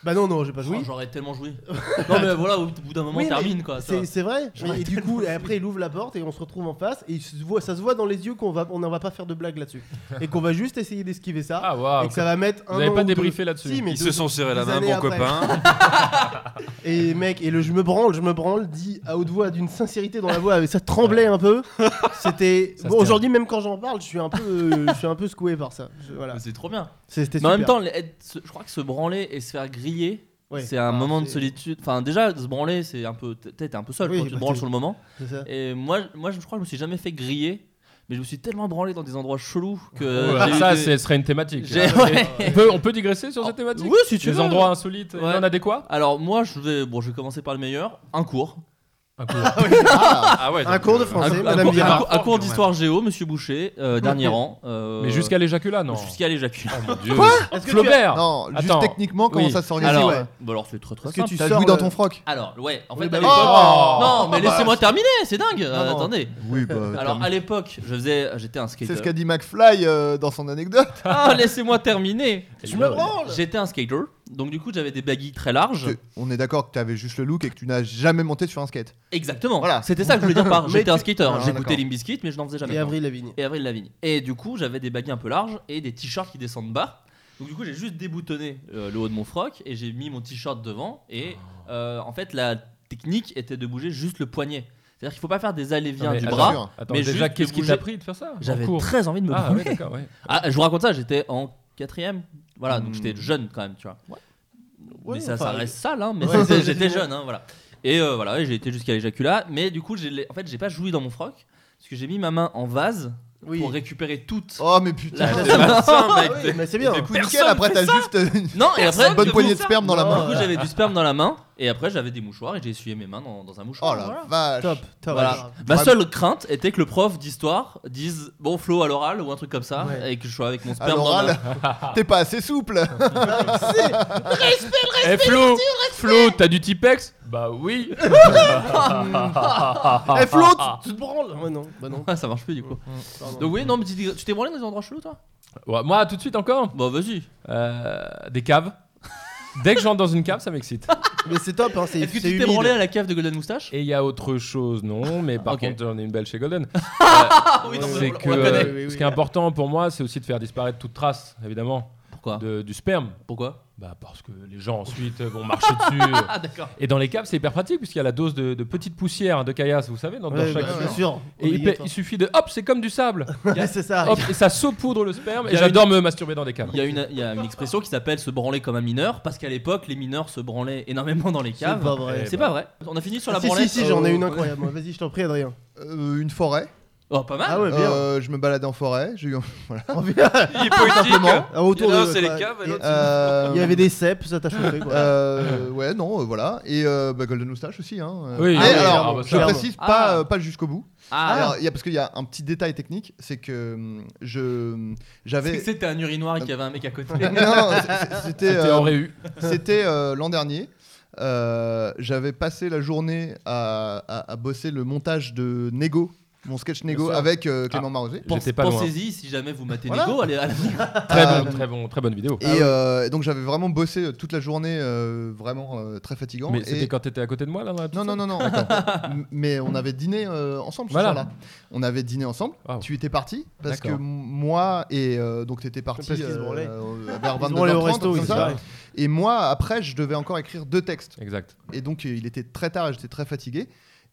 [SPEAKER 2] bah non non j'ai pas joué
[SPEAKER 1] Oh, J'aurais tellement joué. non mais voilà, au bout d'un moment,
[SPEAKER 2] Oui, mais
[SPEAKER 1] termine quoi. ça.
[SPEAKER 2] c'est c'est vrai et du coup et après il ouvre la porte et on se retrouve en face et il se voit- ça se voit dans les yeux qu'on va on n'en va pas faire de blague là-dessus et qu'on va juste essayer d'esquiver ça
[SPEAKER 6] Ah, waouh.
[SPEAKER 2] et que ça va mettre un
[SPEAKER 6] Vous avez
[SPEAKER 2] an
[SPEAKER 6] pas
[SPEAKER 2] ou deux.
[SPEAKER 6] débriefé là-dessus.
[SPEAKER 2] Si, mais
[SPEAKER 3] Ils
[SPEAKER 2] deux
[SPEAKER 3] se sont serrés la
[SPEAKER 2] des
[SPEAKER 3] main,
[SPEAKER 2] années
[SPEAKER 3] bon
[SPEAKER 2] après.
[SPEAKER 3] copain.
[SPEAKER 2] Et mec, et le je me branle, je me branle, dit à haute voix d'une sincérité dans la voix, mais ça tremblait un peu. C'était
[SPEAKER 6] Ça se
[SPEAKER 2] bon
[SPEAKER 6] tient.
[SPEAKER 2] aujourd'hui même quand j'en parle, je suis un peu, euh, je suis un peu secoué par ça. Je- voilà.
[SPEAKER 1] Mais C'est trop bien.
[SPEAKER 2] C'était
[SPEAKER 1] Mais
[SPEAKER 2] super.
[SPEAKER 1] en même temps, les- être- se- je crois que se branler et se faire griller,
[SPEAKER 2] Ouais.
[SPEAKER 1] c'est un
[SPEAKER 2] Ah,
[SPEAKER 1] moment de
[SPEAKER 2] c'est-
[SPEAKER 1] solitude. Enfin, déjà, se branler, c'est un peu. t'es- T'es un peu seul
[SPEAKER 2] Oui,
[SPEAKER 1] quand tu te
[SPEAKER 2] bah,
[SPEAKER 1] branles
[SPEAKER 2] t'es-
[SPEAKER 1] sur le moment.
[SPEAKER 2] c'est ça.
[SPEAKER 1] Et moi, je- moi, je crois que je me suis jamais fait griller, mais je me suis tellement branlé dans des endroits chelous que.
[SPEAKER 6] Ah,
[SPEAKER 1] j'ai eu
[SPEAKER 6] ça,
[SPEAKER 1] des-
[SPEAKER 6] ce serait une thématique.
[SPEAKER 1] j'ai- ouais. Oh,
[SPEAKER 6] On peut, on peut digresser sur cette thématique
[SPEAKER 1] Oui, si tu
[SPEAKER 6] Les
[SPEAKER 1] veux.
[SPEAKER 6] endroits insolites et
[SPEAKER 1] Ouais.
[SPEAKER 6] inadéquats
[SPEAKER 1] Alors moi, je vais. Bon, je vais commencer par le meilleur. Un cours. euh,
[SPEAKER 3] Ah ouais.
[SPEAKER 2] Un
[SPEAKER 5] euh,
[SPEAKER 2] cours de
[SPEAKER 1] Un,
[SPEAKER 2] français,
[SPEAKER 1] un
[SPEAKER 2] Madame
[SPEAKER 1] cours-
[SPEAKER 2] Bira.
[SPEAKER 1] un cours- un cours d'histoire géo, Monsieur Boucher, euh, dernier rang. euh,
[SPEAKER 6] Mais jusqu'à l'éjaculat, non
[SPEAKER 1] Jusqu'à l'éjaculation.
[SPEAKER 6] Oh mon dieu.
[SPEAKER 2] Est-ce que tu-
[SPEAKER 6] Flaubert
[SPEAKER 4] Non, juste
[SPEAKER 6] Attends.
[SPEAKER 4] techniquement, comment
[SPEAKER 6] Oui.
[SPEAKER 4] ça s'organise
[SPEAKER 1] Alors,
[SPEAKER 4] ouais.
[SPEAKER 1] bah alors c'est très très
[SPEAKER 2] Est-ce que
[SPEAKER 1] simple.
[SPEAKER 2] tu
[SPEAKER 4] T'as
[SPEAKER 2] sors
[SPEAKER 4] joué dans
[SPEAKER 2] le-
[SPEAKER 4] ton froc
[SPEAKER 1] Alors, ouais, en fait,
[SPEAKER 2] Oui, bah
[SPEAKER 1] à
[SPEAKER 2] oui.
[SPEAKER 1] l'époque-
[SPEAKER 4] Oh
[SPEAKER 1] Non, mais
[SPEAKER 4] Oh, bah,
[SPEAKER 1] laissez-moi terminer, c'est dingue. euh,
[SPEAKER 4] non.
[SPEAKER 1] Attendez.
[SPEAKER 4] Oui, bah.
[SPEAKER 1] Alors,
[SPEAKER 4] termine.
[SPEAKER 1] à l'époque, je faisais, j'étais un
[SPEAKER 4] C'est
[SPEAKER 1] skater.
[SPEAKER 4] ce qu'a dit McFly euh, dans son anecdote.
[SPEAKER 1] Ah, laissez-moi terminer.
[SPEAKER 2] Je me branle.
[SPEAKER 1] J'étais un skater, donc du coup, j'avais des baguilles très larges.
[SPEAKER 4] Que- On est d'accord que t'avais juste le look et que tu n'as jamais monté sur un skate.
[SPEAKER 1] Exactement.
[SPEAKER 4] Voilà.
[SPEAKER 1] C'était ça que je voulais dire par
[SPEAKER 2] Mais
[SPEAKER 1] j'étais un
[SPEAKER 2] tu-
[SPEAKER 1] skater.
[SPEAKER 4] Ah,
[SPEAKER 1] J'écoutais
[SPEAKER 4] d'accord.
[SPEAKER 1] Limp Bizkit, mais je n'en faisais jamais.
[SPEAKER 2] Et Avril Lavigne.
[SPEAKER 1] et Avril Lavigne. Et du coup, j'avais des baguilles un peu larges et des t-shirts qui descendent bas. Donc du coup, j'ai juste déboutonné euh, le haut de mon froc et j'ai mis mon t-shirt devant. Et euh, en fait, la technique était de bouger juste le poignet. C'est-à-dire qu'il faut pas faire des
[SPEAKER 6] Non,
[SPEAKER 1] allers-viens
[SPEAKER 6] mais
[SPEAKER 1] du
[SPEAKER 6] attends,
[SPEAKER 1] bras.
[SPEAKER 4] Sûr.
[SPEAKER 6] Attends,
[SPEAKER 1] Mais
[SPEAKER 6] déjà,
[SPEAKER 1] juste
[SPEAKER 6] qu'est-ce qui
[SPEAKER 1] bouger.
[SPEAKER 6] t'a pris de faire ça en
[SPEAKER 1] J'avais
[SPEAKER 6] cours
[SPEAKER 1] très envie de me
[SPEAKER 6] Ah,
[SPEAKER 1] branler.
[SPEAKER 6] ouais, d'accord, ouais.
[SPEAKER 1] Ah, je vous raconte ça, j'étais en quatrième. Voilà, donc j'étais jeune quand même, tu vois.
[SPEAKER 2] Hmm. Ouais,
[SPEAKER 1] mais ça, ça
[SPEAKER 2] enfin, euh,
[SPEAKER 1] reste sale, hein, mais
[SPEAKER 2] Ouais,
[SPEAKER 1] c'était-
[SPEAKER 2] ouais,
[SPEAKER 1] j'étais
[SPEAKER 2] c'est-
[SPEAKER 1] jeune, hein, voilà. Et euh, voilà, ouais, j'ai été jusqu'à l'éjaculat, mais du coup, j'ai les- en fait, j'ai pas joui dans mon froc, parce que j'ai mis ma main en vase
[SPEAKER 2] Oui.
[SPEAKER 1] pour récupérer toute
[SPEAKER 4] Oh, mais putain.
[SPEAKER 1] la
[SPEAKER 2] Ah oui, mais c'est bien.
[SPEAKER 4] Du coup, nickel, après t'as juste euh, une
[SPEAKER 1] Non, et après,
[SPEAKER 4] une bonne
[SPEAKER 1] du
[SPEAKER 4] poignée
[SPEAKER 1] coup,
[SPEAKER 4] de sperme dans la
[SPEAKER 2] Non.
[SPEAKER 1] Du
[SPEAKER 4] main.
[SPEAKER 1] coup, j'avais du sperme dans la main, et après, j'avais des mouchoirs, et j'ai essuyé mes mains dans, dans un
[SPEAKER 4] Oh
[SPEAKER 1] mouchoir.
[SPEAKER 4] la
[SPEAKER 1] voilà.
[SPEAKER 4] vache.
[SPEAKER 2] Top, top.
[SPEAKER 1] Voilà. Ma seule crainte était que le prof d'histoire dise bon flow à l'oral ou un truc comme ça
[SPEAKER 2] Ouais.
[SPEAKER 1] et que je sois avec mon
[SPEAKER 4] À
[SPEAKER 1] sperme dans
[SPEAKER 4] l'oral,
[SPEAKER 1] la...
[SPEAKER 4] t'es pas assez souple.
[SPEAKER 6] Eh Flo, Flo, t'as du Tipex Bah oui.
[SPEAKER 2] Eh Flo, tu- tu te branles Ouais non, bah non.
[SPEAKER 1] Ah, ça marche plus du coup.
[SPEAKER 2] pardon.
[SPEAKER 1] ah. Donc oui, non mais tu t'es- tu t'es branlé dans des endroits chelous toi
[SPEAKER 6] Ouais, moi, tout de suite encore.
[SPEAKER 1] Bah vas-y.
[SPEAKER 6] Euh, des caves. Dès que j'entre dans une cave, ça m'excite.
[SPEAKER 2] Mais c'est top, hein, c'est
[SPEAKER 1] Est-ce que
[SPEAKER 2] c'est
[SPEAKER 1] tu t'es
[SPEAKER 2] humide.
[SPEAKER 1] branlé à la cave de Golden Moustache
[SPEAKER 6] Et il y a autre chose, non, mais par
[SPEAKER 1] Ok.
[SPEAKER 6] contre, j'en ai une belle chez Golden.
[SPEAKER 1] Ah oui,
[SPEAKER 2] non, mais
[SPEAKER 6] c'est
[SPEAKER 2] on la-
[SPEAKER 6] que
[SPEAKER 2] on la connaît.
[SPEAKER 6] euh,
[SPEAKER 2] Oui, oui, oui.
[SPEAKER 6] ce qui est important pour moi, c'est aussi de faire disparaître toute trace, évidemment,
[SPEAKER 1] Pourquoi
[SPEAKER 6] de- du sperme.
[SPEAKER 1] Pourquoi
[SPEAKER 6] Bah parce que les gens ensuite euh, vont marcher dessus.
[SPEAKER 1] Ah d'accord.
[SPEAKER 6] Et dans les caves, c'est hyper pratique puisqu'il y a la dose de, de petites poussières de caillasse, vous savez, dans, dans
[SPEAKER 2] Ouais, Ah,
[SPEAKER 6] chaque.
[SPEAKER 2] bah, bien sûr.
[SPEAKER 6] et il, pa- il suffit de hop, c'est comme du sable.
[SPEAKER 2] Ouais, c'est ça.
[SPEAKER 6] Hop, et ça saupoudre le sperme.
[SPEAKER 1] Il
[SPEAKER 6] Et
[SPEAKER 1] y a
[SPEAKER 6] j'adore me masturber dans des caves.
[SPEAKER 1] Il y, a une, il y a une expression qui s'appelle se branler comme un mineur parce qu'à l'époque les mineurs se branlaient énormément dans les
[SPEAKER 2] C'est
[SPEAKER 1] caves.
[SPEAKER 2] pas vrai.
[SPEAKER 1] C'est pas vrai. On a fini sur la
[SPEAKER 2] Si, si,
[SPEAKER 1] branlette
[SPEAKER 2] si, j'en ai
[SPEAKER 1] euh,
[SPEAKER 2] une incroyable. Vas-y, je t'en prie, Adrien.
[SPEAKER 4] Euh, Une forêt.
[SPEAKER 1] Oh pas mal.
[SPEAKER 2] Ah ouais, bien.
[SPEAKER 4] Euh, je me baladais en forêt. J'ai eu un-
[SPEAKER 3] Il est
[SPEAKER 5] hein.
[SPEAKER 3] poétique.
[SPEAKER 2] Ah, autour
[SPEAKER 3] Il y en a
[SPEAKER 2] de-
[SPEAKER 3] un, c'est
[SPEAKER 2] quoi.
[SPEAKER 3] les caves, et l'autre,
[SPEAKER 4] Euh,
[SPEAKER 2] Il y avait des cèpes, ça t'a chauffé quoi.
[SPEAKER 4] euh, ouais, non, euh, voilà. Et euh, bah, Golden Moustache aussi. Hein.
[SPEAKER 6] Oui,
[SPEAKER 4] Mais
[SPEAKER 6] ah oui,
[SPEAKER 4] alors,
[SPEAKER 6] ah bah,
[SPEAKER 4] je
[SPEAKER 6] clairement.
[SPEAKER 4] précise
[SPEAKER 1] Ah.
[SPEAKER 4] pas, euh, pas jusqu'au bout.
[SPEAKER 1] Ah,
[SPEAKER 4] Alors, il y a, parce qu'il y a un petit détail technique, c'est que hum, je
[SPEAKER 1] c'est
[SPEAKER 4] j'avais.
[SPEAKER 1] que c'était un urinoir et qu'il y avait un mec à côté.
[SPEAKER 4] Non, non, c'est- c'était
[SPEAKER 6] C'était
[SPEAKER 4] euh,
[SPEAKER 6] en réu.
[SPEAKER 4] C'était euh, l'an dernier. Euh, J'avais passé la journée à, à- à bosser le montage de Nego, mon sketch Nego
[SPEAKER 6] sûr. Ah.
[SPEAKER 4] avec euh, Clément Marosé.
[SPEAKER 1] Pense-
[SPEAKER 6] J'étais pas loin.
[SPEAKER 1] Pensez-y si jamais vous matez
[SPEAKER 4] Voilà.
[SPEAKER 1] Nico, allez, allez.
[SPEAKER 6] Très,
[SPEAKER 4] Euh,
[SPEAKER 6] bon, très, bon, très bonne vidéo.
[SPEAKER 4] Et euh, donc j'avais vraiment bossé euh, toute la journée, euh, vraiment euh, très fatigant.
[SPEAKER 6] Mais
[SPEAKER 4] Et-
[SPEAKER 6] c'était quand t'étais à côté de moi là, dans la
[SPEAKER 4] Non,
[SPEAKER 6] petite
[SPEAKER 4] non, non, non. attends. M- Mais on avait dîné euh, ensemble ce
[SPEAKER 6] Voilà.
[SPEAKER 4] soir-là. On avait dîné ensemble.
[SPEAKER 6] Wow.
[SPEAKER 4] Tu étais parti parce que
[SPEAKER 6] D'accord.
[SPEAKER 4] m- moi et euh, donc t'étais parti
[SPEAKER 2] Parce qu'ils se branlaient.
[SPEAKER 4] euh, vers
[SPEAKER 2] Ils se branlaient au
[SPEAKER 4] 22h30
[SPEAKER 2] resto,
[SPEAKER 4] comme
[SPEAKER 2] ils se
[SPEAKER 4] ça.
[SPEAKER 2] barraient.
[SPEAKER 4] Et moi après je devais encore écrire deux textes.
[SPEAKER 6] salle Exact.
[SPEAKER 4] Et donc euh, il était très tard et j'étais très fatigué.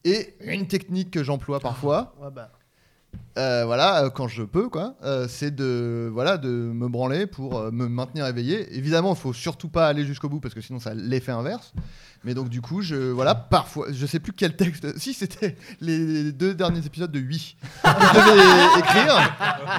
[SPEAKER 4] Et une technique que j'emploie parfois,
[SPEAKER 2] Ouais, bah,
[SPEAKER 4] euh, voilà, euh, quand je peux, quoi, euh, c'est de, voilà, de me branler pour euh, me maintenir éveillé. Évidemment, il faut surtout pas aller jusqu'au bout parce que sinon ça a l'effet inverse. Mais donc du coup, je, voilà, parfois, je sais plus quel texte. Si c'était les deux derniers épisodes de 8 que je devais écrire.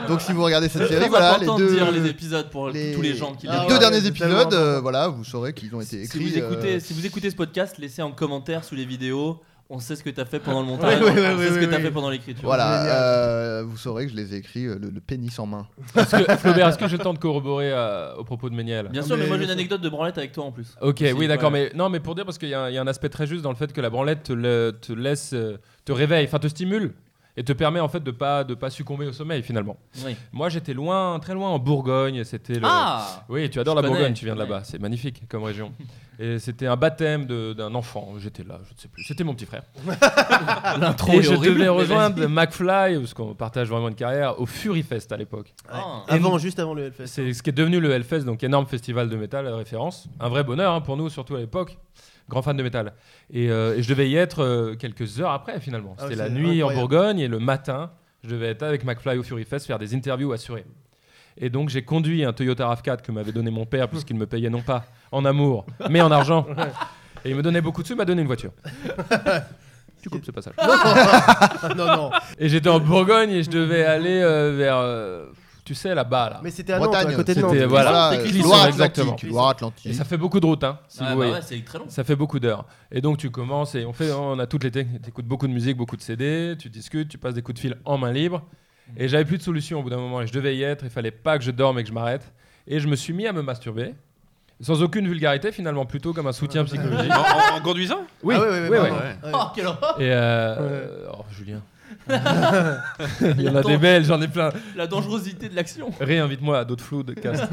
[SPEAKER 4] Donc si vous regardez cette série,
[SPEAKER 1] C'est
[SPEAKER 4] voilà, les
[SPEAKER 1] important
[SPEAKER 4] deux,
[SPEAKER 1] de dire les épisodes pour tous les gens qui
[SPEAKER 4] les
[SPEAKER 2] Ah
[SPEAKER 1] les
[SPEAKER 4] deux
[SPEAKER 2] ouais,
[SPEAKER 1] regardent.
[SPEAKER 4] derniers
[SPEAKER 2] c'est tellement
[SPEAKER 4] épisodes, euh, voilà, vous saurez qu'ils ont été
[SPEAKER 1] Si
[SPEAKER 4] écrits.
[SPEAKER 1] vous, écoutez,
[SPEAKER 4] euh,
[SPEAKER 1] si vous écoutez ce podcast, laissez un commentaire sous les vidéos. On sait ce que t'as fait pendant le montage,
[SPEAKER 4] Oui, oui, oui,
[SPEAKER 1] on sait
[SPEAKER 4] oui,
[SPEAKER 1] ce que
[SPEAKER 4] oui,
[SPEAKER 1] t'as
[SPEAKER 4] oui.
[SPEAKER 1] fait pendant l'écriture.
[SPEAKER 4] voilà,
[SPEAKER 2] Génial.
[SPEAKER 4] euh, vous saurez que je les ai écrits euh, le, le pénis en main.
[SPEAKER 6] Est-ce que- Flaubert, est-ce que j'ai le temps de corroborer euh, au propos de Méniel
[SPEAKER 1] Bien
[SPEAKER 2] Non,
[SPEAKER 1] sûr, mais,
[SPEAKER 2] mais
[SPEAKER 1] moi
[SPEAKER 2] bien
[SPEAKER 1] j'ai une
[SPEAKER 2] sûr.
[SPEAKER 1] anecdote de branlette avec toi en plus.
[SPEAKER 6] Ok,
[SPEAKER 1] Aussi,
[SPEAKER 6] oui, d'accord,
[SPEAKER 1] ouais.
[SPEAKER 6] mais non, mais pour dire parce qu'il y, a un- il y a un aspect très juste dans le fait que la branlette te, le- te laisse, euh, te réveille, enfin te stimule et te permet en fait de pas de pas succomber au sommeil finalement.
[SPEAKER 1] Oui.
[SPEAKER 6] Moi, j'étais loin, très loin en Bourgogne, et c'était le.
[SPEAKER 1] Ah
[SPEAKER 6] oui, tu adores
[SPEAKER 1] Je
[SPEAKER 6] la
[SPEAKER 1] connais,
[SPEAKER 6] Bourgogne, tu
[SPEAKER 1] je
[SPEAKER 6] viens de
[SPEAKER 1] connais.
[SPEAKER 6] là-bas, c'est magnifique comme région. Et c'était un baptême de- d'un enfant, j'étais là, je ne sais plus, c'était mon petit frère.
[SPEAKER 1] L'intro
[SPEAKER 6] et
[SPEAKER 1] est
[SPEAKER 6] je
[SPEAKER 1] horrible,
[SPEAKER 6] devais
[SPEAKER 1] mais
[SPEAKER 6] rejoindre McFly, parce qu'on partage vraiment une carrière, au Fury Fest à l'époque.
[SPEAKER 1] vas-y. Ah.
[SPEAKER 2] avant, juste avant le Hellfest.
[SPEAKER 6] C'est ce qui est devenu le Hellfest, donc énorme festival de métal, euh, référence. Un vrai bonheur hein, pour nous, surtout à l'époque. Grand fan de métal. Et, euh, et je devais y être euh, quelques heures après, finalement.
[SPEAKER 2] Ah,
[SPEAKER 6] C'était
[SPEAKER 2] c'est
[SPEAKER 6] la nuit
[SPEAKER 2] incroyable.
[SPEAKER 6] en Bourgogne et le matin, je devais être avec McFly au Fury Fest faire des interviews assurées. Et donc j'ai conduit un Toyota RAV4 que m'avait donné mon père, puisqu'il me payait non pas en amour, mais en argent. Et il me donnait beaucoup de sous, il m'a donné une voiture. tu coupes ce passage.
[SPEAKER 2] non, non,
[SPEAKER 6] Et j'étais en Bourgogne et je devais aller euh, vers. euh, tu sais, là-bas, là.
[SPEAKER 2] mais c'était à Nantes,
[SPEAKER 4] Bretagne,
[SPEAKER 2] Ah à côté de
[SPEAKER 4] c'était-
[SPEAKER 2] Nantes.
[SPEAKER 6] C'était- voilà.
[SPEAKER 4] euh,
[SPEAKER 6] Clisson, exactement.
[SPEAKER 4] Loire-Atlantique,
[SPEAKER 6] Et
[SPEAKER 4] Loire-Atlantique.
[SPEAKER 6] ça fait beaucoup de route, hein, si
[SPEAKER 1] Ah,
[SPEAKER 6] vous
[SPEAKER 1] bah
[SPEAKER 6] voyez.
[SPEAKER 1] ouais, c'est excellent.
[SPEAKER 6] Ça fait beaucoup d'heures. Et donc tu commences et on fait, on a toutes les techniques. Tu écoutes beaucoup de musique, beaucoup de CD, tu discutes, tu passes des coups de fil en main libre. Et j'avais plus de solution au bout d'un moment et je devais y être. Il fallait pas que je dorme et que je m'arrête. Et je me suis mis à me masturber. Sans aucune vulgarité, finalement, plutôt comme un soutien psychologique.
[SPEAKER 5] En, en- en conduisant
[SPEAKER 6] Oui,
[SPEAKER 2] Ah ouais, ouais, ouais,
[SPEAKER 6] oui,
[SPEAKER 2] pardon.
[SPEAKER 6] oui.
[SPEAKER 2] Ouais.
[SPEAKER 1] Oh, quel horreur.
[SPEAKER 6] Et euh, oh, Julien. Il y en a des belles, j'en ai plein.
[SPEAKER 1] La dangerosité de l'action.
[SPEAKER 6] Réinvite-moi à d'autres flous de cast.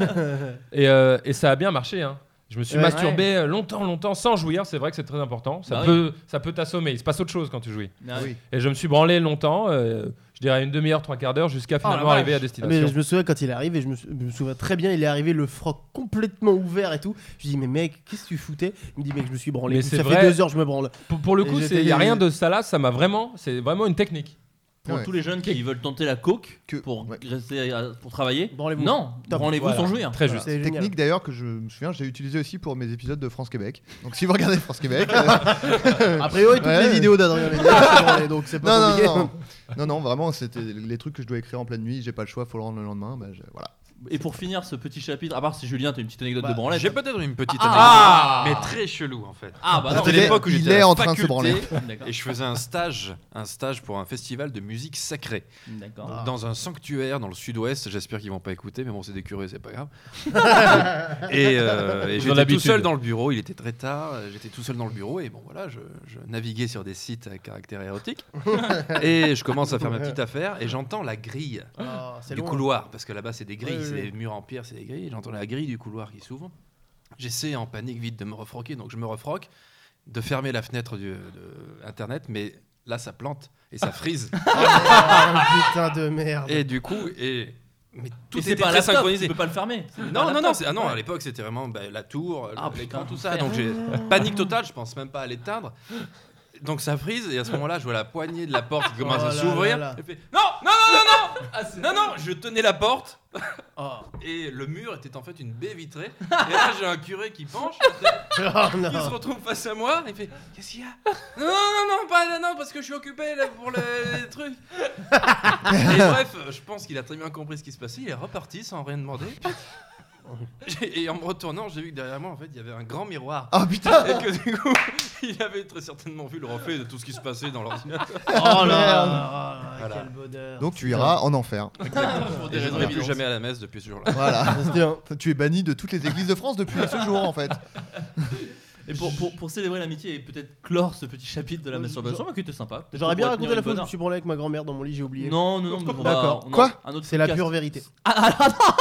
[SPEAKER 6] et, euh, et ça a bien marché. hein. Je me suis
[SPEAKER 2] Ouais.
[SPEAKER 6] masturbé euh, longtemps, longtemps, sans jouir. C'est vrai que c'est très important. Ça
[SPEAKER 1] Bah oui.
[SPEAKER 6] peut ça peut t'assommer. Il se passe autre chose quand tu jouis.
[SPEAKER 1] Ah,
[SPEAKER 4] Oui.
[SPEAKER 6] Et je me suis branlé longtemps. euh, je dirais une demi-heure, trois quarts d'heure, jusqu'à
[SPEAKER 1] Oh, la
[SPEAKER 6] finalement
[SPEAKER 1] vache.
[SPEAKER 6] arriver à
[SPEAKER 2] Ah, Mais
[SPEAKER 6] destination.
[SPEAKER 2] je me souviens quand il est arrivé, je me, sou- je me souviens très bien, il est arrivé le froc complètement ouvert et tout. Je dis mais mec, qu'est-ce que tu foutais Il me dit mec, je me suis branlé.
[SPEAKER 6] Mais
[SPEAKER 2] Il me dit,
[SPEAKER 6] c'est
[SPEAKER 2] ça
[SPEAKER 6] vrai.
[SPEAKER 2] fait deux heures, je me branle.
[SPEAKER 6] Pour, pour le
[SPEAKER 2] Et
[SPEAKER 6] coup,
[SPEAKER 2] j'étais-
[SPEAKER 6] il y a rien de ça là. Ça m'a vraiment. C'est vraiment une technique.
[SPEAKER 1] Pour
[SPEAKER 4] Ouais.
[SPEAKER 1] tous les jeunes qui veulent tenter la coke
[SPEAKER 4] Que-
[SPEAKER 1] pour
[SPEAKER 4] ouais.
[SPEAKER 1] rester à- pour travailler.
[SPEAKER 2] Branlez-vous.
[SPEAKER 1] Non,
[SPEAKER 2] Top.
[SPEAKER 1] branlez-vous
[SPEAKER 6] Voilà.
[SPEAKER 1] sans jouir.
[SPEAKER 6] Très juste.
[SPEAKER 2] C'est génial.
[SPEAKER 4] Technique d'ailleurs que je me souviens, j'ai utilisé aussi pour mes épisodes de France Québec. Donc si vous regardez France Québec, euh,
[SPEAKER 2] A priori, toutes
[SPEAKER 4] Ouais.
[SPEAKER 2] les vidéos d'Adrien Méniel, c'est branlé, donc c'est
[SPEAKER 4] non,
[SPEAKER 2] pas
[SPEAKER 4] non,
[SPEAKER 2] compliqué.
[SPEAKER 4] non, non, non, non, vraiment, c'était les trucs que je dois écrire en pleine nuit. J'ai pas le choix, faut le rendre le lendemain. bah, je- voilà.
[SPEAKER 1] Et pour finir ce petit chapitre, à part si Julien, t'as une petite anecdote
[SPEAKER 2] Bah,
[SPEAKER 1] de branlette.
[SPEAKER 5] J'ai peut-être une petite
[SPEAKER 1] Ah.
[SPEAKER 5] anecdote, mais très chelou en fait.
[SPEAKER 1] Ah bah non.
[SPEAKER 5] C'était
[SPEAKER 4] Attendez,
[SPEAKER 5] l'époque où
[SPEAKER 4] il
[SPEAKER 5] j'étais à
[SPEAKER 4] est
[SPEAKER 5] la
[SPEAKER 4] en train de se
[SPEAKER 5] faculté
[SPEAKER 4] branler.
[SPEAKER 1] D'accord.
[SPEAKER 5] Et je faisais un stage, un stage pour un festival de musique sacrée.
[SPEAKER 1] D'accord.
[SPEAKER 2] Ah.
[SPEAKER 5] dans un sanctuaire dans le sud-ouest. J'espère qu'ils vont pas écouter, mais bon, c'est des curés, c'est pas grave. et euh, et
[SPEAKER 6] Ils ont
[SPEAKER 5] j'étais tout
[SPEAKER 6] l'habitude.
[SPEAKER 5] seul dans le bureau. Il était très tard. euh, J'étais tout seul dans le bureau et bon voilà, je, je naviguais sur des sites à caractère érotique. et je commence à faire ma petite affaire et j'entends la grille
[SPEAKER 2] Ah, c'est
[SPEAKER 5] du
[SPEAKER 2] loin.
[SPEAKER 5] couloir parce que là-bas c'est des grilles,
[SPEAKER 2] Ouais,
[SPEAKER 5] c'est
[SPEAKER 2] ouais,
[SPEAKER 5] des murs en pierre, c'est des grilles. J'entends la grille du couloir qui s'ouvre. J'essaie en panique vite de me refroquer, donc je me refroque, de fermer la fenêtre du, de internet, mais là ça plante et ça frise.
[SPEAKER 2] Ah, putain de merde.
[SPEAKER 5] Et du coup, et mais tout
[SPEAKER 1] Et c'est
[SPEAKER 5] était
[SPEAKER 1] pas un
[SPEAKER 5] très
[SPEAKER 1] laptop,
[SPEAKER 5] synchronisé.
[SPEAKER 1] Tu peux pas le fermer. C'est pas un
[SPEAKER 5] Non, non, non,
[SPEAKER 1] laptop.
[SPEAKER 5] c'est- ah non, à l'époque c'était vraiment bah, la tour,
[SPEAKER 1] Ah,
[SPEAKER 5] le- l'écran,
[SPEAKER 1] putain,
[SPEAKER 5] tout ça.
[SPEAKER 1] l'enfer.
[SPEAKER 5] Donc j'ai panique totale, je pense même pas à l'éteindre. Donc ça frise et à ce moment-là, je vois la poignée de la porte qui commence
[SPEAKER 2] Oh
[SPEAKER 5] à
[SPEAKER 2] là
[SPEAKER 5] s'ouvrir.
[SPEAKER 2] là là.
[SPEAKER 5] Elle fait, Non, non, non, non, non, non, non, je tenais la porte
[SPEAKER 2] Oh.
[SPEAKER 5] et le mur était en fait une baie vitrée. Et là, j'ai un curé qui penche, qui
[SPEAKER 2] Oh, non.
[SPEAKER 5] se retrouve face à moi et fait Qu'est-ce qu'il y a Non, non, non, non, pas, non, parce que je suis occupé là pour le- les trucs. Et bref, je pense qu'il a très bien compris ce qui se passait. Il est reparti sans rien demander. Et en me retournant, j'ai vu que derrière moi, en fait, il y avait un grand miroir.
[SPEAKER 4] Ah putain
[SPEAKER 5] Et que du coup, il avait très certainement vu le reflet de tout ce qui se passait dans l'ordinateur.
[SPEAKER 2] Oh là là, là,
[SPEAKER 5] Voilà.
[SPEAKER 2] quel bonheur.
[SPEAKER 4] Donc tu iras en enfer.
[SPEAKER 1] Pour des
[SPEAKER 5] Et je
[SPEAKER 1] raisons
[SPEAKER 5] ne vais plus
[SPEAKER 1] évidentes.
[SPEAKER 5] jamais à la messe depuis ce jour-là.
[SPEAKER 4] Voilà. tu es banni de toutes les églises de France depuis ce jour en fait.
[SPEAKER 1] Et pour, pour, pour célébrer l'amitié et peut-être clore ce petit chapitre de la
[SPEAKER 2] Moi,
[SPEAKER 1] masturbation,
[SPEAKER 2] j'aurais-
[SPEAKER 1] bah, qui était sympa. Peut-être
[SPEAKER 2] J'aurais
[SPEAKER 1] qu'on
[SPEAKER 2] bien
[SPEAKER 1] pourrait
[SPEAKER 2] raconté
[SPEAKER 1] tenir
[SPEAKER 2] la
[SPEAKER 1] une
[SPEAKER 2] fois où je
[SPEAKER 1] bonne
[SPEAKER 2] me suis branlé avec ma grand-mère dans mon lit, j'ai
[SPEAKER 1] heure.
[SPEAKER 2] oublié.
[SPEAKER 1] Non, non, non, mais on va-
[SPEAKER 2] D'accord.
[SPEAKER 1] on a-
[SPEAKER 4] Quoi
[SPEAKER 1] un autre
[SPEAKER 2] C'est la
[SPEAKER 1] podcast.
[SPEAKER 2] pure vérité.
[SPEAKER 1] Ah, ah, non Parce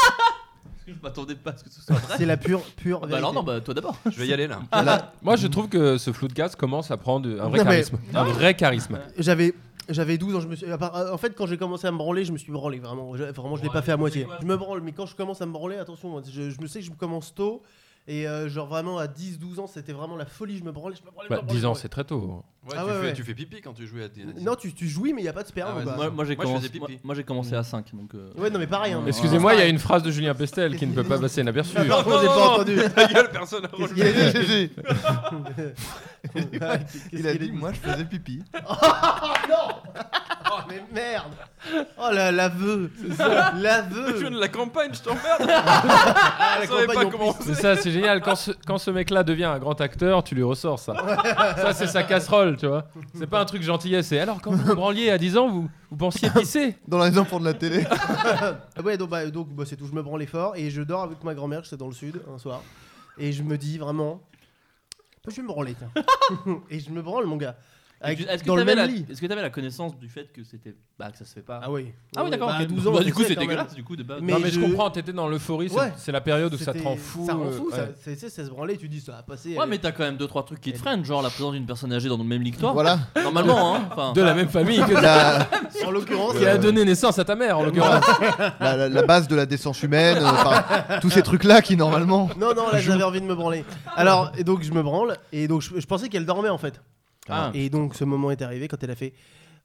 [SPEAKER 1] que Je m'attendais pas à ce que ce soit vrai.
[SPEAKER 2] C'est la pure, pure
[SPEAKER 1] Bah
[SPEAKER 2] vérité.
[SPEAKER 1] alors non, bah toi d'abord.
[SPEAKER 5] Je vais y aller là.
[SPEAKER 2] Ah
[SPEAKER 6] Moi, je trouve que ce flou de cast commence à prendre un vrai
[SPEAKER 2] Non, mais-
[SPEAKER 6] charisme. Un vrai charisme.
[SPEAKER 2] J'avais j'avais 12 ans, je me suis à part- euh, en fait quand j'ai commencé à me branler, je me suis branlé vraiment, je, vraiment je l'ai pas fait à moitié. Je me branle mais quand je commence à me branler, attention, moi, je, je me sais que je me commence tôt Et euh, genre vraiment à 10-12 ans, c'était vraiment la folie. Je me branlais, je me branlais. je me
[SPEAKER 6] Bah,
[SPEAKER 2] branlais,
[SPEAKER 6] 10 ans,
[SPEAKER 2] je me
[SPEAKER 6] c'est très tôt.
[SPEAKER 5] Ouais,
[SPEAKER 2] Ah
[SPEAKER 5] tu,
[SPEAKER 2] ouais,
[SPEAKER 5] fais,
[SPEAKER 2] ouais.
[SPEAKER 5] tu fais pipi quand tu joues à des.
[SPEAKER 2] branlais. Non, tu, tu jouis, mais il n'y a pas de sperme.
[SPEAKER 5] Ah ouais,
[SPEAKER 2] quoi.
[SPEAKER 1] Moi, moi, j'ai
[SPEAKER 5] Moi, je
[SPEAKER 1] commencé,
[SPEAKER 5] faisais
[SPEAKER 1] moi,
[SPEAKER 5] pipi.
[SPEAKER 1] moi, j'ai commencé à 5 donc. euh,
[SPEAKER 2] Ouais, non, mais pareil. hein.
[SPEAKER 6] Excusez-moi, il y a une phrase de Julien Pestel qui ne peut pas passer inaperçue.
[SPEAKER 2] Ah, pardon, j'ai pas entendu.
[SPEAKER 5] Ta gueule, personne n'a
[SPEAKER 2] Qu'est-ce
[SPEAKER 5] relevé.
[SPEAKER 2] qu'il a dit
[SPEAKER 4] Il a dit moi je faisais pipi.
[SPEAKER 2] Oh, mais merde Oh la l'aveu L'aveu
[SPEAKER 5] Je viens de la campagne, je t'emmerde.
[SPEAKER 2] Ah,
[SPEAKER 5] Je savais pas
[SPEAKER 2] en
[SPEAKER 5] comment
[SPEAKER 6] C'est ça, c'est génial. Quand ce, quand ce mec-là devient un grand acteur, tu lui ressors ça. ça, c'est sa casserole, tu vois. C'est pas un truc gentillet, c'est alors quand vous vous branliez à 10 ans, vous, vous pensiez pisser.
[SPEAKER 4] Dans les enfants de la télé.
[SPEAKER 2] Ah ouais, donc, bah, donc bah, c'est tout, je me branle fort et je dors avec ma grand-mère, j'étais dans le sud un soir, et je me dis vraiment, bah, je vais me branler, tiens. et je me branle, mon gars. Avec-
[SPEAKER 1] tu- Est-ce que
[SPEAKER 2] dans le
[SPEAKER 1] t'avais
[SPEAKER 2] même
[SPEAKER 1] la,
[SPEAKER 2] lit.
[SPEAKER 1] est-ce que t'avais la connaissance du fait que c'était bah que ça se fait pas
[SPEAKER 2] Ah oui.
[SPEAKER 1] Ah oui, d'accord.
[SPEAKER 2] Bah,
[SPEAKER 1] ok.
[SPEAKER 2] 12 ans,
[SPEAKER 1] Bah,
[SPEAKER 2] je
[SPEAKER 1] du coup,
[SPEAKER 2] sais,
[SPEAKER 1] c'est
[SPEAKER 2] quand même.
[SPEAKER 1] dégueulasse. Du coup, de base.
[SPEAKER 2] Mais
[SPEAKER 6] non, mais je
[SPEAKER 2] je-
[SPEAKER 6] comprends, t'étais dans l'euphorie. c'est-
[SPEAKER 2] Ouais.
[SPEAKER 6] C'est la période où ça te
[SPEAKER 2] C'était-
[SPEAKER 6] rend fou.
[SPEAKER 2] Ça rend
[SPEAKER 6] euh,
[SPEAKER 2] fou, ça,
[SPEAKER 6] ouais.
[SPEAKER 2] c'est- c'est- ça se branlait, tu dis ça va passer.
[SPEAKER 1] Ouais, mais t'as quand même 2-3 trucs qui te freinent, genre la présence d'une personne âgée dans le même lit que toi.
[SPEAKER 4] Voilà.
[SPEAKER 1] Normalement, hein. Enfin,
[SPEAKER 6] De la même famille que
[SPEAKER 4] La,
[SPEAKER 2] En l'occurrence, euh,
[SPEAKER 6] qui a donné naissance à ta mère, en l'occurrence.
[SPEAKER 4] la- la- la base de la descente humaine. euh, enfin, tous ces trucs là qui normalement.
[SPEAKER 2] non, non, là j'avais envie de me branler. Alors, et donc je me branle, et donc je- je pensais qu'elle dormait en fait.
[SPEAKER 1] Ah.
[SPEAKER 2] Et donc ce moment est arrivé quand elle a fait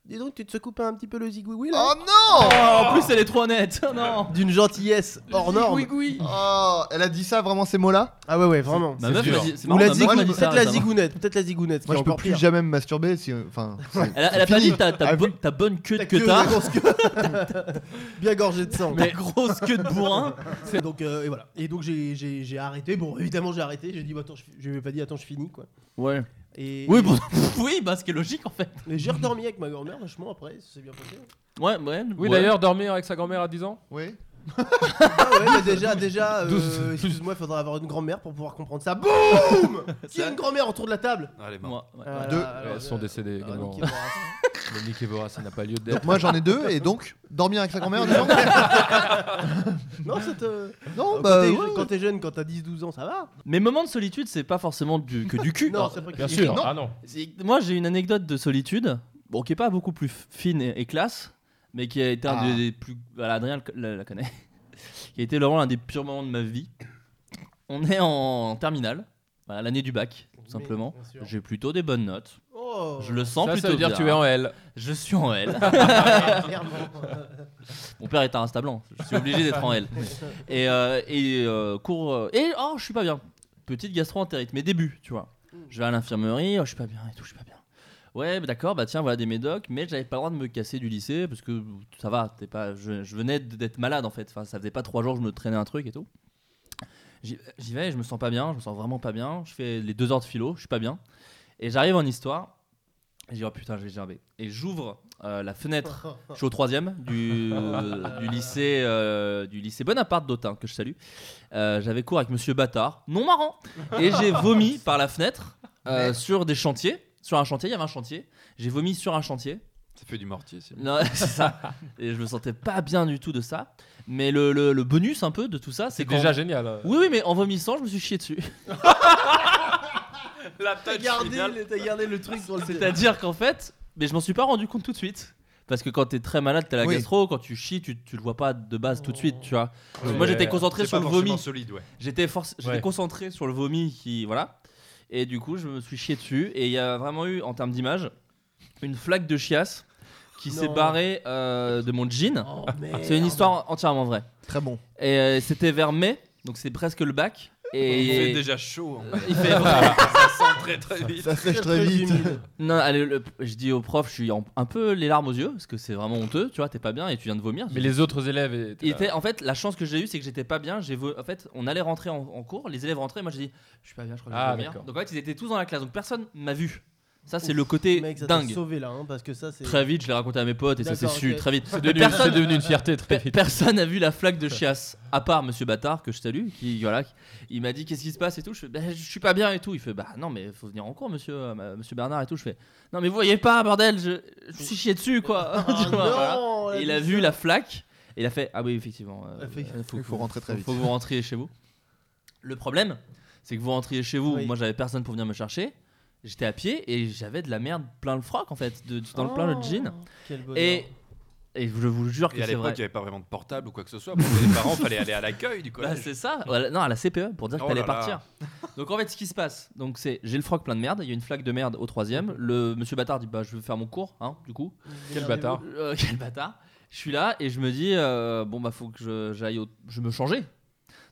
[SPEAKER 2] Dis donc, tu te coupes un petit peu le zigouigoui là
[SPEAKER 4] Oh non
[SPEAKER 1] Oh, en plus, elle est trop nette. Oh, non.
[SPEAKER 2] D'une gentillesse hors norme.
[SPEAKER 4] Oh, elle a dit ça vraiment ces mots-là
[SPEAKER 2] Ah ouais, ouais, vraiment.
[SPEAKER 1] Ma Bah, meuf,
[SPEAKER 6] dur.
[SPEAKER 1] m'a dit- c'est
[SPEAKER 2] Ou
[SPEAKER 1] marrant,
[SPEAKER 2] la
[SPEAKER 1] ma meuf
[SPEAKER 2] zigou-
[SPEAKER 1] m'a dit ça
[SPEAKER 2] peut-être la
[SPEAKER 1] récemment.
[SPEAKER 2] zigounette, peut-être la zigounette.
[SPEAKER 4] Moi
[SPEAKER 2] qui
[SPEAKER 4] je
[SPEAKER 2] est
[SPEAKER 4] peux
[SPEAKER 2] encore
[SPEAKER 4] plus
[SPEAKER 2] pire.
[SPEAKER 4] jamais me masturber si euh, enfin c'est-
[SPEAKER 1] Elle a, elle a
[SPEAKER 4] c'est
[SPEAKER 1] pas
[SPEAKER 4] fini.
[SPEAKER 1] dit ta, ta
[SPEAKER 4] Ah,
[SPEAKER 1] bo- ta bonne queue de
[SPEAKER 2] Ta
[SPEAKER 1] que
[SPEAKER 2] queue,
[SPEAKER 1] t'as,
[SPEAKER 2] la grosse queue. Bien gorgée de sang.
[SPEAKER 1] ta grosse queue de bourrin.
[SPEAKER 2] Et donc euh, et voilà. Et donc j'ai- j'ai j'ai arrêté. Bon, évidemment j'ai arrêté. J'ai dit bah, attends, je, je lui ai pas dit attends, je finis quoi.
[SPEAKER 1] Ouais.
[SPEAKER 2] Et
[SPEAKER 1] Oui, bon, oui, bah, ce qui est logique en fait.
[SPEAKER 2] et j'ai redormi avec ma grand-mère vachement après. Ça s'est bien passé.
[SPEAKER 1] Ouais, ouais. ouais.
[SPEAKER 6] Oui, d'ailleurs, dormir avec sa grand-mère à 10 ans
[SPEAKER 4] Oui.
[SPEAKER 2] Ah ouais, mais déjà déjà. euh,
[SPEAKER 6] Douze. Douze.
[SPEAKER 2] Excuse-moi, il faudra avoir une grand-mère pour pouvoir comprendre ça. Boum Qui a une grand-mère autour de la table
[SPEAKER 5] Ah, elle est morte.
[SPEAKER 1] Moi, ouais.
[SPEAKER 2] Ah,
[SPEAKER 4] Deux.
[SPEAKER 2] là, alors,
[SPEAKER 6] Elles sont
[SPEAKER 2] euh,
[SPEAKER 6] décédées
[SPEAKER 2] ah,
[SPEAKER 6] également.
[SPEAKER 2] Nicky Lauda.
[SPEAKER 6] Dominique Evora, ça n'a pas lieu
[SPEAKER 4] Donc
[SPEAKER 6] d'être.
[SPEAKER 4] moi j'en ai deux et donc dormir avec sa grand-mère disons
[SPEAKER 2] Non, c'est. euh,
[SPEAKER 4] Non
[SPEAKER 1] Oh,
[SPEAKER 2] quand
[SPEAKER 4] bah
[SPEAKER 2] t'es-
[SPEAKER 4] ouais.
[SPEAKER 2] quand t'es jeune, quand t'as 10-12 ans, ça va.
[SPEAKER 1] Mes moments de solitude, c'est pas forcément du, que du cul.
[SPEAKER 2] Non, c'est pas
[SPEAKER 6] Bien
[SPEAKER 2] que-
[SPEAKER 6] sûr.
[SPEAKER 4] Non.
[SPEAKER 6] Ah non.
[SPEAKER 1] C'est- Moi, j'ai une anecdote de solitude, bon, qui est pas beaucoup plus fine et, et classe, mais qui a été un
[SPEAKER 4] Ah.
[SPEAKER 1] des, des plus. Voilà, Adrien le- la, la connaît. qui a été vraiment l'un des pires moments de ma vie. On est en, terminale, voilà, l'année du bac, tout simplement.
[SPEAKER 2] Bien sûr.
[SPEAKER 1] J'ai plutôt des bonnes notes.
[SPEAKER 2] Oh.
[SPEAKER 1] Je le sens
[SPEAKER 6] Ça,
[SPEAKER 1] plutôt
[SPEAKER 6] ça veut
[SPEAKER 1] bien.
[SPEAKER 6] dire tu es en L.
[SPEAKER 1] Je suis en L.
[SPEAKER 2] Clairement.
[SPEAKER 1] Mon père est un instablant. Je suis obligé d'être en L. Et, euh, et euh, cours. euh, et oh, je suis pas bien. Petite gastro-entérite, mes débuts, tu vois. Je vais à l'infirmerie, oh, je suis pas bien et tout, je suis pas bien. Ouais, bah d'accord, bah tiens, voilà des médocs, mais j'avais pas le droit de me casser du lycée parce que ça va, t'es pas, je, je venais d'être malade en fait. Enfin, ça faisait pas trois jours que je me traînais un truc et tout. J'y j'y vais, je me sens pas bien, je me sens vraiment pas bien. Je fais les deux heures de philo, je suis pas bien. Et j'arrive en histoire, et je dis oh putain, je vais gerber. Et j'ouvre euh, la fenêtre je suis au troisième du, du lycée euh, du lycée Bonaparte d'Autun que je salue. Euh, J'avais cours avec Monsieur Bâtard, non marrant, et j'ai vomi par la fenêtre euh, sur des chantiers, sur un chantier. Il y avait un chantier. J'ai vomi sur un chantier.
[SPEAKER 5] Ça fait du mortier, c'est
[SPEAKER 1] Non, c'est ça. Et je me sentais pas bien du tout de ça. Mais le, le- le bonus un peu de tout ça, c'est
[SPEAKER 6] C'est
[SPEAKER 1] quand
[SPEAKER 6] déjà génial. euh.
[SPEAKER 1] oui, oui, mais en vomissant, je me suis chié dessus.
[SPEAKER 5] La
[SPEAKER 2] T'as
[SPEAKER 5] tête
[SPEAKER 2] gardé,
[SPEAKER 5] finale.
[SPEAKER 2] le- t'as gardé le truc sur le
[SPEAKER 1] C'est-à-dire qu'en fait, mais je m'en suis pas rendu compte tout de suite. Parce que quand t'es très malade, t'as la
[SPEAKER 4] Oui.
[SPEAKER 1] gastro, quand tu chies, tu, tu le vois pas de base tout de suite, tu vois.
[SPEAKER 6] Ouais.
[SPEAKER 1] Moi j'étais concentré
[SPEAKER 5] C'est
[SPEAKER 1] sur
[SPEAKER 5] pas
[SPEAKER 1] le
[SPEAKER 5] forcément
[SPEAKER 1] vomi.
[SPEAKER 5] solide, ouais.
[SPEAKER 1] J'étais forc- j'étais
[SPEAKER 6] Ouais.
[SPEAKER 1] concentré sur le vomi qui voilà et du coup je me suis chié dessus et il y a vraiment eu en termes d'image une flaque de chiasse qui s'est
[SPEAKER 2] Non.
[SPEAKER 1] barrée euh, de mon jean.
[SPEAKER 2] Oh,
[SPEAKER 1] c'est une histoire entièrement vraie.
[SPEAKER 4] Très bon.
[SPEAKER 1] Et euh, c'était vers mai donc c'est presque le bac
[SPEAKER 5] Il fait
[SPEAKER 1] et
[SPEAKER 5] déjà chaud. hein.
[SPEAKER 1] il fait
[SPEAKER 5] Ça sent très très vite.
[SPEAKER 4] Ça sèche très vite.
[SPEAKER 1] non allez le- je dis au prof je suis en- un peu les larmes aux yeux parce que c'est vraiment honteux tu vois t'es pas bien et tu viens de vomir.
[SPEAKER 6] Mais les autres élèves étaient.
[SPEAKER 1] Il
[SPEAKER 6] là.
[SPEAKER 1] était- en fait, la chance que j'ai eue, c'est que j'étais pas bien. J'ai vo- En fait, on allait rentrer en, en cours, les élèves rentraient. Moi, j'ai dit, je suis pas bien, je crois que je vais
[SPEAKER 6] Ah,
[SPEAKER 1] vomir.
[SPEAKER 6] d'accord.
[SPEAKER 1] Donc, en fait, ils étaient tous dans la classe. Donc, personne m'a vu. Ça, c'est
[SPEAKER 2] Ouf,
[SPEAKER 1] le côté
[SPEAKER 2] Mec, ça t'a
[SPEAKER 1] dingue.
[SPEAKER 2] sauvé là, hein, parce que ça c'est.
[SPEAKER 1] Très vite, je l'ai raconté à mes potes et ça s'est
[SPEAKER 2] D'accord,
[SPEAKER 1] su
[SPEAKER 2] ok.
[SPEAKER 1] très vite.
[SPEAKER 6] C'est devenu,
[SPEAKER 1] personne-
[SPEAKER 6] c'est devenu une fierté très
[SPEAKER 1] Pe-
[SPEAKER 6] vite.
[SPEAKER 1] Personne n'a vu la flaque de chiasse, à part Monsieur Bâtard que je salue, qui voilà, qui- il m'a dit qu'est-ce qui se passe et tout. Je fais, bah, je suis pas bien et tout. Il fait bah non mais faut venir en cours Monsieur euh, ma- Monsieur Bernard et tout. Je fais non mais vous voyez pas bordel, je, je me suis chié dessus quoi.
[SPEAKER 2] Ah,
[SPEAKER 1] Tu vois, voilà.
[SPEAKER 2] non,
[SPEAKER 1] Et il a
[SPEAKER 2] la-
[SPEAKER 1] vu la flaque et il a fait Ah oui, effectivement. euh,
[SPEAKER 2] Ah, fait-
[SPEAKER 1] euh,
[SPEAKER 4] Il faut rentrer très
[SPEAKER 1] faut-
[SPEAKER 4] vite.
[SPEAKER 1] faut que vous rentriez chez vous. Le problème, c'est que vous rentriez chez vous.
[SPEAKER 2] Oui.
[SPEAKER 1] Moi, j'avais personne pour venir me chercher. J'étais à pied et j'avais de la merde plein le froc en fait, de, dans le plein le jean.
[SPEAKER 2] Quel Oh. bonheur.
[SPEAKER 1] Et Et je vous jure que
[SPEAKER 5] Et à
[SPEAKER 1] c'est
[SPEAKER 5] l'époque,
[SPEAKER 1] vrai.
[SPEAKER 5] il n'y avait pas vraiment de portable ou quoi que ce soit. Pour les parents, fallait aller à l'accueil du
[SPEAKER 1] Bah,
[SPEAKER 5] collège.
[SPEAKER 1] c'est ça, Voilà, non, à la CPE pour dire que
[SPEAKER 5] Oh
[SPEAKER 1] t'allais
[SPEAKER 5] là là.
[SPEAKER 1] partir. Donc en fait, ce qui se passe, donc c'est j'ai le froc plein de merde, il y a une flaque de merde au troisième. Le monsieur bâtard dit bah je veux faire mon cours, hein, du coup.
[SPEAKER 6] Quel bâtard.
[SPEAKER 1] Euh, quel bâtard. Je suis là et je me dis euh, bon bah faut que je- j'aille, au- je me changer.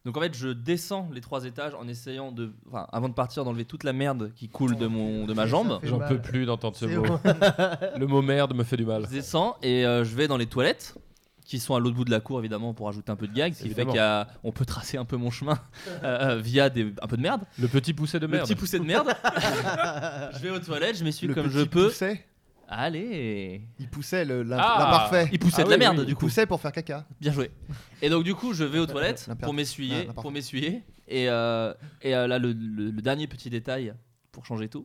[SPEAKER 1] Donc en fait, je descends les trois étages en essayant de, enfin, avant de partir, d'enlever toute la merde qui coule de mon de ma jambe.
[SPEAKER 2] fait
[SPEAKER 6] J'en
[SPEAKER 2] mal.
[SPEAKER 6] peux plus d'entendre ce
[SPEAKER 2] C'est
[SPEAKER 6] mot. Le mot merde me fait du mal.
[SPEAKER 1] Je descends et euh, je vais dans les toilettes qui sont à l'autre bout de la cour évidemment pour ajouter un peu de gag, ce qui
[SPEAKER 6] Évidemment.
[SPEAKER 1] fait qu'on peut tracer un peu mon chemin euh, euh, via des, un peu de merde.
[SPEAKER 6] Le petit poussé de
[SPEAKER 1] Le
[SPEAKER 6] merde.
[SPEAKER 1] petit poussé de merde. je vais aux toilettes, je m'essuie
[SPEAKER 4] Le
[SPEAKER 1] comme
[SPEAKER 4] petit
[SPEAKER 1] je peux.
[SPEAKER 4] poussait,
[SPEAKER 1] Allez.
[SPEAKER 4] il poussait le- la-
[SPEAKER 6] Ah.
[SPEAKER 4] l'imparfait.
[SPEAKER 1] Il poussait
[SPEAKER 6] Ah
[SPEAKER 1] de
[SPEAKER 6] oui,
[SPEAKER 1] la
[SPEAKER 6] oui,
[SPEAKER 1] merde
[SPEAKER 6] il
[SPEAKER 1] du
[SPEAKER 4] Il
[SPEAKER 1] coup.
[SPEAKER 4] poussait pour faire caca.
[SPEAKER 1] Bien joué. Et donc du coup, je vais aux toilettes
[SPEAKER 4] L'imperfect.
[SPEAKER 1] pour
[SPEAKER 4] Ah,
[SPEAKER 1] m'essuyer,
[SPEAKER 4] l'imparfait.
[SPEAKER 1] pour m'essuyer. Et, euh, et euh, là, le, le- le dernier petit détail pour changer tout,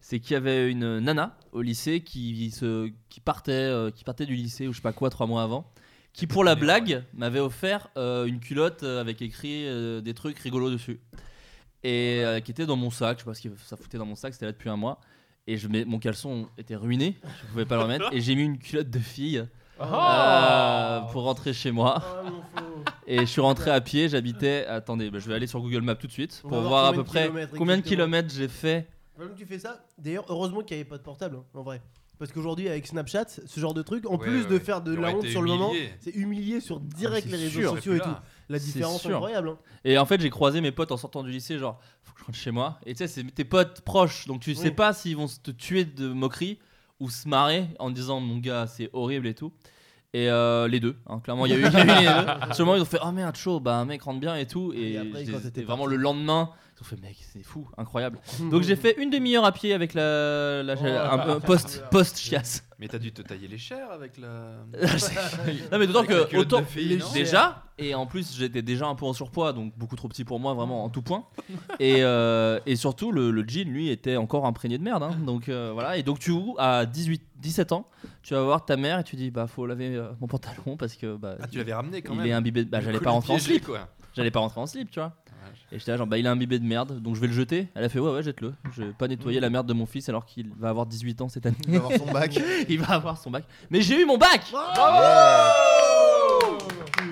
[SPEAKER 1] c'est qu'il y avait une nana au lycée qui se, qui partait, euh, qui partait du lycée ou je sais pas quoi trois mois avant, qui pour la blague m'avait offert euh, une culotte euh, avec écrit euh, des trucs rigolos dessus et euh, qui était dans mon sac. Je sais pas ce que ça foutait dans mon sac. C'était là depuis un mois. Et je mets, mon caleçon était ruiné, je pouvais pas le remettre. Et j'ai mis une culotte de fille
[SPEAKER 6] Oh
[SPEAKER 1] euh, pour rentrer chez moi.
[SPEAKER 2] Ah,
[SPEAKER 1] Et je suis rentré à pied, j'habitais. Attendez, bah, je vais aller sur Google Maps tout de suite
[SPEAKER 2] On
[SPEAKER 1] pour
[SPEAKER 2] va
[SPEAKER 1] voir à
[SPEAKER 2] combien
[SPEAKER 1] peu
[SPEAKER 2] de
[SPEAKER 1] près
[SPEAKER 2] kilomètres
[SPEAKER 1] combien de
[SPEAKER 2] exactement.
[SPEAKER 1] kilomètres j'ai fait.
[SPEAKER 2] Pendant que tu fais ça, d'ailleurs, heureusement qu'il n'y avait pas de portable, hein, en vrai. Parce qu'aujourd'hui, avec Snapchat, ce genre de truc, en
[SPEAKER 5] Ouais,
[SPEAKER 2] plus
[SPEAKER 5] ouais,
[SPEAKER 2] de
[SPEAKER 5] ouais.
[SPEAKER 2] faire de
[SPEAKER 5] Il
[SPEAKER 2] la
[SPEAKER 5] aurait
[SPEAKER 2] honte
[SPEAKER 5] été
[SPEAKER 2] sur le moment,
[SPEAKER 5] humilié.
[SPEAKER 2] c'est humilié sur direct
[SPEAKER 1] Ah,
[SPEAKER 2] les
[SPEAKER 1] c'est
[SPEAKER 2] réseaux
[SPEAKER 1] sûr.
[SPEAKER 2] sociaux et tout. La
[SPEAKER 1] C'est
[SPEAKER 2] différence
[SPEAKER 1] sûr.
[SPEAKER 2] incroyable. hein.
[SPEAKER 1] Et en fait, j'ai croisé mes potes en sortant du lycée, genre, faut que je rentre chez moi. Et tu sais, c'est tes potes proches, donc tu sais
[SPEAKER 2] Oui.
[SPEAKER 1] pas s'ils vont se te tuer de moquerie ou se marrer en disant, mon gars, c'est horrible et tout. Et euh, les deux, hein, clairement, il y a eu, il y a eu les deux. Sur le moment, ils ont fait, oh merde, chaud, bah mec, rentre bien et tout. Et,
[SPEAKER 2] Et après,
[SPEAKER 1] je
[SPEAKER 2] quand
[SPEAKER 1] les-
[SPEAKER 2] t'étais
[SPEAKER 1] et vraiment
[SPEAKER 2] parti.
[SPEAKER 1] le lendemain, ils ont fait, mec, c'est fou, incroyable.
[SPEAKER 2] hein.
[SPEAKER 1] Donc j'ai fait une demi-heure à pied avec la,
[SPEAKER 2] Oh,
[SPEAKER 1] la- un,
[SPEAKER 2] bah,
[SPEAKER 1] un post, post chiasse.
[SPEAKER 2] hein.
[SPEAKER 5] Mais t'as dû te tailler les chairs avec la.
[SPEAKER 1] non mais d'autant
[SPEAKER 5] Avec la
[SPEAKER 1] que
[SPEAKER 5] culotte de
[SPEAKER 1] autant
[SPEAKER 5] fille, non
[SPEAKER 1] déjà et en plus j'étais déjà un peu en surpoids donc beaucoup trop petit pour moi vraiment en tout point et, euh, et surtout le, le jean lui était encore imprégné de merde hein. donc euh, voilà et donc tu à 18 17 ans tu vas voir ta mère et tu dis bah faut laver euh, mon pantalon parce que bah
[SPEAKER 5] Ah, tu l'avais ramené quand
[SPEAKER 1] il
[SPEAKER 5] même.
[SPEAKER 1] est imbibé de- bah
[SPEAKER 5] Du
[SPEAKER 1] j'allais
[SPEAKER 5] coup,
[SPEAKER 1] pas
[SPEAKER 5] le
[SPEAKER 1] rentrer en
[SPEAKER 5] piégé,
[SPEAKER 1] slip
[SPEAKER 5] quoi.
[SPEAKER 1] j'allais pas rentrer en slip tu vois
[SPEAKER 5] Ouais.
[SPEAKER 1] et j'étais là genre bah il est imbibé de merde donc je vais le jeter elle a fait ouais ouais jette-le je vais pas
[SPEAKER 5] Mm.
[SPEAKER 1] nettoyer la merde de mon fils alors qu'il va avoir 18 ans cette année
[SPEAKER 4] Il va avoir son bac.
[SPEAKER 1] il va avoir son bac mais j'ai eu mon bac Ah Oh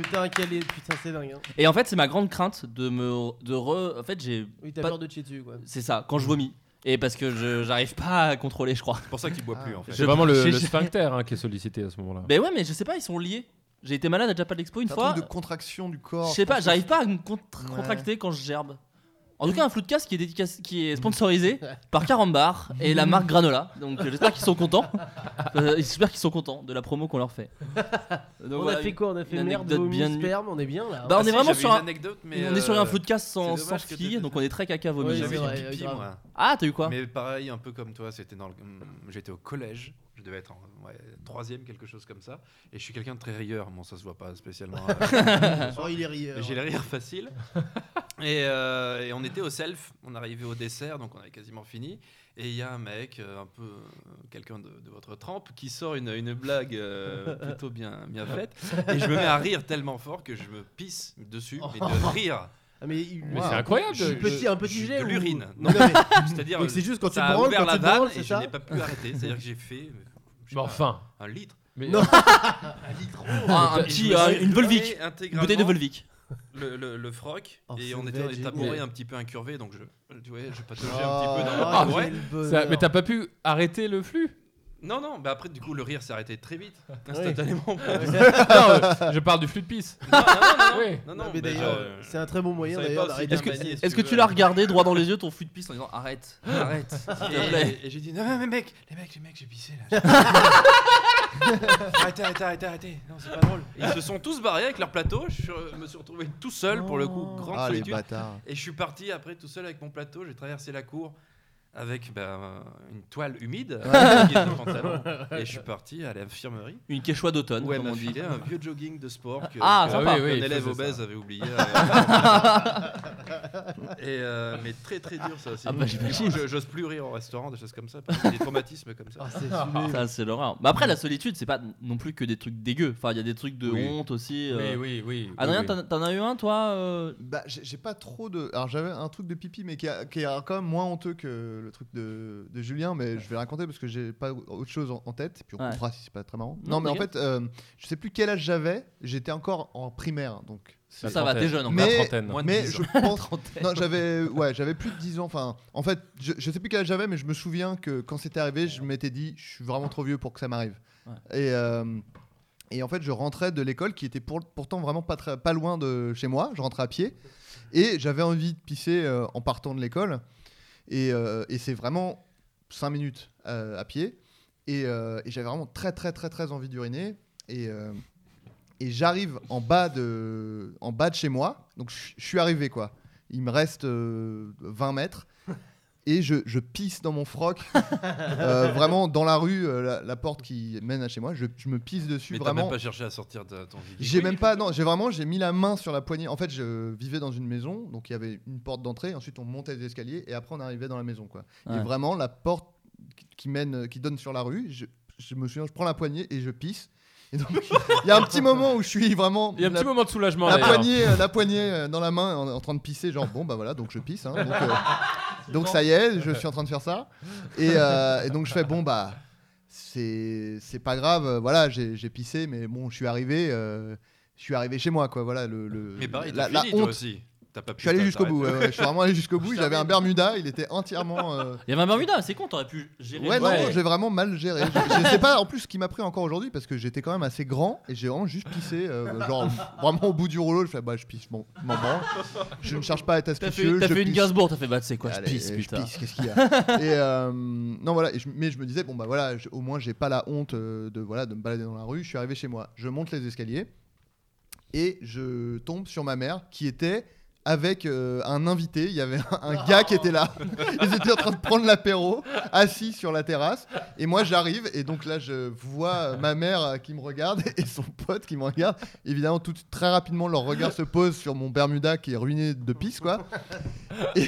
[SPEAKER 2] Putain, quel est. Putain, c'est dingue. hein.
[SPEAKER 1] Et en fait, c'est ma grande crainte de me de re. En fait, j'ai.
[SPEAKER 2] Oui, t'as
[SPEAKER 1] Pas-
[SPEAKER 2] peur de te chier dessus, quoi.
[SPEAKER 1] C'est ça. Quand je vomis. Et parce que je j'arrive pas à contrôler, je crois.
[SPEAKER 5] C'est pour ça qu'il boit plus
[SPEAKER 1] Ah,
[SPEAKER 5] en fait.
[SPEAKER 6] C'est vraiment le,
[SPEAKER 1] j'ai-
[SPEAKER 6] le sphincter hein, qui est sollicité à ce moment-là.
[SPEAKER 1] Mais ouais, mais je sais pas, ils sont liés. J'ai été malade à Japan Expo une
[SPEAKER 4] C'est un
[SPEAKER 1] fois.
[SPEAKER 4] truc de contraction du
[SPEAKER 1] Je
[SPEAKER 4] corps.
[SPEAKER 1] sais pas, j'arrive pas à me contre-
[SPEAKER 4] Ouais.
[SPEAKER 1] contracter quand je gerbe. En tout cas, un flou de casse qui est, dédicace- qui est sponsorisé par Carambar et la marque Granola. Donc euh, j'espère qu'ils sont contents. Euh, j'espère qu'ils sont contents de la promo qu'on leur fait. Donc,
[SPEAKER 2] on
[SPEAKER 1] voilà,
[SPEAKER 2] a fait quoi On a fait
[SPEAKER 1] une
[SPEAKER 2] merde,
[SPEAKER 1] anecdote
[SPEAKER 2] vomi,
[SPEAKER 1] bien nulle.
[SPEAKER 2] sperme, on est bien là.
[SPEAKER 1] Bah, on est
[SPEAKER 5] Ah, si,
[SPEAKER 1] vraiment
[SPEAKER 5] j'avais
[SPEAKER 1] sur
[SPEAKER 5] une
[SPEAKER 1] un-
[SPEAKER 5] anecdote, mais.
[SPEAKER 1] on est sur un
[SPEAKER 5] euh,
[SPEAKER 1] flou de casse sans,
[SPEAKER 5] c'est
[SPEAKER 1] sans
[SPEAKER 5] dommage que
[SPEAKER 1] fille,
[SPEAKER 5] t'étais-
[SPEAKER 1] donc on est très caca vomi.
[SPEAKER 2] Ouais,
[SPEAKER 5] J'avais
[SPEAKER 2] c'est
[SPEAKER 5] du
[SPEAKER 2] vrai,
[SPEAKER 5] pipi
[SPEAKER 2] grave.
[SPEAKER 5] moi.
[SPEAKER 1] Ah, t'as eu quoi
[SPEAKER 5] Mais pareil, un peu comme toi, c'était dans le... mm, j'étais au collège, je devais être en ouais, troisième, quelque chose comme ça, et je suis quelqu'un de très rigueur, bon ça se voit pas spécialement, euh,
[SPEAKER 2] Oh, il est
[SPEAKER 5] mais
[SPEAKER 2] rieur.
[SPEAKER 5] j'ai les rires faciles. Et, euh, et on était au self, on arrivait au dessert, donc on avait quasiment fini, et il y a un mec, euh, un peu euh, quelqu'un de, de votre trempe, qui sort une, une blague euh, plutôt bien, bien faite, et je me mets à rire tellement fort que je me pisse dessus, mais de rire.
[SPEAKER 2] Ah, mais il-
[SPEAKER 6] Mais
[SPEAKER 2] Wow.
[SPEAKER 6] c'est incroyable.
[SPEAKER 5] Je-
[SPEAKER 2] Un petit, un petit
[SPEAKER 5] je-
[SPEAKER 2] jet
[SPEAKER 5] de
[SPEAKER 2] ou-
[SPEAKER 5] l'urine.
[SPEAKER 2] Non, mais-
[SPEAKER 5] C'est-à-dire,
[SPEAKER 2] donc c'est juste quand tu
[SPEAKER 5] ça a
[SPEAKER 2] branles,
[SPEAKER 5] ouvert
[SPEAKER 2] quand
[SPEAKER 5] la
[SPEAKER 2] tu branles,
[SPEAKER 5] vanne
[SPEAKER 2] c'est
[SPEAKER 5] et je
[SPEAKER 2] ça
[SPEAKER 5] n'ai pas pu arrêter. C'est-à-dire que j'ai fait euh, je sais
[SPEAKER 6] Mais
[SPEAKER 5] pas,
[SPEAKER 6] enfin.
[SPEAKER 5] un litre.
[SPEAKER 6] Mais-
[SPEAKER 2] Non.
[SPEAKER 5] Un litre.
[SPEAKER 1] Ah, un
[SPEAKER 5] Et je
[SPEAKER 1] petit,
[SPEAKER 5] me
[SPEAKER 1] euh,
[SPEAKER 5] suis
[SPEAKER 1] une Volvic. Une
[SPEAKER 5] gouré
[SPEAKER 1] bouteille de
[SPEAKER 5] intégralement
[SPEAKER 1] Volvic.
[SPEAKER 5] Le, le, le froc.
[SPEAKER 2] Oh,
[SPEAKER 5] et
[SPEAKER 2] c'est
[SPEAKER 5] on
[SPEAKER 2] une
[SPEAKER 5] était dans des
[SPEAKER 2] veggie.
[SPEAKER 5] tabourets
[SPEAKER 6] Mais-
[SPEAKER 5] un petit peu incurvés. Donc je, tu vois, je pataugeais
[SPEAKER 4] Ah.
[SPEAKER 5] un petit peu dans le
[SPEAKER 2] Ah,
[SPEAKER 5] tabouret.
[SPEAKER 2] quel
[SPEAKER 6] Ça-
[SPEAKER 2] bonheur.
[SPEAKER 6] mais t'as pas pu arrêter le flux
[SPEAKER 5] Non, non, bah après, du coup, le rire s'est arrêté très vite. Instantanément. Non,
[SPEAKER 6] Non, euh, je parle du flux de pisse.
[SPEAKER 5] non, non, non.
[SPEAKER 6] Oui.
[SPEAKER 5] Non,
[SPEAKER 2] Non,
[SPEAKER 5] non,
[SPEAKER 2] mais
[SPEAKER 5] mais
[SPEAKER 2] d'ailleurs, euh,
[SPEAKER 5] je-
[SPEAKER 2] c'est un très bon moyen
[SPEAKER 5] savais
[SPEAKER 2] d'ailleurs
[SPEAKER 5] pas aussi
[SPEAKER 2] d'arrêter.
[SPEAKER 1] Est-ce que,
[SPEAKER 5] bien manié, si
[SPEAKER 1] est-ce que
[SPEAKER 5] veux.
[SPEAKER 1] tu l'as regardé droit dans les yeux ton flux de piste en disant arrête, arrête, s'il te plaît.
[SPEAKER 5] Et, et j'ai dit, non, mais mec, les mecs, les mecs, j'ai pissé là. arrêtez, arrêtez, arrêtez, arrêtez. Non, c'est pas drôle. Ils se sont tous barrés avec leur plateau. Je euh, me suis retrouvé tout seul pour le coup. Grande
[SPEAKER 4] Ah les
[SPEAKER 5] solitude.
[SPEAKER 4] bâtards.
[SPEAKER 5] Et je suis parti après tout seul avec mon plateau. J'ai traversé la cour avec ben, euh, une toile humide euh, qui est dans le pantalon. et je suis parti à l'infirmerie
[SPEAKER 1] Une quechua d'automne,
[SPEAKER 5] où elle
[SPEAKER 1] comme on
[SPEAKER 5] m'a
[SPEAKER 1] dit.
[SPEAKER 5] filé un vieux jogging de sport que,
[SPEAKER 1] Ah,
[SPEAKER 5] que-
[SPEAKER 1] sympa.
[SPEAKER 5] qu'un
[SPEAKER 6] Oui, oui, il
[SPEAKER 5] élève
[SPEAKER 6] faisait ça.
[SPEAKER 5] obèse avait oublié. euh, et, euh, mais très très dur ça aussi.
[SPEAKER 1] Ah bah,
[SPEAKER 5] Du coup,
[SPEAKER 1] j'imagine.
[SPEAKER 5] je- J'ose plus rire au restaurant, des choses comme ça, parce que j'ai des traumatismes comme ça.
[SPEAKER 2] Ah, c'est sublime.
[SPEAKER 1] Ça, c'est l'horreur. Mais après, la solitude, c'est pas non plus que des trucs dégueux. Enfin, il y a des trucs de
[SPEAKER 6] Oui.
[SPEAKER 1] honte aussi. euh.
[SPEAKER 6] Oui, oui, oui.
[SPEAKER 1] Adrien, t'en- t'en as eu un, toi euh,
[SPEAKER 4] Bah, j'ai j'ai pas trop de. Alors, j'avais un truc de pipi, mais qui, a- qui est quand même moins honteux que le, le truc de, de Julien, mais je vais le raconter parce que j'ai pas autre chose en, en tête. Et puis on
[SPEAKER 1] Ouais.
[SPEAKER 4] comprendra si c'est pas très marrant.
[SPEAKER 1] Non,
[SPEAKER 4] Non, mais en
[SPEAKER 1] t'inquiète.
[SPEAKER 4] fait, euh, je sais plus quel âge j'avais. J'étais encore en primaire, donc. c'est-
[SPEAKER 1] Ça va, t'es jeune encore.
[SPEAKER 6] La
[SPEAKER 4] Mais-
[SPEAKER 6] trentaine.
[SPEAKER 5] Moins de
[SPEAKER 4] mais
[SPEAKER 5] 10
[SPEAKER 4] je pense. non, j'avais ouais, j'avais plus de 10 ans. Enfin, en fait, je, je sais plus quel âge j'avais, mais je me souviens que quand c'était arrivé, je m'étais dit, je suis vraiment trop vieux pour que ça m'arrive.
[SPEAKER 1] Ouais.
[SPEAKER 4] Et euh, et en fait, je rentrais de l'école qui était pour- pourtant vraiment pas très, pas loin de chez moi. Je rentrais à pied et j'avais envie de pisser euh, en partant de l'école. Et, euh, et c'est vraiment 5 minutes euh, à pied. Et, euh, et j'avais vraiment très très très très envie d'uriner. Et, euh, et j'arrive en bas de en bas de chez moi donc je je suis arrivé quoi il me reste euh, 20 mètres et je, je pisse dans mon froc euh, vraiment dans la rue euh, la, la porte qui mène à chez moi je, je me pisse dessus
[SPEAKER 5] Mais t'as
[SPEAKER 4] vraiment
[SPEAKER 5] même pas cherché à sortir de ton vide.
[SPEAKER 4] j'ai même pas non j'ai vraiment j'ai mis la main sur la poignée en fait je vivais dans une maison donc il y avait une porte d'entrée ensuite on montait les escaliers et après on arrivait dans la maison quoi et
[SPEAKER 1] Ouais.
[SPEAKER 4] vraiment la porte qui- qui mène qui donne sur la rue je, je me souviens je prends la poignée et je pisse et donc il y a un petit moment où je suis vraiment
[SPEAKER 6] Il y a un
[SPEAKER 4] la-
[SPEAKER 6] petit moment de soulagement.
[SPEAKER 4] la
[SPEAKER 6] d'ailleurs.
[SPEAKER 4] poignée, euh, la poignée euh, dans la main en, en train de pisser, genre bon bah voilà, donc je pisse. hein, donc, euh, donc ça y est, je suis en train de faire ça. Et, euh, et donc je fais bon bah c'est c'est pas grave, euh, voilà j'ai j'ai pissé, mais bon je suis arrivé, euh, je suis arrivé chez moi quoi, voilà le, le-
[SPEAKER 5] Mais pareil,
[SPEAKER 4] la,
[SPEAKER 5] t'as
[SPEAKER 4] la
[SPEAKER 5] fini toi
[SPEAKER 4] honte.
[SPEAKER 5] aussi. T'as pas pu.
[SPEAKER 4] Je suis allé jusqu'au bout, ouais,
[SPEAKER 5] t'arrêter.
[SPEAKER 4] ouais, je suis vraiment allé jusqu'au bout.
[SPEAKER 5] Je
[SPEAKER 4] J'avais un
[SPEAKER 5] t'arrête.
[SPEAKER 4] Bermuda, il était entièrement. euh,
[SPEAKER 1] Il y avait un Bermuda, c'est con, t'aurais pu gérer.
[SPEAKER 4] Ouais,
[SPEAKER 1] le-
[SPEAKER 4] non,
[SPEAKER 6] Ouais.
[SPEAKER 4] j'ai vraiment mal géré. Je, je sais pas en plus ce qui m'a pris encore aujourd'hui parce que j'étais quand même assez grand et j'ai vraiment juste pissé. euh, genre vraiment au bout du rouleau, je fais bah je pisse, je m'en je m'en branle. Je ne cherche pas à être
[SPEAKER 1] T'as fait,
[SPEAKER 4] astucieux.
[SPEAKER 1] t'as
[SPEAKER 4] je
[SPEAKER 1] fait une
[SPEAKER 4] pisse.
[SPEAKER 1] Gainsbourg, t'as fait bah, tu sais quoi,
[SPEAKER 4] Allez,
[SPEAKER 1] je pisse,
[SPEAKER 4] euh,
[SPEAKER 1] putain.
[SPEAKER 4] pisse, qu'est-ce qu'il y a Et euh, non voilà, et je- mais je me disais bon bah voilà, je- au moins j'ai pas la honte euh, de voilà de me balader dans la rue. Je suis arrivé chez moi, je monte les escaliers et je tombe sur ma mère qui était avec euh, un invité. Il y avait un, un gars qui était là. Ils étaient en train de prendre l'apéro, assis sur la terrasse. Et moi j'arrive et donc là je vois euh, ma mère euh, qui me regarde et son pote qui me regarde. Évidemment tout très rapidement leur regard se pose sur mon Bermuda qui est ruiné de pisse quoi. Et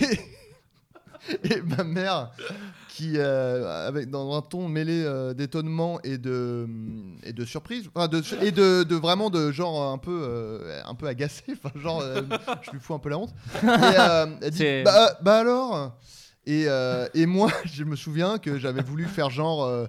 [SPEAKER 4] et ma mère qui euh, avec dans un ton mêlé euh, d'étonnement et de mm, et de surprise enfin, de, et de, de vraiment de genre un peu euh, un peu agacé enfin genre euh, je lui fous un peu la honte et, euh, elle dit,
[SPEAKER 1] C'est-
[SPEAKER 4] bah, bah alors et, euh, et moi je me souviens que j'avais voulu faire genre euh,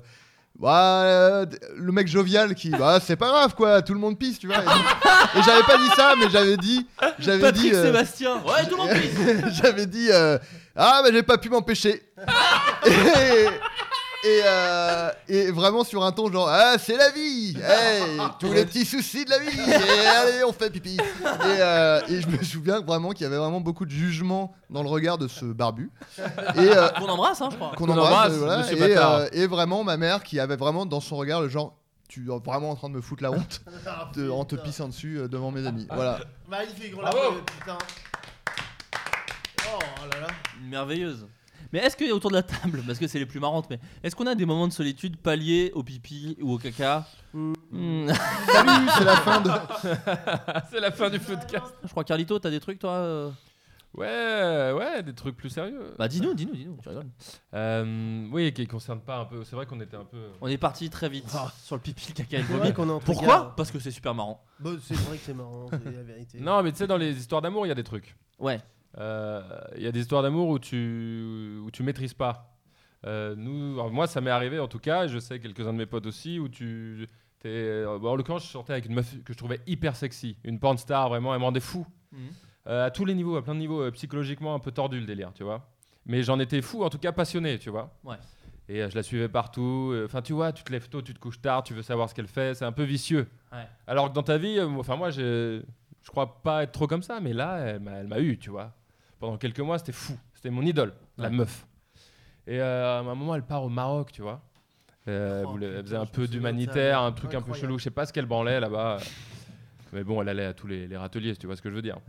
[SPEAKER 4] Bah, euh, le mec jovial qui bah c'est pas grave quoi tout le monde pisse tu vois et, et j'avais pas dit ça mais j'avais dit j'avais dit
[SPEAKER 1] Patrick
[SPEAKER 4] euh,
[SPEAKER 1] Sébastien, ouais, tout le monde pisse.
[SPEAKER 4] j'avais dit euh, ah mais j'ai pas pu m'empêcher et, et, euh, et vraiment sur un ton genre ah c'est la vie Hey, tous les petits soucis de la vie Et allez on fait pipi et, euh, et je me souviens vraiment qu'il y avait vraiment beaucoup de jugement dans le regard de ce barbu et euh,
[SPEAKER 1] Qu'on embrasse, hein, je crois.
[SPEAKER 4] qu'on
[SPEAKER 6] Qu'on
[SPEAKER 4] embrasse,
[SPEAKER 6] embrasse,
[SPEAKER 4] euh, voilà.
[SPEAKER 6] monsieur
[SPEAKER 4] et,
[SPEAKER 6] bâtard.
[SPEAKER 4] euh, et vraiment ma mère qui avait vraiment dans son regard le genre tu es vraiment en train de me foutre la honte de- en te pissant dessus euh, devant mes amis voilà
[SPEAKER 2] Ah,
[SPEAKER 6] Ah,
[SPEAKER 2] Magnifique, on l'a
[SPEAKER 6] Bravo.
[SPEAKER 2] fait, putain. Oh là là.
[SPEAKER 1] Merveilleuse. Mais est-ce que autour de la table, parce que c'est les plus marrantes, mais est-ce qu'on a des moments de solitude palliés au pipi ou au caca Hmm.
[SPEAKER 4] salut c'est la fin de
[SPEAKER 6] C'est la fin du podcast.
[SPEAKER 1] Je crois Carlito, t'as des trucs toi euh
[SPEAKER 6] Ouais, ouais, des trucs plus sérieux.
[SPEAKER 1] Bah dis-nous, dis-nous, dis-nous, tu rigoles.
[SPEAKER 6] Euh, oui, qui ne concerne pas un peu. C'est vrai qu'on était un peu.
[SPEAKER 1] On est parti très vite Ah, sur le pipi, le caca et le
[SPEAKER 2] C'est
[SPEAKER 1] vomi.
[SPEAKER 2] vrai qu'on est entre
[SPEAKER 1] Pourquoi
[SPEAKER 2] gars.
[SPEAKER 1] Parce que c'est super marrant.
[SPEAKER 2] Bah, C'est vrai que c'est marrant, c'est la vérité.
[SPEAKER 6] Non, mais tu sais, dans les histoires d'amour, il y a des trucs.
[SPEAKER 1] Ouais.
[SPEAKER 6] Euh, Il y a des histoires d'amour où tu où tu maîtrises pas. Euh, nous, alors moi, ça m'est arrivé en tout cas. et Je sais quelques-uns de mes potes aussi où tu t'es. euh, bon, en l'occurrence, je sortais avec une meuf que je trouvais hyper sexy, une porn star vraiment. Elle me rendait fou
[SPEAKER 1] Mhm.
[SPEAKER 6] Euh, à tous les niveaux, à plein de niveaux, euh, psychologiquement un peu tordu le délire, tu vois. Mais j'en étais fou, en tout cas passionné, tu vois.
[SPEAKER 1] Ouais.
[SPEAKER 6] Et euh, je la suivais partout. euh, Enfin, tu vois, tu te lèves tôt, tu te couches tard, tu veux savoir ce qu'elle fait. C'est un peu vicieux.
[SPEAKER 1] Ouais.
[SPEAKER 6] Alors que dans ta vie, euh, moi- enfin moi, je, je crois pas être trop comme ça, mais là, elle m'a, elle m'a eu, tu vois. Pendant quelques mois, c'était fou. C'était mon idole, la
[SPEAKER 1] Ouais.
[SPEAKER 6] meuf. Et euh, à un moment, elle part au Maroc, tu vois. Euh, elle
[SPEAKER 2] Oh,
[SPEAKER 6] voulait- elle
[SPEAKER 2] putain,
[SPEAKER 6] faisait un
[SPEAKER 2] je me
[SPEAKER 6] peu
[SPEAKER 2] souviens de ça,
[SPEAKER 6] d'humanitaire,
[SPEAKER 2] mais
[SPEAKER 6] un truc un peu
[SPEAKER 2] incroyable.
[SPEAKER 6] chelou. Je sais pas ce qu'elle branlait là-bas. Mais bon, elle allait à tous les, les râteliers, si tu vois ce que je veux dire.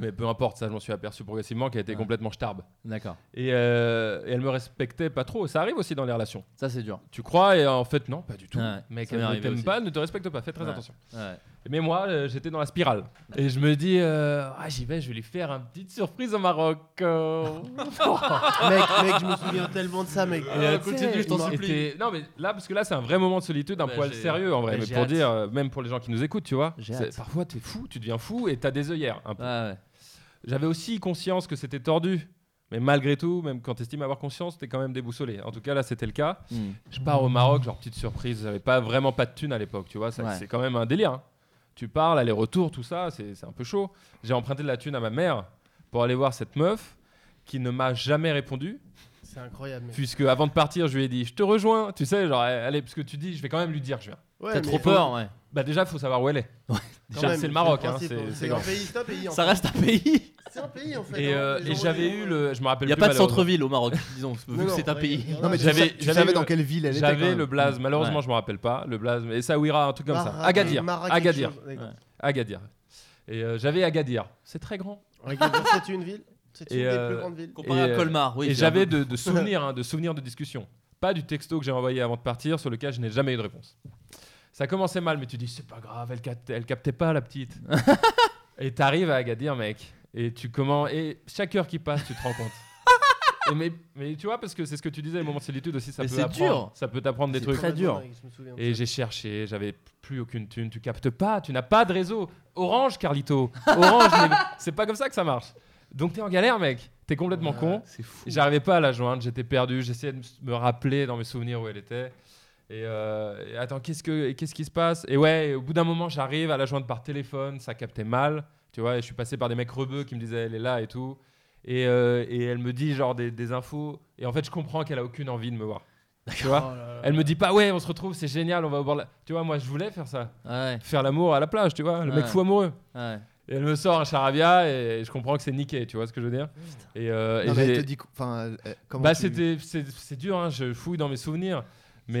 [SPEAKER 6] mais peu importe, ça, je m'en suis aperçu progressivement qu'elle était
[SPEAKER 1] Ouais.
[SPEAKER 6] complètement starbe.
[SPEAKER 1] D'accord.
[SPEAKER 6] Et, euh, et elle me respectait pas trop. Ça arrive aussi dans les relations.
[SPEAKER 1] Ça c'est dur.
[SPEAKER 6] Tu crois et en fait, non, pas du tout.
[SPEAKER 1] Ouais,
[SPEAKER 6] Mec,
[SPEAKER 1] ça m'est
[SPEAKER 6] elle ne
[SPEAKER 1] arrivé
[SPEAKER 6] t'aime
[SPEAKER 1] aussi.
[SPEAKER 6] pas, ne te respecte pas. Fais très
[SPEAKER 1] Ouais.
[SPEAKER 6] attention.
[SPEAKER 1] Ouais.
[SPEAKER 6] Mais moi, euh, j'étais dans la spirale. Et je me dis, euh, ah, j'y vais, je vais lui faire une petite surprise au Maroc. euh.
[SPEAKER 1] Ah,
[SPEAKER 2] Mec, mec, je me souviens tellement de ça, mec.
[SPEAKER 6] Et, euh,
[SPEAKER 1] continue,
[SPEAKER 6] tu sais,
[SPEAKER 1] je t'en
[SPEAKER 6] il
[SPEAKER 1] supplie.
[SPEAKER 6] était- Non, mais là, parce que là, c'est un vrai moment de solitude, un
[SPEAKER 1] Bah,
[SPEAKER 6] poil
[SPEAKER 1] j'ai-
[SPEAKER 6] sérieux en vrai.
[SPEAKER 1] bah,
[SPEAKER 6] mais
[SPEAKER 1] j'ai
[SPEAKER 6] pour
[SPEAKER 1] hâte.
[SPEAKER 6] dire, euh, même pour les gens qui nous écoutent, tu vois,
[SPEAKER 1] J'ai
[SPEAKER 6] c'est-
[SPEAKER 1] hâte.
[SPEAKER 6] parfois t'es fou, tu deviens fou et t'as des œillères. un peu.
[SPEAKER 1] Ouais, ouais.
[SPEAKER 6] J'avais aussi conscience que c'était tordu. Mais malgré tout, même quand tu estimes avoir conscience, t'es quand même déboussolé. En tout cas, là, c'était le cas.
[SPEAKER 1] Hmm.
[SPEAKER 6] Je pars au Maroc, genre petite surprise, j'avais pas vraiment pas de thunes à l'époque, tu vois, ça-
[SPEAKER 1] Ouais.
[SPEAKER 6] c'est quand même un délire. hein. Tu parles, aller-retour, tout ça, c'est c'est un peu chaud. J'ai emprunté de la thune à ma mère pour aller voir cette meuf qui ne m'a jamais répondu,
[SPEAKER 2] C'est incroyable. mec.
[SPEAKER 6] puisque avant de partir, je lui ai dit Je te rejoins, tu sais, genre, eh, allez, parce que tu dis, je vais quand même lui dire que je viens.
[SPEAKER 2] Ouais, mais
[SPEAKER 1] T'as trop
[SPEAKER 2] faut-
[SPEAKER 1] peur, ouais.
[SPEAKER 6] Bah, déjà, faut savoir où elle est.
[SPEAKER 2] quand
[SPEAKER 6] Déjà,
[SPEAKER 2] même,
[SPEAKER 6] c'est le Maroc, hein,
[SPEAKER 2] principe,
[SPEAKER 6] c'est- c'est
[SPEAKER 2] un
[SPEAKER 6] grand.
[SPEAKER 2] pays, c'est un pays. en
[SPEAKER 1] Ça
[SPEAKER 2] fait.
[SPEAKER 1] reste un pays.
[SPEAKER 2] C'est un pays en fait.
[SPEAKER 6] Et,
[SPEAKER 2] hein,
[SPEAKER 6] euh,
[SPEAKER 2] les
[SPEAKER 6] et
[SPEAKER 2] gens
[SPEAKER 6] j'avais
[SPEAKER 2] vont-
[SPEAKER 6] eu le. Je me rappelle
[SPEAKER 1] Il y a
[SPEAKER 6] plus,
[SPEAKER 1] pas de
[SPEAKER 6] malheureusement.
[SPEAKER 1] centre-ville au Maroc, disons, vu
[SPEAKER 2] Non,
[SPEAKER 1] que
[SPEAKER 2] non,
[SPEAKER 1] c'est un
[SPEAKER 2] ouais,
[SPEAKER 1] pays.
[SPEAKER 2] il y en a-
[SPEAKER 4] Non, mais tu
[SPEAKER 6] J'avais-
[SPEAKER 4] sais- tu
[SPEAKER 6] j'avais
[SPEAKER 4] savais
[SPEAKER 6] le-
[SPEAKER 4] dans quelle ville elle était. quand
[SPEAKER 6] J'avais
[SPEAKER 4] même.
[SPEAKER 6] le blaze, malheureusement,
[SPEAKER 1] Ouais.
[SPEAKER 6] je me rappelle pas. Le blaze, et ça, Ouira, un truc comme ça.
[SPEAKER 2] Mara-
[SPEAKER 6] Agadir.
[SPEAKER 2] Mara quelque
[SPEAKER 6] Agadir.
[SPEAKER 2] chose, d'accord.
[SPEAKER 6] Agadir. Et euh, j'avais Agadir. C'est très grand.
[SPEAKER 2] Agadir, c'est une ville. C'est une
[SPEAKER 6] Et,
[SPEAKER 2] des
[SPEAKER 6] euh,
[SPEAKER 2] plus grandes villes.
[SPEAKER 1] Comparé
[SPEAKER 6] Et,
[SPEAKER 1] à
[SPEAKER 6] euh,
[SPEAKER 1] Colmar, oui.
[SPEAKER 6] et
[SPEAKER 1] c'est
[SPEAKER 6] j'avais
[SPEAKER 1] un peu-
[SPEAKER 6] de, de souvenirs, hein, de souvenirs de discussion. Pas du texto que j'ai envoyé avant de partir, sur lequel je n'ai jamais eu de réponse. Ça commençait mal, mais tu dis, c'est pas grave, elle, capte- elle captait pas, la petite. et t'arrives à Agadir, mec. Et tu comment Et chaque heure qui passe, tu te rends compte. Et mais, mais tu vois, parce que c'est ce que tu disais, le moment de solitude aussi, ça
[SPEAKER 1] Mais
[SPEAKER 6] peut
[SPEAKER 1] c'est
[SPEAKER 6] apprendre-
[SPEAKER 1] dur.
[SPEAKER 6] Ça peut t'apprendre des
[SPEAKER 1] C'est
[SPEAKER 6] trucs.
[SPEAKER 1] très dur.
[SPEAKER 2] Je me souviens de
[SPEAKER 6] Et
[SPEAKER 2] ça.
[SPEAKER 6] j'ai cherché, j'avais plus aucune thune, tu captes pas, tu n'as pas de réseau. Orange, Carlito. Orange, mais c'est pas comme ça que ça marche. Donc t'es en galère, mec. T'es complètement con.
[SPEAKER 1] C'est fou.
[SPEAKER 6] J'arrivais pas à la joindre, j'étais perdu, j'essayais de m- me rappeler dans mes souvenirs où elle était. Et, euh, et attends, qu'est-ce, que, et qu'est-ce qui se passe Et ouais, et au bout d'un moment, j'arrive à la joindre par téléphone, ça captait mal. Tu vois, et je suis passé par des mecs rebeux qui me disaient elle est là et tout. Et, euh, et elle me dit genre des, des infos. Et en fait, je comprends qu'elle a aucune envie de me voir. Tu vois
[SPEAKER 2] Oh là là.
[SPEAKER 6] elle me dit pas ouais, on se retrouve, c'est génial, on va au bord. de la- Tu vois, moi je voulais faire ça,
[SPEAKER 1] Ouais,
[SPEAKER 6] faire l'amour à la plage, tu vois, le mec
[SPEAKER 1] Ouais.
[SPEAKER 6] fou amoureux.
[SPEAKER 1] ouais.
[SPEAKER 6] Et elle me sort un charabia et je comprends que c'est niqué, tu vois ce que je veux dire Et, euh, et
[SPEAKER 4] Non, mais elle
[SPEAKER 6] j'ai-
[SPEAKER 4] te dit. Enfin, euh, euh, comment
[SPEAKER 6] bah
[SPEAKER 4] tu-
[SPEAKER 6] c'était c'est c'est dur, hein, je fouille dans mes souvenirs, mais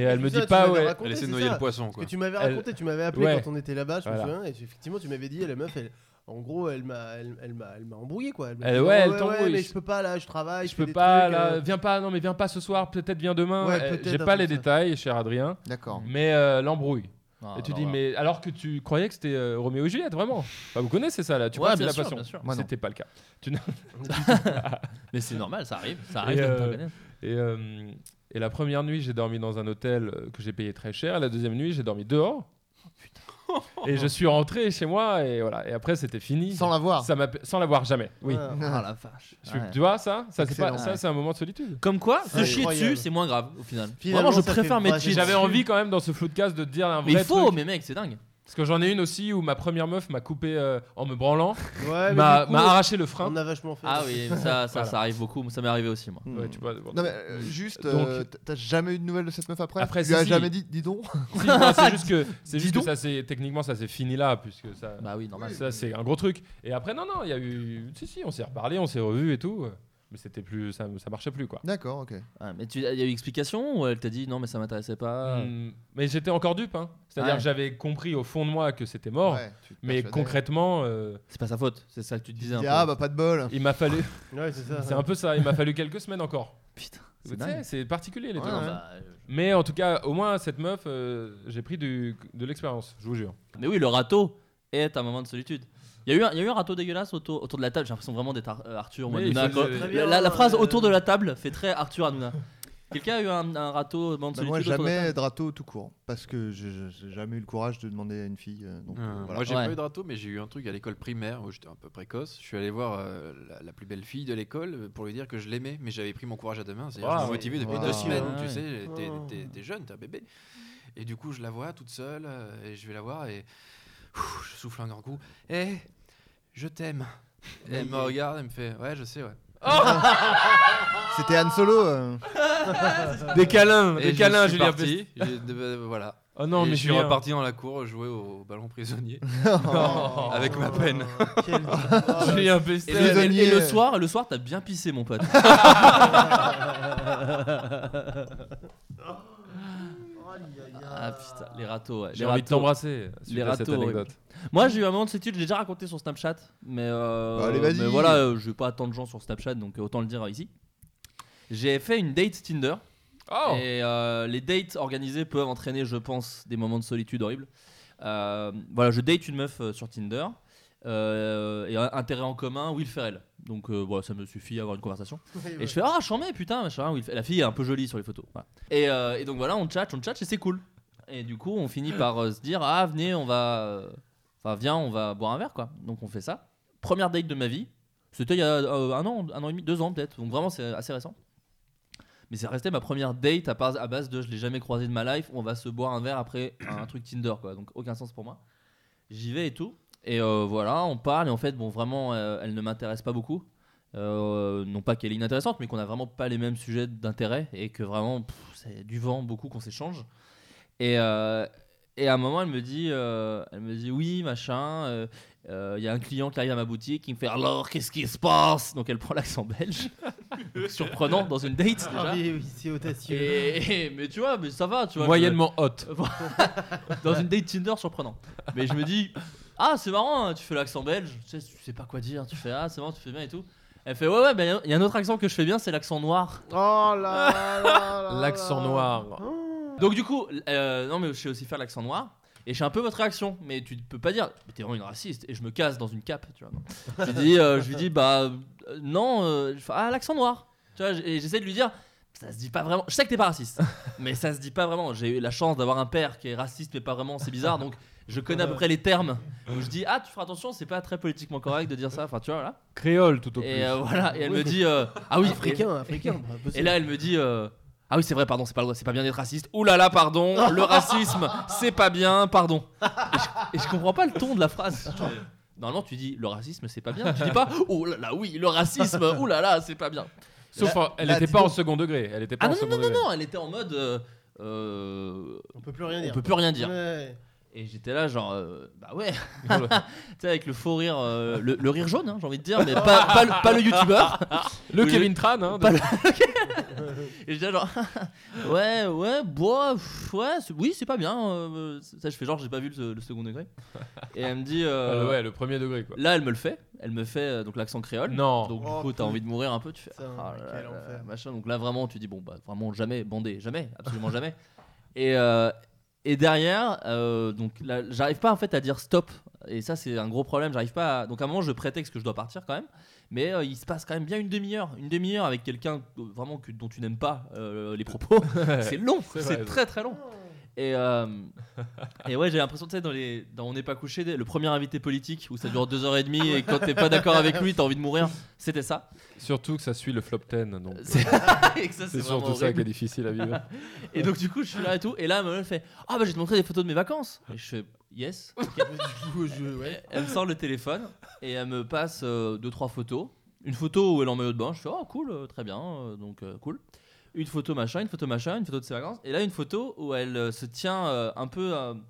[SPEAKER 2] C'est
[SPEAKER 6] elle me
[SPEAKER 2] ça,
[SPEAKER 6] dit
[SPEAKER 2] tu
[SPEAKER 6] pas
[SPEAKER 2] m'avais
[SPEAKER 6] ouais.
[SPEAKER 2] raconté,
[SPEAKER 5] Elle essaie de
[SPEAKER 2] c'est
[SPEAKER 5] noyer
[SPEAKER 2] ça.
[SPEAKER 5] le poisson,
[SPEAKER 2] que
[SPEAKER 5] quoi.
[SPEAKER 2] tu m'avais
[SPEAKER 6] Elle-
[SPEAKER 2] raconté, tu m'avais appelé
[SPEAKER 6] Ouais.
[SPEAKER 2] quand on était là-bas, je
[SPEAKER 6] Voilà.
[SPEAKER 2] me souviens, et tu- effectivement, tu m'avais dit, la meuf, elle, en gros, elle m'a, elle, elle m'a, elle m'a embrouillé, quoi. Elle m'a
[SPEAKER 6] Elle-
[SPEAKER 2] dit,
[SPEAKER 6] ouais, elle
[SPEAKER 2] ouais,
[SPEAKER 6] t'embrouille.
[SPEAKER 2] mais je peux pas, là, je travaille,
[SPEAKER 6] Je
[SPEAKER 2] fais
[SPEAKER 6] peux
[SPEAKER 2] ah, des
[SPEAKER 6] pas
[SPEAKER 2] trucs,
[SPEAKER 6] là,
[SPEAKER 2] euh,
[SPEAKER 6] viens pas, non mais viens pas ce soir, peut-être viens demain.
[SPEAKER 2] Ouais,
[SPEAKER 6] Euh,
[SPEAKER 2] peut-être
[SPEAKER 6] J'ai
[SPEAKER 2] un
[SPEAKER 6] pas
[SPEAKER 2] peu
[SPEAKER 6] les
[SPEAKER 2] ça.
[SPEAKER 6] détails, cher Adrien,
[SPEAKER 4] D'accord.
[SPEAKER 6] mais euh, l'embrouille.
[SPEAKER 1] Ah,
[SPEAKER 6] et tu
[SPEAKER 1] alors
[SPEAKER 6] dis
[SPEAKER 1] là.
[SPEAKER 6] mais alors que tu croyais que c'était euh, Roméo et Juliette vraiment. Enfin, vous connaissez ça là, tu
[SPEAKER 1] Ouais,
[SPEAKER 6] vois, c'est
[SPEAKER 1] bien
[SPEAKER 6] la
[SPEAKER 1] sûr,
[SPEAKER 6] passion.
[SPEAKER 1] bien sûr.
[SPEAKER 4] Moi, non.
[SPEAKER 6] C'était pas le cas.
[SPEAKER 1] Mais c'est normal, ça arrive. Ça arrive de ne
[SPEAKER 6] euh,
[SPEAKER 1] pas connaître.
[SPEAKER 6] Et, euh, et la première nuit, j'ai dormi dans un hôtel euh, que j'ai payé très cher. Et la deuxième nuit, j'ai dormi dehors. et je suis rentré chez moi et voilà. Et après, c'était fini.
[SPEAKER 4] Sans l'avoir.
[SPEAKER 6] Ça m'a- sans l'avoir jamais. Oui.
[SPEAKER 2] voilà.
[SPEAKER 1] Ah la vache.
[SPEAKER 6] Je suis-
[SPEAKER 1] Ouais.
[SPEAKER 6] Tu vois ça Ça, c'est pas-
[SPEAKER 4] Excellent.
[SPEAKER 6] ça, c'est un moment de solitude.
[SPEAKER 1] Comme quoi, se
[SPEAKER 2] Ouais.
[SPEAKER 1] chier
[SPEAKER 2] Incroyable.
[SPEAKER 1] dessus, c'est moins grave au final.
[SPEAKER 2] Finalement,
[SPEAKER 1] Vraiment, je
[SPEAKER 2] ça
[SPEAKER 1] préfère
[SPEAKER 2] fait
[SPEAKER 1] mettre
[SPEAKER 2] vrai-
[SPEAKER 1] chier
[SPEAKER 6] J'avais
[SPEAKER 1] dessus.
[SPEAKER 6] envie quand même dans ce floodcast de dire un vrai
[SPEAKER 1] Mais il faut,
[SPEAKER 6] truc.
[SPEAKER 1] mais mec, c'est dingue.
[SPEAKER 6] Parce que j'en ai une aussi où ma première meuf m'a coupé euh, en me branlant,
[SPEAKER 2] Ouais, mais
[SPEAKER 6] m'a
[SPEAKER 2] du coup,
[SPEAKER 6] m'a arraché le frein.
[SPEAKER 2] on a vachement fait.
[SPEAKER 1] Ah oui, ça, ça,
[SPEAKER 6] Voilà.
[SPEAKER 1] ça arrive beaucoup. Ça m'est arrivé aussi, moi.
[SPEAKER 6] Ouais, tu vois, bon.
[SPEAKER 4] Non mais euh, juste,
[SPEAKER 6] Donc-
[SPEAKER 4] euh, t- t'as jamais eu de nouvelles de cette meuf après
[SPEAKER 6] Après,
[SPEAKER 4] Tu
[SPEAKER 6] si,
[SPEAKER 4] lui as
[SPEAKER 6] si.
[SPEAKER 4] jamais dit, dis donc.
[SPEAKER 6] Si, non, c'est juste que, c'est
[SPEAKER 4] Dis
[SPEAKER 6] juste que
[SPEAKER 4] donc.
[SPEAKER 6] ça, c'est techniquement, ça s'est fini là, puisque ça.
[SPEAKER 1] Bah oui, normal.
[SPEAKER 6] Ça, c'est un gros truc. Et après, non, non, il y a eu. Si, si, on s'est reparlé, on s'est revu et tout. Mais c'était plus. Ça, ça marchait plus, quoi.
[SPEAKER 4] D'accord, ok.
[SPEAKER 1] Ah, mais tu- il y a eu explication ou elle t'a dit non, mais ça m'intéressait pas
[SPEAKER 6] Hmm, Mais j'étais encore dupe, hein.
[SPEAKER 1] Ah.
[SPEAKER 6] C'est-à-dire
[SPEAKER 1] Ouais.
[SPEAKER 6] que j'avais compris au fond de moi que c'était mort.
[SPEAKER 4] Ouais, tu
[SPEAKER 6] Oh,
[SPEAKER 4] te
[SPEAKER 6] mais
[SPEAKER 4] persuadais.
[SPEAKER 6] concrètement, euh,
[SPEAKER 1] C'est pas sa faute, c'est ça que tu te
[SPEAKER 4] Tu
[SPEAKER 1] disais
[SPEAKER 4] te
[SPEAKER 1] un
[SPEAKER 4] dis,
[SPEAKER 1] peu.
[SPEAKER 4] ah bah pas de bol.
[SPEAKER 6] il m'a fallu.
[SPEAKER 2] Ouais, c'est ça.
[SPEAKER 6] c'est un peu ça, il m'a fallu quelques semaines encore.
[SPEAKER 1] Putain,
[SPEAKER 6] Tu
[SPEAKER 1] c'est
[SPEAKER 6] sais,
[SPEAKER 1] dingue.
[SPEAKER 6] C'est particulier, les
[SPEAKER 4] Ouais,
[SPEAKER 6] trucs.
[SPEAKER 4] ouais.
[SPEAKER 1] Bah, euh,
[SPEAKER 6] Mais en tout cas, au moins, cette meuf, euh, j'ai pris du, de l'expérience, je vous jure.
[SPEAKER 1] Mais oui, le râteau est un moment de solitude. Il y, a eu un, il y a eu un râteau dégueulasse autour, autour de la table. J'ai l'impression vraiment d'être Ar- euh, Arthur ou
[SPEAKER 6] Oui,
[SPEAKER 1] Hanouna,
[SPEAKER 6] c'est-
[SPEAKER 1] quoi.
[SPEAKER 6] c'est-
[SPEAKER 1] La-
[SPEAKER 2] bien,
[SPEAKER 1] La, la phrase
[SPEAKER 2] euh,
[SPEAKER 1] autour de la table fait très Arthur Hanouna. Quelqu'un a eu un, un râteau, un moment de
[SPEAKER 4] Bah, moi
[SPEAKER 1] solitude autour de la
[SPEAKER 4] jamais drato tout court parce que je- je- j'ai jamais eu le courage de demander à une fille. euh,
[SPEAKER 6] Ah.
[SPEAKER 4] donc, euh, voilà.
[SPEAKER 5] Moi j'ai
[SPEAKER 1] Ah. Ouais.
[SPEAKER 5] pas eu de râteau, mais j'ai eu un truc à l'école primaire où j'étais un peu précoce. Je suis allé voir euh, la, la plus belle fille de l'école euh, pour lui dire que je l'aimais, mais j'avais pris mon courage à deux mains. C'est-à-dire
[SPEAKER 6] Waouh.
[SPEAKER 5] je me motivais depuis
[SPEAKER 4] Waouh.
[SPEAKER 5] deux semaines.
[SPEAKER 1] Ouais.
[SPEAKER 5] Tu sais, t'es-
[SPEAKER 2] Waouh.
[SPEAKER 5] t'es- t'es jeune, t'es un bébé. Et du coup, je la vois toute seule euh, et je vais la voir et Ouh, je souffle un grand coup. Eh, je t'aime. Et Elle me regarde, elle me fait ouais, je sais ouais.
[SPEAKER 4] C'était Han Solo. euh.
[SPEAKER 1] Euh,
[SPEAKER 6] Des câlins,
[SPEAKER 5] Et
[SPEAKER 6] des
[SPEAKER 5] je
[SPEAKER 6] câlins,
[SPEAKER 5] suis
[SPEAKER 6] Julien
[SPEAKER 5] parti. J'ai- euh, voilà.
[SPEAKER 6] Oh non,
[SPEAKER 5] Et
[SPEAKER 6] mais
[SPEAKER 5] je suis
[SPEAKER 6] Julien.
[SPEAKER 5] reparti dans la cour jouer au ballon prisonnier.
[SPEAKER 6] Oh.
[SPEAKER 5] Avec ma peine.
[SPEAKER 2] Quel- Oh,
[SPEAKER 6] Julien
[SPEAKER 1] Et
[SPEAKER 6] Pestel.
[SPEAKER 1] le, et- et le
[SPEAKER 4] Prisonnier.
[SPEAKER 1] soir, et le soir, t'as bien pissé, mon pote. Ah putain, les râteaux, ouais.
[SPEAKER 6] J'ai
[SPEAKER 1] Les
[SPEAKER 6] envie de
[SPEAKER 1] râteaux.
[SPEAKER 6] t'embrasser. suite
[SPEAKER 1] Les
[SPEAKER 6] à cette
[SPEAKER 1] râteaux, oui.
[SPEAKER 6] anecdote.
[SPEAKER 1] Moi, j'ai eu un moment de solitude, je l'ai déjà raconté sur Snapchat, mais, euh,
[SPEAKER 4] Bah, allez, vas-y.
[SPEAKER 1] mais voilà, euh, je vais pas attendre de gens sur Snapchat, donc euh, autant le dire ici. J'ai fait une date Tinder
[SPEAKER 6] Oh
[SPEAKER 1] et euh, les dates organisées peuvent entraîner, je pense, des moments de solitude horribles. Euh, voilà, je date une meuf euh, sur Tinder euh, et un intérêt en commun, Will Ferrell. Donc euh, voilà, ça me suffit à avoir une conversation. Et je fais ah chambé putain machin Will Fer- la fille est un peu jolie sur les photos Voilà. et, euh, et donc voilà on chat on chat et c'est cool et du coup on finit par euh, se dire ah venez on va euh, enfin viens on va boire un verre quoi donc on fait ça première date de ma vie C'était il y a euh, un an, un an et demi, deux ans peut-être. Donc vraiment, c'est assez récent. Mais c'est resté ma première date à, part- à base de je l'ai jamais croisé de ma life. On va se boire un verre après un truc Tinder, quoi. Donc aucun sens pour moi. J'y vais et tout. Et euh, voilà, on parle. Et en fait, bon, vraiment, euh, elle ne m'intéresse pas beaucoup. Euh, non pas qu'elle est inintéressante, mais qu'on n'a vraiment pas les mêmes sujets d'intérêt et que vraiment, pff, c'est du vent beaucoup qu'on s'échange. Et, euh, et à un moment, elle me dit, euh, elle me dit oui, machin. euh, euh, Il y a un client qui arrive à ma boutique, qui me fait alors qu'est-ce qui se passe Donc elle prend l'accent belge, surprenant dans une date
[SPEAKER 2] Ah
[SPEAKER 1] déjà.
[SPEAKER 2] oui, oui, c'est audacieux.
[SPEAKER 1] Et- et- mais tu vois, mais ça va, tu vois. je-
[SPEAKER 6] Moyennement haute.
[SPEAKER 1] dans une date Tinder surprenant. Mais je me dis, ah, c'est marrant, hein, tu fais l'accent belge, tu sais, tu sais pas quoi dire, tu fais, ah, c'est marrant, tu fais bien et tout. Elle fait, ouais, ouais, ben, il y a un autre accent que je fais bien, c'est l'accent noir.
[SPEAKER 2] Oh là là là là
[SPEAKER 6] L'accent
[SPEAKER 1] Ah.
[SPEAKER 2] là.
[SPEAKER 6] noir.
[SPEAKER 1] Donc, du coup, euh, non, mais je sais aussi faire l'accent noir. Et je sais un peu votre réaction, mais tu peux pas dire, mais t'es vraiment une raciste, et je me casse dans une cape, tu vois. non. je, lui dis, euh, je lui dis, bah, euh, non, euh, je fais, ah, l'accent noir. Tu vois, j- et j'essaie de lui dire, ça se dit pas vraiment. Je sais que t'es pas raciste, mais ça se dit pas vraiment. J'ai eu la chance d'avoir un père qui est raciste, mais pas vraiment, c'est bizarre, donc je connais à peu près les termes. Où je dis, ah, tu feras attention, c'est pas très politiquement correct de dire ça, enfin, tu vois, là.
[SPEAKER 6] Créole tout au plus.
[SPEAKER 1] Et euh, voilà, et elle me dit, euh, ah oui,
[SPEAKER 2] Africain,
[SPEAKER 1] africain.
[SPEAKER 2] africain. pas possible.
[SPEAKER 1] Et là, elle me dit euh, Ah oui, c'est vrai, pardon, c'est pas, le droit- c'est pas bien d'être raciste. Ouh là là, pardon, le racisme, c'est pas bien, pardon. Et je, et je comprends pas le ton de la phrase. Genre, Normalement, tu dis le racisme, c'est pas bien. Tu dis pas Ouh là là, oui, le racisme, ouh là là, c'est pas bien.
[SPEAKER 6] Sauf en- elle
[SPEAKER 4] là,
[SPEAKER 6] était
[SPEAKER 4] dis
[SPEAKER 6] pas en
[SPEAKER 4] donc.
[SPEAKER 6] second degré. Elle était pas
[SPEAKER 1] Ah
[SPEAKER 6] en
[SPEAKER 1] non, non,
[SPEAKER 6] second
[SPEAKER 1] non, non,
[SPEAKER 6] degré.
[SPEAKER 1] non, elle était en mode euh, euh,
[SPEAKER 2] On peut plus rien
[SPEAKER 1] On
[SPEAKER 2] dire.
[SPEAKER 1] peut plus rien dire.
[SPEAKER 2] Ouais.
[SPEAKER 1] Et j'étais là, genre, euh, bah ouais. tu sais, avec le faux rire, euh, le, le rire jaune, hein, j'ai envie de dire, mais pas, pas le- pas le youtubeur.
[SPEAKER 6] Le
[SPEAKER 1] Oui,
[SPEAKER 6] Kevin Tran. hein, de-
[SPEAKER 1] Pas Et j'étais là genre ouais ouais bois pff, ouais c'est- oui c'est pas bien euh, ça je fais genre j'ai pas vu le, le second degré et elle me dit euh,
[SPEAKER 6] Euh, ouais, le premier degré quoi.
[SPEAKER 1] là elle me le fait elle me fait euh, donc l'accent créole
[SPEAKER 6] Non.
[SPEAKER 1] donc du
[SPEAKER 2] Oh,
[SPEAKER 1] coup t'as
[SPEAKER 2] putain.
[SPEAKER 1] envie de mourir un peu tu fais
[SPEAKER 2] Putain,
[SPEAKER 1] ah là
[SPEAKER 2] quel
[SPEAKER 1] là là,
[SPEAKER 2] enfer.
[SPEAKER 1] machin donc là vraiment tu dis bon bah vraiment jamais bandé jamais absolument jamais et euh, et derrière euh, donc là, j'arrive pas en fait à dire stop et ça c'est un gros problème j'arrive pas à- donc à un moment je prétexte que je dois partir quand même mais euh, il se passe quand même bien une demi-heure une demi-heure avec quelqu'un euh, vraiment que, dont tu n'aimes pas euh, les propos c'est long
[SPEAKER 6] C'est vrai,
[SPEAKER 1] c'est très très long et, euh, et ouais, j'ai l'impression, tu sais, dans, les, dans On n'est pas couché, le premier invité politique où ça dure deux heures et demie et quand t'es pas d'accord avec lui, t'as envie de mourir, c'était ça.
[SPEAKER 6] Surtout que ça suit le flop 10. Donc.
[SPEAKER 1] C'est et que ça, c'est
[SPEAKER 6] C'est
[SPEAKER 1] vraiment
[SPEAKER 6] surtout ça qui
[SPEAKER 1] horrible.
[SPEAKER 6] est difficile à vivre.
[SPEAKER 1] Et donc, du coup, je suis là et tout. Et là, elle me fait Ah, bah, je vais te montrer des photos de mes vacances. Et je fais Yes.
[SPEAKER 2] Du coup, je- ouais.
[SPEAKER 1] Elle me sort le téléphone et elle me passe euh, deux, trois photos. Une photo où elle est en maillot de bain. Je fais Oh, cool, euh, très bien. euh, donc, euh, cool. Une photo machin, une photo machin, une photo de ses vacances. Et là, une photo où elle euh, se tient euh, un peu. euh, tu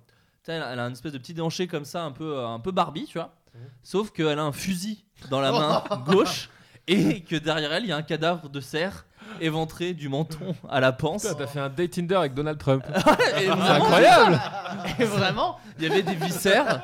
[SPEAKER 1] sais, elle a elle a une espèce de petit déhanché comme ça, un peu, euh, un peu Barbie, tu vois.
[SPEAKER 2] Mhm.
[SPEAKER 1] Sauf qu'elle a un fusil dans la main gauche et que derrière elle, il y a un cadavre de cerf éventré du menton à la panse.
[SPEAKER 6] Putain, T'as fait un date Tinder avec Donald Trump.
[SPEAKER 1] Et
[SPEAKER 6] C'est
[SPEAKER 1] Ah, vraiment,
[SPEAKER 6] incroyable.
[SPEAKER 1] et vraiment, il y avait des viscères.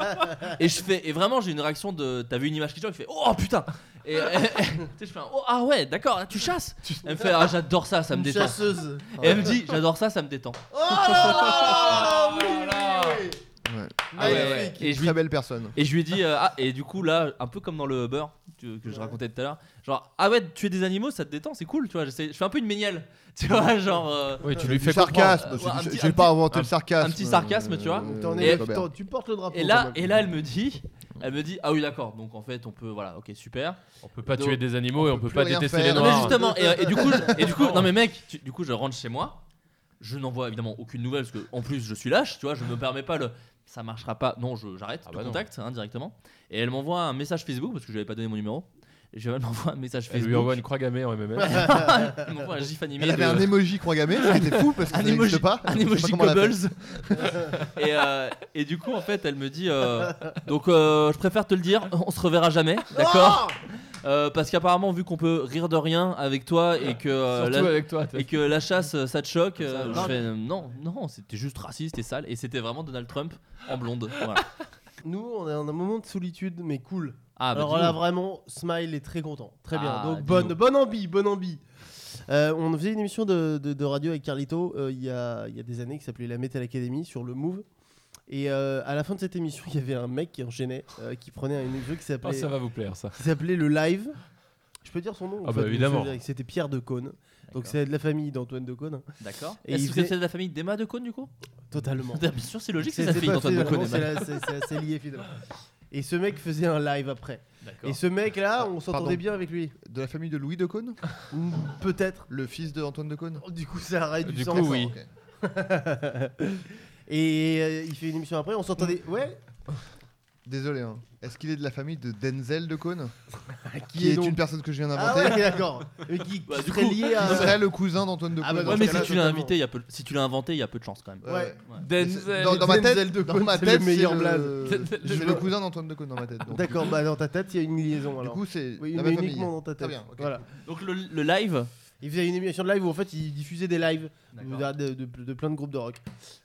[SPEAKER 1] Et je fais, et vraiment, j'ai une réaction de. T'as vu une image qui change, qui fait Oh putain Et, et- et- tu sais, je fais un, Oh ah ouais, d'accord, tu chasses Elle me fait Ah j'adore ça, ça me
[SPEAKER 2] Une
[SPEAKER 1] détend.
[SPEAKER 2] chasseuse.
[SPEAKER 1] Et elle me dit J'adore ça, ça me détend.
[SPEAKER 2] Oh là là
[SPEAKER 6] Oh là là.
[SPEAKER 4] Ouais.
[SPEAKER 6] Ah ouais, ouais.
[SPEAKER 2] Magnifique.
[SPEAKER 1] Et je lui,
[SPEAKER 4] Très belle personne.
[SPEAKER 1] et je lui dis Ah, et du coup, là, un peu comme dans le beurre tu- que je racontais tout à l'heure, genre Ah ouais, tuer des animaux, ça te détend, c'est cool, tu vois. j'essaie- Je fais un peu une ménielle, tu vois, genre. euh,
[SPEAKER 6] Oui, tu lui
[SPEAKER 4] Du
[SPEAKER 6] fais
[SPEAKER 4] sarcasme.
[SPEAKER 1] comprendre.
[SPEAKER 4] c'est du-
[SPEAKER 1] Ouais, un petit-
[SPEAKER 4] J'ai pas inventé
[SPEAKER 6] un-
[SPEAKER 4] le sarcasme.
[SPEAKER 1] un petit sarcasme, tu vois.
[SPEAKER 2] T'en
[SPEAKER 4] euh,
[SPEAKER 2] es-
[SPEAKER 4] Robert.
[SPEAKER 2] t'en- Tu portes le drapeau.
[SPEAKER 1] Et là,
[SPEAKER 2] quand même.
[SPEAKER 1] et là, elle me dit, elle me dit, ah oui, d'accord. Donc en fait, on peut, voilà, ok, super.
[SPEAKER 6] On peut pas
[SPEAKER 1] Donc,
[SPEAKER 6] tuer des animaux et on peut
[SPEAKER 4] plus
[SPEAKER 6] pas
[SPEAKER 4] rien
[SPEAKER 6] détester
[SPEAKER 4] faire.
[SPEAKER 6] les
[SPEAKER 1] Non, mais
[SPEAKER 6] noirs.
[SPEAKER 1] justement, et, et du coup, je- et du coup, non mais mec, tu- du coup, je rentre chez moi, je n'envoie évidemment aucune nouvelle parce que en plus je suis lâche, tu vois, je me permets pas le, ça marchera pas, non, je- j'arrête
[SPEAKER 6] Ah
[SPEAKER 1] le
[SPEAKER 6] bah non.
[SPEAKER 1] contact hein, directement. Et elle m'envoie un message Facebook parce que je lui avais pas donné mon numéro. Et je elle m'envoie un message
[SPEAKER 6] Elle
[SPEAKER 1] Facebook.
[SPEAKER 6] lui envoie une croix gammée en MMA.
[SPEAKER 1] elle m'envoie un gif animé.
[SPEAKER 4] Elle avait
[SPEAKER 1] de-
[SPEAKER 4] un emoji croix gammée, c'était fou parce que
[SPEAKER 1] un
[SPEAKER 4] ça
[SPEAKER 1] emoji,
[SPEAKER 4] n'existe pas.
[SPEAKER 1] un
[SPEAKER 4] Je sais pas
[SPEAKER 1] emoji
[SPEAKER 4] comment on l'appelle.
[SPEAKER 1] Goebbels. et, euh, et du coup, en fait, elle me dit euh, Donc, euh, je préfère te le dire, on se reverra jamais, d'accord Euh, Parce qu'apparemment, vu qu'on peut rire de rien avec toi et que, euh,
[SPEAKER 6] Surtout
[SPEAKER 1] la,
[SPEAKER 6] avec toi. t'as-
[SPEAKER 1] et que la chasse, euh, ça te choque, euh,
[SPEAKER 2] Ça,
[SPEAKER 1] je
[SPEAKER 2] non.
[SPEAKER 1] fais, euh, non, non, c'était juste raciste et sale. Et c'était vraiment Donald Trump en blonde. Voilà.
[SPEAKER 2] Nous, on est en un moment de solitude, mais cool.
[SPEAKER 1] Ah, bah,
[SPEAKER 2] Alors
[SPEAKER 1] dis
[SPEAKER 2] là,
[SPEAKER 1] donc.
[SPEAKER 2] vraiment, Smile est très content. Très bien.
[SPEAKER 1] Ah,
[SPEAKER 2] Donc,
[SPEAKER 1] dis
[SPEAKER 2] bonne,
[SPEAKER 1] donc.
[SPEAKER 2] bonne envie, bonne envie. Euh, on faisait une émission de, de- de radio avec Carlito euh, il y, a, il y a des années qui s'appelait La Metal Academy sur le Move. Et euh, à la fin de cette émission, il y avait un mec qui enchaînait, euh, qui prenait un jeu qui
[SPEAKER 6] Ah,
[SPEAKER 2] s'appelait
[SPEAKER 6] ça va vous plaire ça.
[SPEAKER 2] qui s'appelait le Live. Je peux dire son nom en
[SPEAKER 6] Ah bah,
[SPEAKER 2] fait, mais
[SPEAKER 6] évidemment.
[SPEAKER 2] je- C'était Pierre de Cône. Donc
[SPEAKER 1] D'accord.
[SPEAKER 2] c'est de la famille d'Antoine de Cône.
[SPEAKER 1] D'accord.
[SPEAKER 2] Et
[SPEAKER 1] Est-ce
[SPEAKER 2] il
[SPEAKER 1] que
[SPEAKER 2] faisait-
[SPEAKER 1] c'est de la famille d'Emma de Cône du coup
[SPEAKER 2] Totalement.
[SPEAKER 1] Bien sûr, c'est logique, c'est sa
[SPEAKER 2] C'est
[SPEAKER 1] fille,
[SPEAKER 2] pas
[SPEAKER 1] Antoine de
[SPEAKER 2] fait,
[SPEAKER 1] Cône.
[SPEAKER 2] non,
[SPEAKER 1] Emma.
[SPEAKER 2] C'est la- c'est- c'est- c'est lié finalement. Et ce mec faisait un live après. Et ce mec-là, on s'entendait
[SPEAKER 4] Pardon.
[SPEAKER 2] bien avec lui.
[SPEAKER 4] De la famille de Louis de Caunes
[SPEAKER 2] Ou Peut-être.
[SPEAKER 4] Le fils de Antoine de Caunes
[SPEAKER 2] Du coup, ça arrête du,
[SPEAKER 6] Du
[SPEAKER 2] sens.
[SPEAKER 6] coup, oui.
[SPEAKER 4] ok.
[SPEAKER 2] Et euh, il fait une émission après, on s'entendait. Ouais
[SPEAKER 4] Désolé. hein. Est-ce qu'il est de la famille de Denzel de Caunes Qui,
[SPEAKER 2] est
[SPEAKER 4] est,
[SPEAKER 2] donc-
[SPEAKER 4] une personne que je viens
[SPEAKER 2] Ah
[SPEAKER 4] d'inventer
[SPEAKER 2] ouais, d'accord. Mais qui, qui
[SPEAKER 1] Bah, du
[SPEAKER 2] serait
[SPEAKER 1] coup,
[SPEAKER 2] lié
[SPEAKER 4] Qui
[SPEAKER 2] à.
[SPEAKER 4] serait le cousin d'Antoine de Caunes
[SPEAKER 2] Ah bah,
[SPEAKER 1] Ouais,
[SPEAKER 2] dans
[SPEAKER 1] mais
[SPEAKER 2] ce
[SPEAKER 1] si
[SPEAKER 2] cas-là,
[SPEAKER 1] tu l'as
[SPEAKER 2] totalement.
[SPEAKER 1] invité, il y a peu, si tu l'as inventé, il y a peu de chance quand même.
[SPEAKER 4] Ouais.
[SPEAKER 2] Ouais.
[SPEAKER 6] Denzel.
[SPEAKER 4] Dans, dans ma tête,
[SPEAKER 2] Denzel de
[SPEAKER 4] dans
[SPEAKER 2] Caunes,
[SPEAKER 4] ma
[SPEAKER 2] c'est
[SPEAKER 4] tête,
[SPEAKER 2] le meilleur
[SPEAKER 4] c'est
[SPEAKER 2] blaze.
[SPEAKER 4] le-
[SPEAKER 2] Je
[SPEAKER 4] C'est le
[SPEAKER 2] vois.
[SPEAKER 4] cousin d'Antoine de Caunes dans ma tête. donc.
[SPEAKER 2] D'accord, bah dans ta tête, il y a une liaison
[SPEAKER 4] Du
[SPEAKER 2] alors.
[SPEAKER 4] coup, c'est
[SPEAKER 2] Oui,
[SPEAKER 4] la
[SPEAKER 2] mais
[SPEAKER 4] même famille.
[SPEAKER 2] uniquement dans ta tête.
[SPEAKER 4] Très bien, ok.
[SPEAKER 2] Voilà.
[SPEAKER 1] Donc le, le live,
[SPEAKER 2] Il faisait une émission de live où en fait il diffusait des lives
[SPEAKER 1] D'accord.
[SPEAKER 2] de, de- de- de plein de groupes de rock.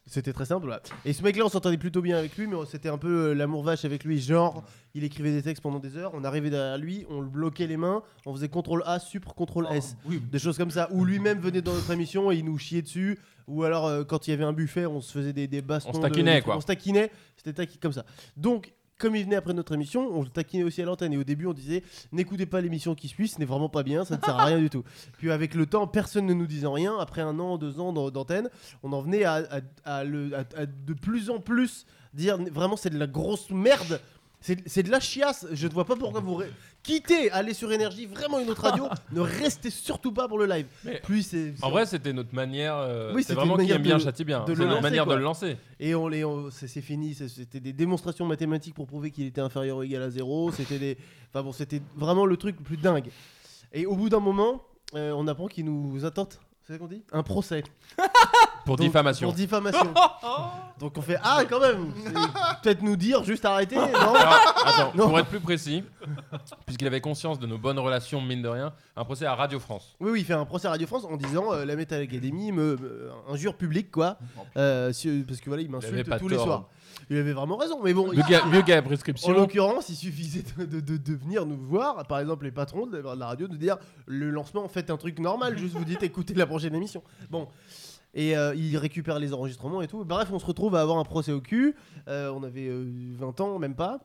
[SPEAKER 2] C'était très simple. voilà. Et ce mec-là, on s'entendait plutôt bien avec lui, mais on- c'était un peu euh, l'amour vache avec lui. Genre, il écrivait des textes pendant des heures, on arrivait derrière lui, on le bloquait les mains, on faisait CTRL A, SUPRE, CTRL S.
[SPEAKER 6] Oh,
[SPEAKER 2] Des choses comme ça. Ou lui-même venait dans notre émission et il nous chiait dessus. Ou alors, euh, quand il y avait un buffet, on se faisait des, des bastons.
[SPEAKER 6] On se
[SPEAKER 2] de-
[SPEAKER 6] taquinait,
[SPEAKER 2] de-
[SPEAKER 6] quoi.
[SPEAKER 2] On se taquinait, c'était taqui- comme ça. Donc. Comme il venait après notre émission, on le taquinait aussi à l'antenne. Et au début, on disait N'écoutez pas l'émission qui suit, ce n'est vraiment pas bien, ça ne sert à rien du tout. Puis, avec le temps, personne ne nous disait rien. Après un an, deux ans d'an- d'antenne, on en venait à, à- à le- à- à de plus en plus dire vraiment c'est de la grosse merde. C'est c'est de la chiasse, je ne vois pas pourquoi vous ré- quittez, allez sur énergie, vraiment une autre radio, ne restez surtout pas pour le live.
[SPEAKER 6] Mais-
[SPEAKER 2] Plus c'est
[SPEAKER 6] En vrai, c'était notre manière. euh,
[SPEAKER 2] Oui,
[SPEAKER 6] c'est
[SPEAKER 2] c'était
[SPEAKER 6] vraiment
[SPEAKER 2] une
[SPEAKER 6] qui
[SPEAKER 2] manière
[SPEAKER 6] aime bien
[SPEAKER 2] de-
[SPEAKER 6] châtie bien.
[SPEAKER 2] de
[SPEAKER 6] C'est
[SPEAKER 2] le
[SPEAKER 6] notre
[SPEAKER 2] lancer,
[SPEAKER 6] manière
[SPEAKER 2] quoi.
[SPEAKER 6] de le lancer.
[SPEAKER 2] et on les on- c'est c'est fini, c'est- c'était des démonstrations mathématiques pour prouver qu'il était inférieur ou égal à zéro, c'était des enfin bon, c'était vraiment le truc le plus dingue. Et au bout d'un moment, euh, on apprend qu'il nous attente, c'est ça qu'on dit Un procès
[SPEAKER 6] Pour
[SPEAKER 2] Donc,
[SPEAKER 6] diffamation.
[SPEAKER 2] Pour diffamation. Donc on fait ah quand même, c'est- peut-être nous dire juste arrêtez, non
[SPEAKER 6] Alors, attends,
[SPEAKER 2] Non.
[SPEAKER 6] pour être plus précis, puisqu'il avait conscience de nos bonnes relations, mine de rien, un procès à Radio France.
[SPEAKER 2] Oui, oui, il fait un procès à Radio France en disant euh, la Metal Academy me, me- injure publique, quoi. Euh, si- parce que voilà, il
[SPEAKER 6] avait
[SPEAKER 2] m'insulte
[SPEAKER 6] pas
[SPEAKER 2] tous les
[SPEAKER 6] tort. hein.
[SPEAKER 2] soirs. Il avait vraiment raison, mais bon.
[SPEAKER 6] Le
[SPEAKER 2] il-
[SPEAKER 6] gars, le gars à
[SPEAKER 2] En
[SPEAKER 6] prescription.
[SPEAKER 2] l'occurrence, il suffisait de, de- de- de venir nous voir, par exemple les patrons de la, de la radio, de dire le lancement, faites un truc normal, juste vous dites écoutez la prochaine émission. Bon. Et euh, il récupère les enregistrements et tout. Bref, on se retrouve à avoir un procès au cul. Euh, on avait euh, 20 ans, même pas.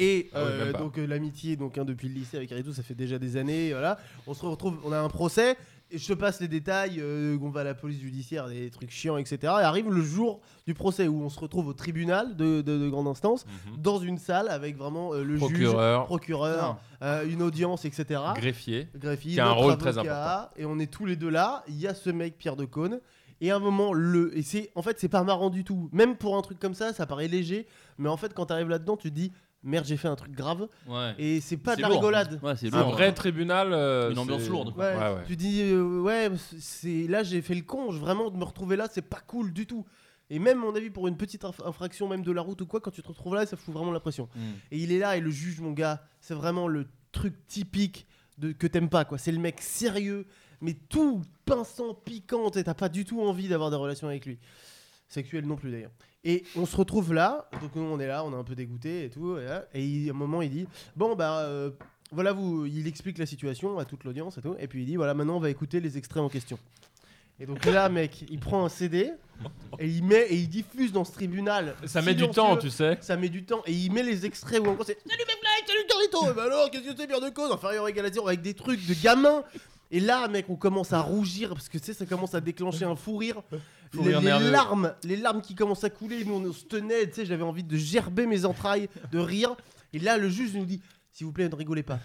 [SPEAKER 2] Et
[SPEAKER 6] Ah oui,
[SPEAKER 2] euh,
[SPEAKER 6] même pas.
[SPEAKER 2] donc euh, l'amitié, donc hein, depuis le lycée avec Aritou, ça fait déjà des années. Voilà, on se retrouve, on a un procès. Et je te passe les détails. euh, on va à la police judiciaire, des trucs chiants, etc. Et arrive le jour du procès où on se retrouve au tribunal de, de- de grande instance, dans une salle avec vraiment euh, le juge,
[SPEAKER 6] Mhm. Procureur,
[SPEAKER 2] procureur, euh, une audience, etc.
[SPEAKER 6] greffier.
[SPEAKER 2] Greffier,
[SPEAKER 6] Qui a un
[SPEAKER 2] notre
[SPEAKER 6] rôle très
[SPEAKER 2] avocat, Et on est tous les deux là. Il y a ce mec Pierre de Cône. Et à un moment, le. Et c'est. En fait, c'est pas marrant du tout. Même pour un truc comme ça, ça paraît léger. Mais en fait, quand t'arrives là-dedans, tu te dis merde, j'ai fait un truc grave.
[SPEAKER 1] ouais.
[SPEAKER 2] Et c'est pas de
[SPEAKER 1] C'est
[SPEAKER 2] la
[SPEAKER 1] lourd. hein.
[SPEAKER 2] rigolade.
[SPEAKER 1] Ouais, c'est
[SPEAKER 6] Un
[SPEAKER 1] lourd.
[SPEAKER 6] vrai tribunal. euh,
[SPEAKER 1] Une ambiance
[SPEAKER 6] c'est-
[SPEAKER 1] lourde,
[SPEAKER 2] Ouais,
[SPEAKER 6] Ouais, ouais.
[SPEAKER 2] Tu dis euh, ouais, c'est là j'ai fait le con. je- Vraiment de me retrouver là, c'est pas cool du tout. Et même mon avis pour une petite inf- infraction, même de la route ou quoi, quand tu te retrouves là, ça fout vraiment la pression.
[SPEAKER 1] Mm.
[SPEAKER 2] Et il est là et le juge, mon gars, c'est vraiment le truc typique de que t'aimes pas quoi. C'est le mec sérieux, mais tout pinçant, piquant, et t'as pas du tout envie d'avoir des relations avec lui. Sexuel non plus d'ailleurs. Et on se retrouve là, donc nous on est là, on est un peu dégoûté et tout. Et, là, et il- à un moment il dit Bon bah euh, voilà, vous, il explique la situation à toute l'audience et tout. Et puis il dit Voilà, maintenant on va écouter les extraits en question. Et donc là, mec, il prend un CD et il met et il diffuse dans ce tribunal.
[SPEAKER 6] Ça met du temps,
[SPEAKER 2] silencieux.
[SPEAKER 6] tu sais.
[SPEAKER 2] Ça met du temps et il met les extraits où en gros c'est Salut mes blagues, salut Carlito Et bah alors, qu'est-ce que c'est, Pierre de cause Inférieur égal à zéro avec des trucs de gamin Et là, mec, on commence à rougir parce que tu sais, ça commence à déclencher un fou rire.
[SPEAKER 6] Fou
[SPEAKER 2] les,
[SPEAKER 6] rire
[SPEAKER 2] les
[SPEAKER 6] nerveux.
[SPEAKER 2] larmes, les larmes qui commencent à couler. Nous, on se tenait, tu sais, j'avais envie de gerber mes entrailles, de rire. Et là, le juge nous dit S'il vous plaît, ne rigolez pas.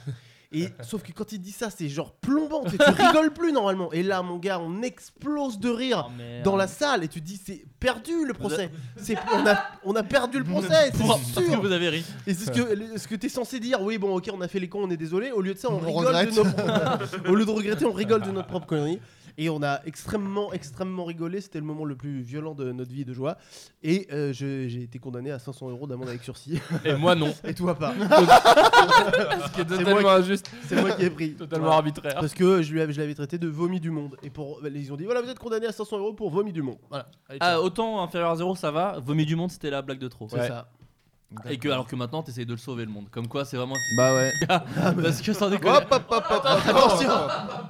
[SPEAKER 2] Et sauf que quand il dit ça, c'est genre plombant, tu sais, tu rigoles plus normalement. Et là, mon gars, on explose de rire
[SPEAKER 1] Oh, merde.
[SPEAKER 2] Ah, dans la salle et tu te dis c'est perdu le procès. C'est on a on a perdu le procès,
[SPEAKER 1] Pour-
[SPEAKER 2] c'est
[SPEAKER 1] parce que
[SPEAKER 2] sûr.
[SPEAKER 1] vous avez ri.
[SPEAKER 2] Et c'est ce que ce que t'es censé dire. Oui bon ok on a fait les cons, on est désolé. Au lieu de ça on,
[SPEAKER 4] On
[SPEAKER 2] rigole
[SPEAKER 4] regrette.
[SPEAKER 2] de nos au lieu de regretter on rigole de notre propre connerie. Et on a extrêmement extrêmement rigolé. C'était le moment le plus violent de notre vie de joie. Et euh, je- j'ai été condamné à 500 euros d'amende avec sursis.
[SPEAKER 6] Et moi, non.
[SPEAKER 2] Et toi pas.
[SPEAKER 6] Ce qui est
[SPEAKER 2] moi
[SPEAKER 6] totalement injuste,
[SPEAKER 2] C'est moi qui ai pris.
[SPEAKER 6] totalement
[SPEAKER 2] Voilà.
[SPEAKER 6] arbitraire.
[SPEAKER 2] Parce que je lui avais- je l'avais traité de vomi du monde. Et pour bah, ils ont dit voilà vous êtes condamné à 500 euros pour vomi du monde. Voilà. Allez,
[SPEAKER 1] Ah,
[SPEAKER 2] ciao.
[SPEAKER 1] autant inférieur à 0 ça va, vomi du monde c'était la blague de trop.
[SPEAKER 2] c'est
[SPEAKER 6] ouais.
[SPEAKER 2] ça.
[SPEAKER 1] Et que alors que maintenant t'essayes de le sauver le monde. Comme quoi c'est vraiment
[SPEAKER 4] Bah ouais.
[SPEAKER 2] Ah,
[SPEAKER 1] parce que sans déconner.
[SPEAKER 4] Hop, hop, hop, hop, hop.
[SPEAKER 2] Attention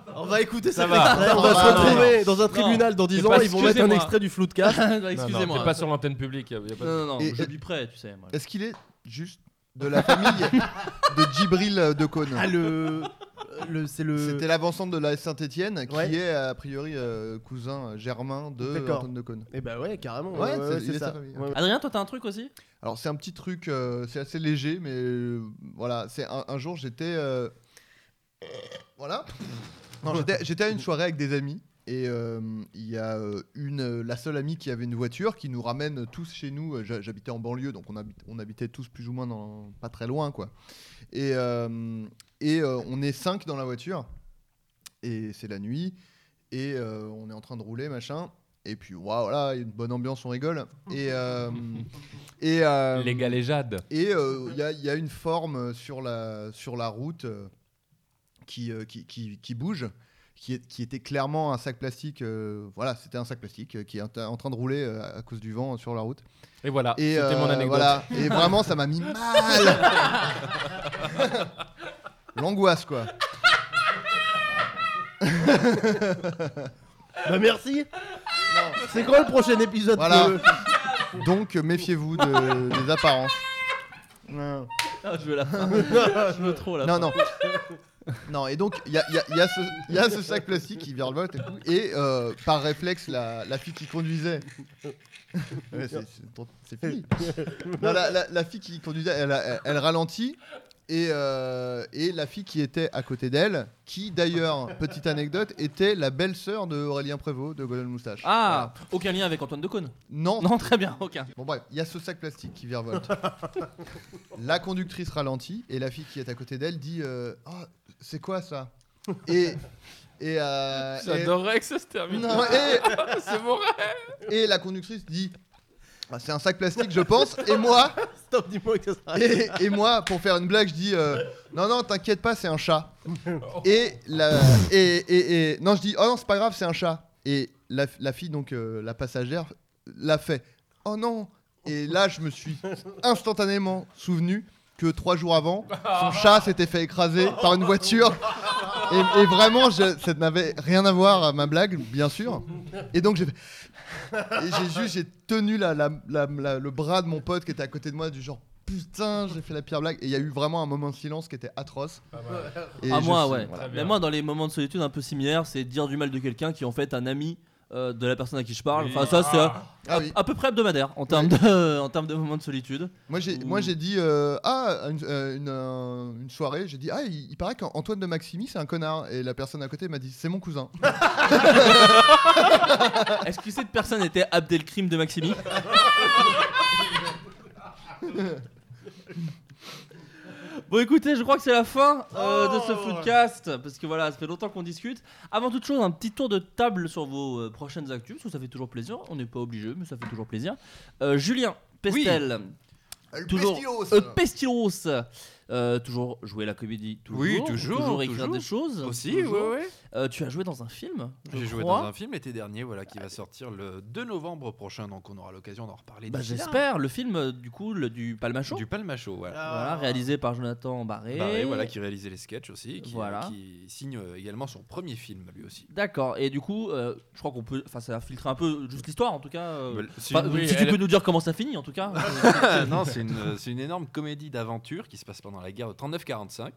[SPEAKER 4] Oh.
[SPEAKER 2] On va écouter
[SPEAKER 6] Ça
[SPEAKER 2] cet
[SPEAKER 6] va.
[SPEAKER 2] extrait, on va
[SPEAKER 1] Ça va,
[SPEAKER 2] se
[SPEAKER 1] non.
[SPEAKER 2] retrouver dans un tribunal dans 10
[SPEAKER 1] C'est
[SPEAKER 2] ans,
[SPEAKER 1] pas-
[SPEAKER 2] ils vont mettre un
[SPEAKER 1] excusez-moi.
[SPEAKER 2] extrait du flou de cast.
[SPEAKER 1] Non,
[SPEAKER 6] Non, non,
[SPEAKER 1] Excusez-moi.
[SPEAKER 6] T'es pas sur l'antenne publique. y a- y a pas de-
[SPEAKER 1] Non non non,
[SPEAKER 4] Et-
[SPEAKER 1] je
[SPEAKER 4] et-
[SPEAKER 1] lui prêt, tu sais. moi.
[SPEAKER 4] Est-ce qu'il est juste de la famille de Djibril de Cône
[SPEAKER 2] Ah, le... le- c'est le.
[SPEAKER 4] C'était l'avancante de la Saint-Etienne qui
[SPEAKER 2] Ouais.
[SPEAKER 4] est a priori euh, cousin germain de
[SPEAKER 2] D'accord.
[SPEAKER 4] Antoine de Caunes.
[SPEAKER 2] Eh bah ouais, carrément.
[SPEAKER 4] Ouais, c'est- il est servi.
[SPEAKER 2] Ouais, ouais.
[SPEAKER 1] Adrien, toi, t'as un truc aussi
[SPEAKER 4] Alors c'est un petit truc, euh, c'est assez léger, mais euh, voilà, c'est un, un jour j'étais, euh, voilà, Non, j'étais- j'étais à une soirée avec des amis et euh, il y a euh, une, euh, la seule amie qui avait une voiture qui nous ramène tous chez nous. Euh, j'ha- J'habitais en banlieue, donc on, habite- on habitait tous plus ou moins dans, pas très loin quoi. Et euh, et euh, on est cinq dans la voiture et c'est la nuit et euh, on est en train de rouler machin. Et puis waouh là, il y a une bonne ambiance, on rigole. Et euh, et euh,
[SPEAKER 6] Les galéjades.
[SPEAKER 4] et euh, il y, a- il y a une forme euh, sur la, sur la route euh, qui, euh, qui, qui- qui bouge, qui, est- qui était clairement un sac plastique. euh, voilà, c'était un sac plastique euh, qui est en train- en train de rouler euh, à cause du vent sur la route.
[SPEAKER 6] Et voilà,
[SPEAKER 4] Et,
[SPEAKER 6] Ah, c'était
[SPEAKER 4] euh,
[SPEAKER 6] mon anecdote.
[SPEAKER 4] voilà. et vraiment, ça m'a mis mal. L'angoisse, quoi.
[SPEAKER 2] Bah merci. C'est quoi le prochain épisode
[SPEAKER 4] Voilà.
[SPEAKER 2] de-
[SPEAKER 4] Donc, euh, méfiez-vous de- des apparences.
[SPEAKER 1] Ah, je veux la fin. je veux trop la
[SPEAKER 4] Non, non. Non, et donc, il y a, il y a- il y a ce- il y a ce sac plastique qui vient le vote et tout. Et euh, par réflexe, la, la fille qui conduisait. Ouais, c'est- c'est trop- c'est fini. Non, la, la- la fille qui conduisait, elle, a- elle- elle ralentit. Et, euh, et la fille qui était à côté d'elle, qui d'ailleurs, petite anecdote, était la belle-sœur de Aurélien Prévost de Golden Moustache.
[SPEAKER 1] Ah, aucun lien avec Antoine de Caunes.
[SPEAKER 4] Non,
[SPEAKER 1] Non, très bien, aucun.
[SPEAKER 4] Bon bref, il y a ce sac plastique qui virevolte. la conductrice ralentit et la fille qui est à côté d'elle dit euh, Oh, c'est quoi ça Et et, euh, et-
[SPEAKER 6] J'adorerais que ça se termine.
[SPEAKER 4] Non, et-
[SPEAKER 6] C'est mon rêve.
[SPEAKER 4] et la conductrice dit Ah, c'est un sac plastique je pense et moi
[SPEAKER 2] Stop, dis-moi que ça sera.
[SPEAKER 4] et, et moi pour faire une blague je dis euh, non non t'inquiète pas c'est un chat et la et, et- et- non je dis oh non c'est pas grave c'est un chat et la, la fille donc euh, la passagère l'a fait oh non et là je me suis instantanément souvenu que trois jours avant son chat s'était fait écraser par une voiture et, et vraiment je- ça n'avait rien à voir à ma blague bien sûr et donc j'ai fait et j'ai juste j'ai tenu la- la- la- la- le bras de mon pote qui était à côté de moi du genre putain j'ai fait la pire blague et il y a eu vraiment un moment de silence qui était atroce. Et
[SPEAKER 1] ah,
[SPEAKER 4] je
[SPEAKER 1] moi,
[SPEAKER 4] sais-
[SPEAKER 1] ouais.
[SPEAKER 4] voilà.
[SPEAKER 6] Très bien.
[SPEAKER 1] Mais moi, dans les moments de solitude un peu similaires, c'est dire du mal de quelqu'un qui est en fait un ami euh, de la personne à qui je parle.
[SPEAKER 6] Oui.
[SPEAKER 1] Enfin, ça, c'est euh,
[SPEAKER 6] Ah.
[SPEAKER 4] Ah oui.
[SPEAKER 1] à peu près hebdomadaire en termes de, en termes de moments de solitude.
[SPEAKER 4] Moi j'ai
[SPEAKER 1] Ouh.
[SPEAKER 4] moi j'ai dit euh, ah à une, euh, une, euh, une soirée j'ai dit ah il, il paraît qu'Antoine de Maximi c'est un connard et la personne à côté m'a dit c'est mon cousin.
[SPEAKER 1] Est-ce que cette personne était Abdelkrim de Maximi Bon écoutez, je crois que c'est la fin euh, de ce
[SPEAKER 5] Oh.
[SPEAKER 1] foodcast parce que voilà, ça fait longtemps qu'on discute. Avant toute chose, un petit tour de table sur vos euh, prochaines actus, parce que ça fait toujours plaisir. On n'est pas obligé, mais ça fait toujours plaisir. Euh, Julien Pestel,
[SPEAKER 4] El
[SPEAKER 1] Toujours-
[SPEAKER 4] Pestilos.
[SPEAKER 1] euh, Pestilos, euh, toujours jouer la comédie, toujours,
[SPEAKER 5] Oui, toujours,
[SPEAKER 1] écrire
[SPEAKER 5] toujours.
[SPEAKER 1] des choses.
[SPEAKER 5] Aussi,
[SPEAKER 1] toujours.
[SPEAKER 5] ouais, ouais.
[SPEAKER 1] Euh, tu as joué dans un film je
[SPEAKER 5] J'ai joué
[SPEAKER 1] crois.
[SPEAKER 5] dans un film l'été dernier, voilà, qui va sortir le 2 novembre prochain, donc on aura l'occasion d'en reparler.
[SPEAKER 1] Bah,
[SPEAKER 5] d'ici là. hein.
[SPEAKER 1] J'espère, le film euh, du coup le- du Palmachon.
[SPEAKER 5] Du Palmacho, voilà.
[SPEAKER 1] Ah. Voilà, réalisé par Jonathan Barré.
[SPEAKER 5] Barré, voilà, qui réalisait les sketchs aussi, qui, euh,
[SPEAKER 1] Voilà.
[SPEAKER 5] qui signe euh, également son premier film lui aussi.
[SPEAKER 1] D'accord, et du coup, euh, je crois qu'on peut. Enfin, ça filtre un peu juste l'histoire en tout cas. euh,
[SPEAKER 5] Mais c'est
[SPEAKER 1] enfin,
[SPEAKER 5] une-
[SPEAKER 1] si tu peux nous dire comment ça finit en tout cas.
[SPEAKER 5] bah, non, c'est une, euh, c'est une énorme comédie d'aventure qui se passe pendant la guerre de 39-45,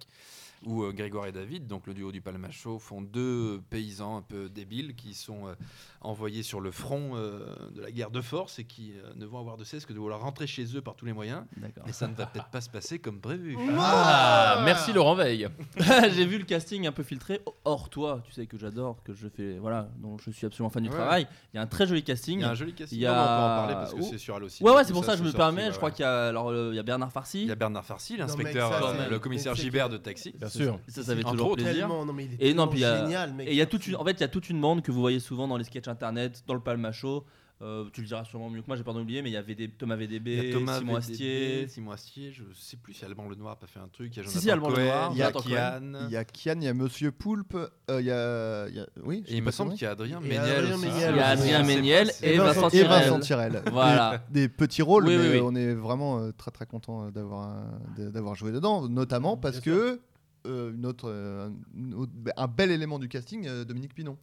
[SPEAKER 5] où euh, Grégoire et David, donc le duo du Palmacho, font deux paysans un peu débiles qui sont euh, envoyés sur le front euh, de la guerre de force et qui euh, ne vont avoir de cesse que de vouloir rentrer chez eux par tous les moyens.
[SPEAKER 1] D'accord.
[SPEAKER 5] Et ça ne va peut-être pas se passer comme prévu.
[SPEAKER 6] Ah, merci Laurent Veil.
[SPEAKER 1] J'ai vu le casting un peu filtré. Hors toi, tu sais que j'adore, que je fais. Voilà, dont je suis absolument fan du
[SPEAKER 5] Ouais.
[SPEAKER 1] travail. Il y a un très joli casting.
[SPEAKER 5] Il y a un joli casting.
[SPEAKER 1] Il y a-
[SPEAKER 5] Non, mais On peut en parler parce que
[SPEAKER 1] Ouh.
[SPEAKER 5] c'est sur Allociné.
[SPEAKER 1] Ouais, ouais,
[SPEAKER 5] tout
[SPEAKER 1] c'est pour ça, que je
[SPEAKER 5] c'est
[SPEAKER 1] me
[SPEAKER 5] sorti,
[SPEAKER 1] permets.
[SPEAKER 5] ouais,
[SPEAKER 1] Je crois
[SPEAKER 5] ouais.
[SPEAKER 1] qu'il y a, alors, euh, il y a Bernard Farsi.
[SPEAKER 5] Il y a Bernard Farcy,
[SPEAKER 2] mais
[SPEAKER 5] l'inspecteur,
[SPEAKER 2] ça,
[SPEAKER 5] euh,
[SPEAKER 1] c'est-
[SPEAKER 5] le commissaire
[SPEAKER 2] c'est-
[SPEAKER 5] Gibert de Taxi.
[SPEAKER 6] Bien sûr.
[SPEAKER 1] Ça, ça fait
[SPEAKER 5] Entre
[SPEAKER 1] toujours
[SPEAKER 5] autres.
[SPEAKER 1] plaisir.
[SPEAKER 2] Tellement, non mais il est
[SPEAKER 1] Et
[SPEAKER 2] tellement
[SPEAKER 1] non, puis il y a-
[SPEAKER 2] génial, mec.
[SPEAKER 1] Et il y a toute une, en fait, il y a toute une bande que vous voyez souvent dans les sketchs internet, dans le Palmacho. Euh, tu le diras sûrement mieux que moi, j'ai pas oublié, mais il y avait des, Thomas
[SPEAKER 5] Il
[SPEAKER 1] VDB,
[SPEAKER 5] y a Thomas
[SPEAKER 1] Simon Astier.
[SPEAKER 5] Simon Astier, je sais plus si Alban Lenoir a pas fait un truc. Il y a
[SPEAKER 1] Si,
[SPEAKER 5] Jonathan
[SPEAKER 1] si, Alban
[SPEAKER 5] Cohen,
[SPEAKER 1] Lenoir,
[SPEAKER 5] il y a
[SPEAKER 1] Jonathan Cohen.
[SPEAKER 5] Kian.
[SPEAKER 4] Il y a Kian, il y a Monsieur Poulpe, euh, il y a- il y, a oui. je
[SPEAKER 5] Et
[SPEAKER 4] sais
[SPEAKER 5] il me
[SPEAKER 4] pas
[SPEAKER 5] semble
[SPEAKER 4] son nom.
[SPEAKER 5] qu'il y a Adrien
[SPEAKER 2] Et
[SPEAKER 5] Méniel.
[SPEAKER 2] Adrien
[SPEAKER 5] aussi.
[SPEAKER 2] Méniel
[SPEAKER 1] Il y a Adrien
[SPEAKER 5] C'est-
[SPEAKER 1] Méniel
[SPEAKER 5] c'est-
[SPEAKER 1] et Vincent
[SPEAKER 4] et
[SPEAKER 1] Tirel.
[SPEAKER 4] Vincent Tirel.
[SPEAKER 1] Voilà.
[SPEAKER 4] Des, des petits rôles,
[SPEAKER 1] Oui,
[SPEAKER 4] mais
[SPEAKER 1] oui, oui.
[SPEAKER 4] on est vraiment euh, très très content euh, d'avoir euh, de- d'avoir joué dedans, notamment parce que euh, une autre, euh, un, autre- un bel élément du casting, euh, Dominique Pinon.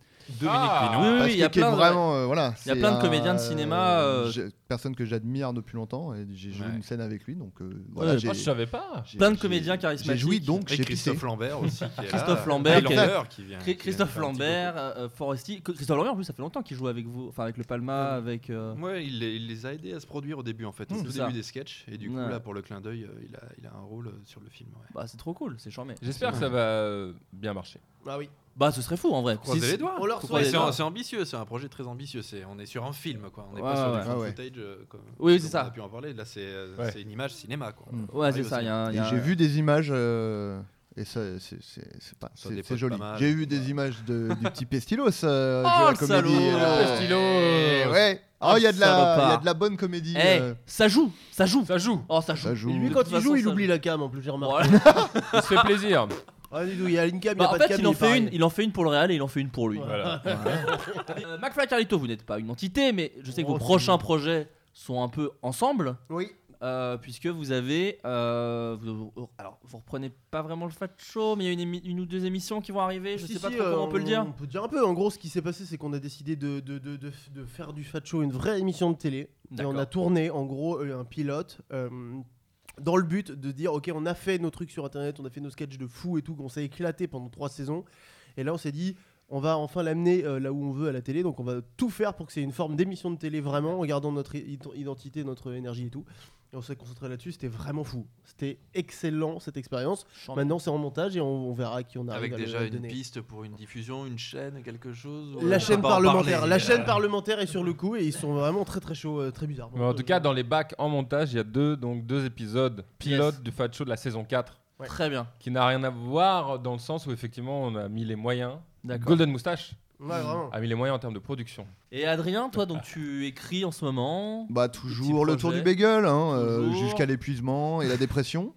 [SPEAKER 1] Ah,
[SPEAKER 6] Pinon.
[SPEAKER 1] oui, oui,
[SPEAKER 4] Parce
[SPEAKER 1] oui, il
[SPEAKER 4] que
[SPEAKER 1] y a
[SPEAKER 4] qui est
[SPEAKER 1] plein de-
[SPEAKER 4] vraiment, euh, voilà,
[SPEAKER 1] il y a
[SPEAKER 4] c'est
[SPEAKER 1] plein de
[SPEAKER 4] un,
[SPEAKER 1] comédiens de cinéma, euh,
[SPEAKER 4] j'ai- personne que j'admire depuis longtemps et j'ai joué
[SPEAKER 3] Ouais.
[SPEAKER 4] une scène avec lui, donc euh, voilà.
[SPEAKER 6] Moi, Ah, je
[SPEAKER 4] j'ai-
[SPEAKER 6] savais pas.
[SPEAKER 4] j'ai-
[SPEAKER 1] plein de
[SPEAKER 4] j'ai-
[SPEAKER 1] comédiens charismatiques.
[SPEAKER 4] J'ai joui donc
[SPEAKER 3] Et
[SPEAKER 4] j'ai
[SPEAKER 3] Christophe
[SPEAKER 4] pissé.
[SPEAKER 3] Lambert aussi. Qui est là.
[SPEAKER 1] Christophe Lambert,
[SPEAKER 3] Et
[SPEAKER 1] qui est-
[SPEAKER 3] qui vient.
[SPEAKER 1] Cri-
[SPEAKER 3] qui
[SPEAKER 1] Christophe
[SPEAKER 3] vient faire un petit
[SPEAKER 1] Lambert, euh, Foresti. Co- Christophe Lambert, en plus, ça fait longtemps qu'il joue avec vous, enfin avec le Palma, avec. euh,
[SPEAKER 3] coucou.
[SPEAKER 5] Ouais, il les, il les a aidés à se produire au début en fait,
[SPEAKER 1] Mmh,
[SPEAKER 5] au
[SPEAKER 1] c'est
[SPEAKER 5] début
[SPEAKER 1] ça.
[SPEAKER 5] des sketchs. Et du coup,
[SPEAKER 1] Ouais.
[SPEAKER 5] là, pour le clin d'œil, euh, il, a, il a un rôle euh, sur le film. ouais.
[SPEAKER 1] Bah, c'est trop cool, c'est charmé.
[SPEAKER 6] J'espère que ça va euh, bien marcher.
[SPEAKER 2] Ah oui.
[SPEAKER 1] Bah, ce serait fou en vrai.
[SPEAKER 5] Croisez
[SPEAKER 1] Si-
[SPEAKER 5] les doigts.
[SPEAKER 2] On leur
[SPEAKER 1] Faut
[SPEAKER 5] Ouais,
[SPEAKER 1] Ouais,
[SPEAKER 2] souhaite.
[SPEAKER 5] c'est
[SPEAKER 1] non.
[SPEAKER 5] un- c'est ambitieux, c'est un projet très ambitieux. C'est, on est sur un film, quoi. On n'est
[SPEAKER 1] Ouais,
[SPEAKER 5] pas sur
[SPEAKER 1] ouais.
[SPEAKER 5] du fan
[SPEAKER 4] Ah ouais.
[SPEAKER 5] footage. euh, comme,
[SPEAKER 1] Oui, c'est
[SPEAKER 5] comme
[SPEAKER 1] ça.
[SPEAKER 5] On a pu en parler. Là, c'est, euh,
[SPEAKER 6] Ouais.
[SPEAKER 5] c'est une image cinéma, quoi.
[SPEAKER 4] Mm.
[SPEAKER 1] Ouais, c'est
[SPEAKER 5] Arrive au
[SPEAKER 1] ça. il y a un- il y
[SPEAKER 4] Et
[SPEAKER 1] a
[SPEAKER 4] J'ai
[SPEAKER 1] un-
[SPEAKER 4] vu des images. euh, Et ça, c'est- c'est c'est pas,
[SPEAKER 5] Ça
[SPEAKER 4] c'est-
[SPEAKER 5] dépote
[SPEAKER 4] c'est joli.
[SPEAKER 5] pas mal.
[SPEAKER 4] J'ai vu des images de, du petit Pestilos. euh,
[SPEAKER 1] Oh,
[SPEAKER 4] jouer à la
[SPEAKER 1] le
[SPEAKER 4] comédie,
[SPEAKER 1] salaud,
[SPEAKER 4] là.
[SPEAKER 6] le Pestilos.
[SPEAKER 4] Eh, Ouais. Ah,
[SPEAKER 1] Oh,
[SPEAKER 4] il y a de la,
[SPEAKER 1] salopard.
[SPEAKER 4] il y a de la bonne comédie.
[SPEAKER 1] Eh,
[SPEAKER 4] euh,
[SPEAKER 1] ça joue, ça joue.
[SPEAKER 6] Ça joue.
[SPEAKER 1] Oh, ça joue.
[SPEAKER 4] Ça joue.
[SPEAKER 1] Et
[SPEAKER 2] Lui,
[SPEAKER 1] de
[SPEAKER 2] quand
[SPEAKER 1] toute
[SPEAKER 2] il
[SPEAKER 1] façon,
[SPEAKER 2] joue, il
[SPEAKER 1] ça
[SPEAKER 2] oublie
[SPEAKER 1] joue.
[SPEAKER 2] la cam en plus, j'ai remarqué.
[SPEAKER 1] Voilà.
[SPEAKER 6] Il se fait plaisir.
[SPEAKER 2] Ah, dis donc, il y a une cam, il n'y a
[SPEAKER 1] Bah, en
[SPEAKER 2] pas de
[SPEAKER 1] fait,
[SPEAKER 2] cam.
[SPEAKER 1] il en
[SPEAKER 2] est
[SPEAKER 1] fait une,
[SPEAKER 2] pareil.
[SPEAKER 1] il en fait une pour le Real et il en fait une pour lui.
[SPEAKER 6] Voilà.
[SPEAKER 1] Euh, McFly Carlito, vous n'êtes pas une entité, mais je sais que
[SPEAKER 2] Oh,
[SPEAKER 1] vos
[SPEAKER 2] si.
[SPEAKER 1] prochains projets sont un peu ensemble,
[SPEAKER 2] Oui.
[SPEAKER 1] euh, puisque vous avez, euh, vous- vous- alors vous reprenez pas vraiment le Fat Show, mais il y a une, émi- une ou deux émissions qui vont arriver. Je
[SPEAKER 2] Si,
[SPEAKER 1] sais pas
[SPEAKER 2] si,
[SPEAKER 1] trop
[SPEAKER 2] euh,
[SPEAKER 1] comment on peut le dire.
[SPEAKER 2] On peut dire un peu. En gros, ce qui s'est passé, c'est qu'on a décidé de, de, de, de, de faire du Fat Show une vraie émission de télé. Et
[SPEAKER 1] D'accord.
[SPEAKER 2] on a tourné, en gros, euh, un pilote. euh, dans le but de dire, ok, on a fait nos trucs sur internet, on a fait nos sketchs de fou et tout, qu'on s'est éclaté pendant trois saisons. Et là, on s'est dit, on va enfin l'amener euh, là où on veut à la télé. Donc, on va tout faire pour que c'est une forme d'émission de télé vraiment, en gardant notre i- identité, notre énergie et tout. Et on s'est concentré là-dessus. C'était vraiment fou. C'était excellent cette expérience.
[SPEAKER 1] Chambé.
[SPEAKER 2] Maintenant, c'est en montage et on, on verra à qui on arrive
[SPEAKER 5] Avec
[SPEAKER 2] à le
[SPEAKER 5] déjà une
[SPEAKER 2] donner.
[SPEAKER 5] piste pour une diffusion, une chaîne, quelque chose. ou-
[SPEAKER 2] La
[SPEAKER 5] on
[SPEAKER 2] chaîne
[SPEAKER 5] peut pas en
[SPEAKER 2] parlementaire,
[SPEAKER 5] parler,
[SPEAKER 2] la
[SPEAKER 5] euh,
[SPEAKER 2] chaîne parlementaire est sur le coup et ils sont vraiment très très chauds, euh, très bizarres.
[SPEAKER 6] Mais en tout cas, dans les bacs en montage, il y a deux, donc, deux épisodes pilotes du Fat Show de la saison 4
[SPEAKER 2] Ouais.
[SPEAKER 1] Très bien.
[SPEAKER 6] qui n'a rien à voir dans le sens où effectivement on a mis les moyens.
[SPEAKER 1] D'accord.
[SPEAKER 6] Golden Moustache
[SPEAKER 2] Ouais, vraiment.
[SPEAKER 6] a mis les moyens en termes de production.
[SPEAKER 1] Et Adrien, toi, donc tu écris en ce moment.
[SPEAKER 4] Bah toujours
[SPEAKER 1] Petit
[SPEAKER 4] le tour
[SPEAKER 1] projet.
[SPEAKER 4] du bagel, hein, euh,
[SPEAKER 1] Toujours.
[SPEAKER 4] jusqu'à l'épuisement et la dépression.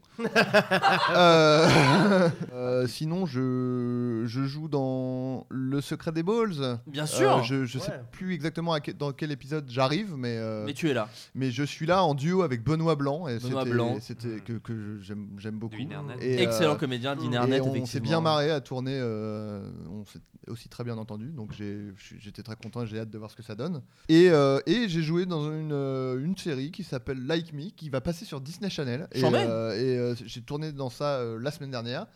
[SPEAKER 4] Euh, euh, sinon, je, je joue dans Le Secret des Balls.
[SPEAKER 1] Bien sûr.
[SPEAKER 4] Euh, je je sais
[SPEAKER 2] Ouais.
[SPEAKER 4] plus exactement à quel- dans quel épisode j'arrive, mais, euh,
[SPEAKER 1] Mais tu es là.
[SPEAKER 4] mais je suis là en duo avec Benoît Blanc, et
[SPEAKER 1] Benoît
[SPEAKER 4] c'était-
[SPEAKER 1] Blanc. Mmh.
[SPEAKER 4] c'était que, que je- j'aime j'aime beaucoup.
[SPEAKER 5] Du Internet.
[SPEAKER 4] Et, euh,
[SPEAKER 1] Excellent comédien
[SPEAKER 4] et
[SPEAKER 1] d'Internet, effectivement.
[SPEAKER 4] on s'est bien marré à tourner, euh, on s'est aussi très bien entendu, donc j'ai- j'étais très content, j'ai hâte de voir ce que ça donne. Et, euh, et j'ai joué dans une, euh, une série qui s'appelle Like Me, qui va passer sur Disney Channel. Et,
[SPEAKER 1] Chambé.
[SPEAKER 4] euh, et, euh, j'ai tourné dans ça euh, la semaine dernière,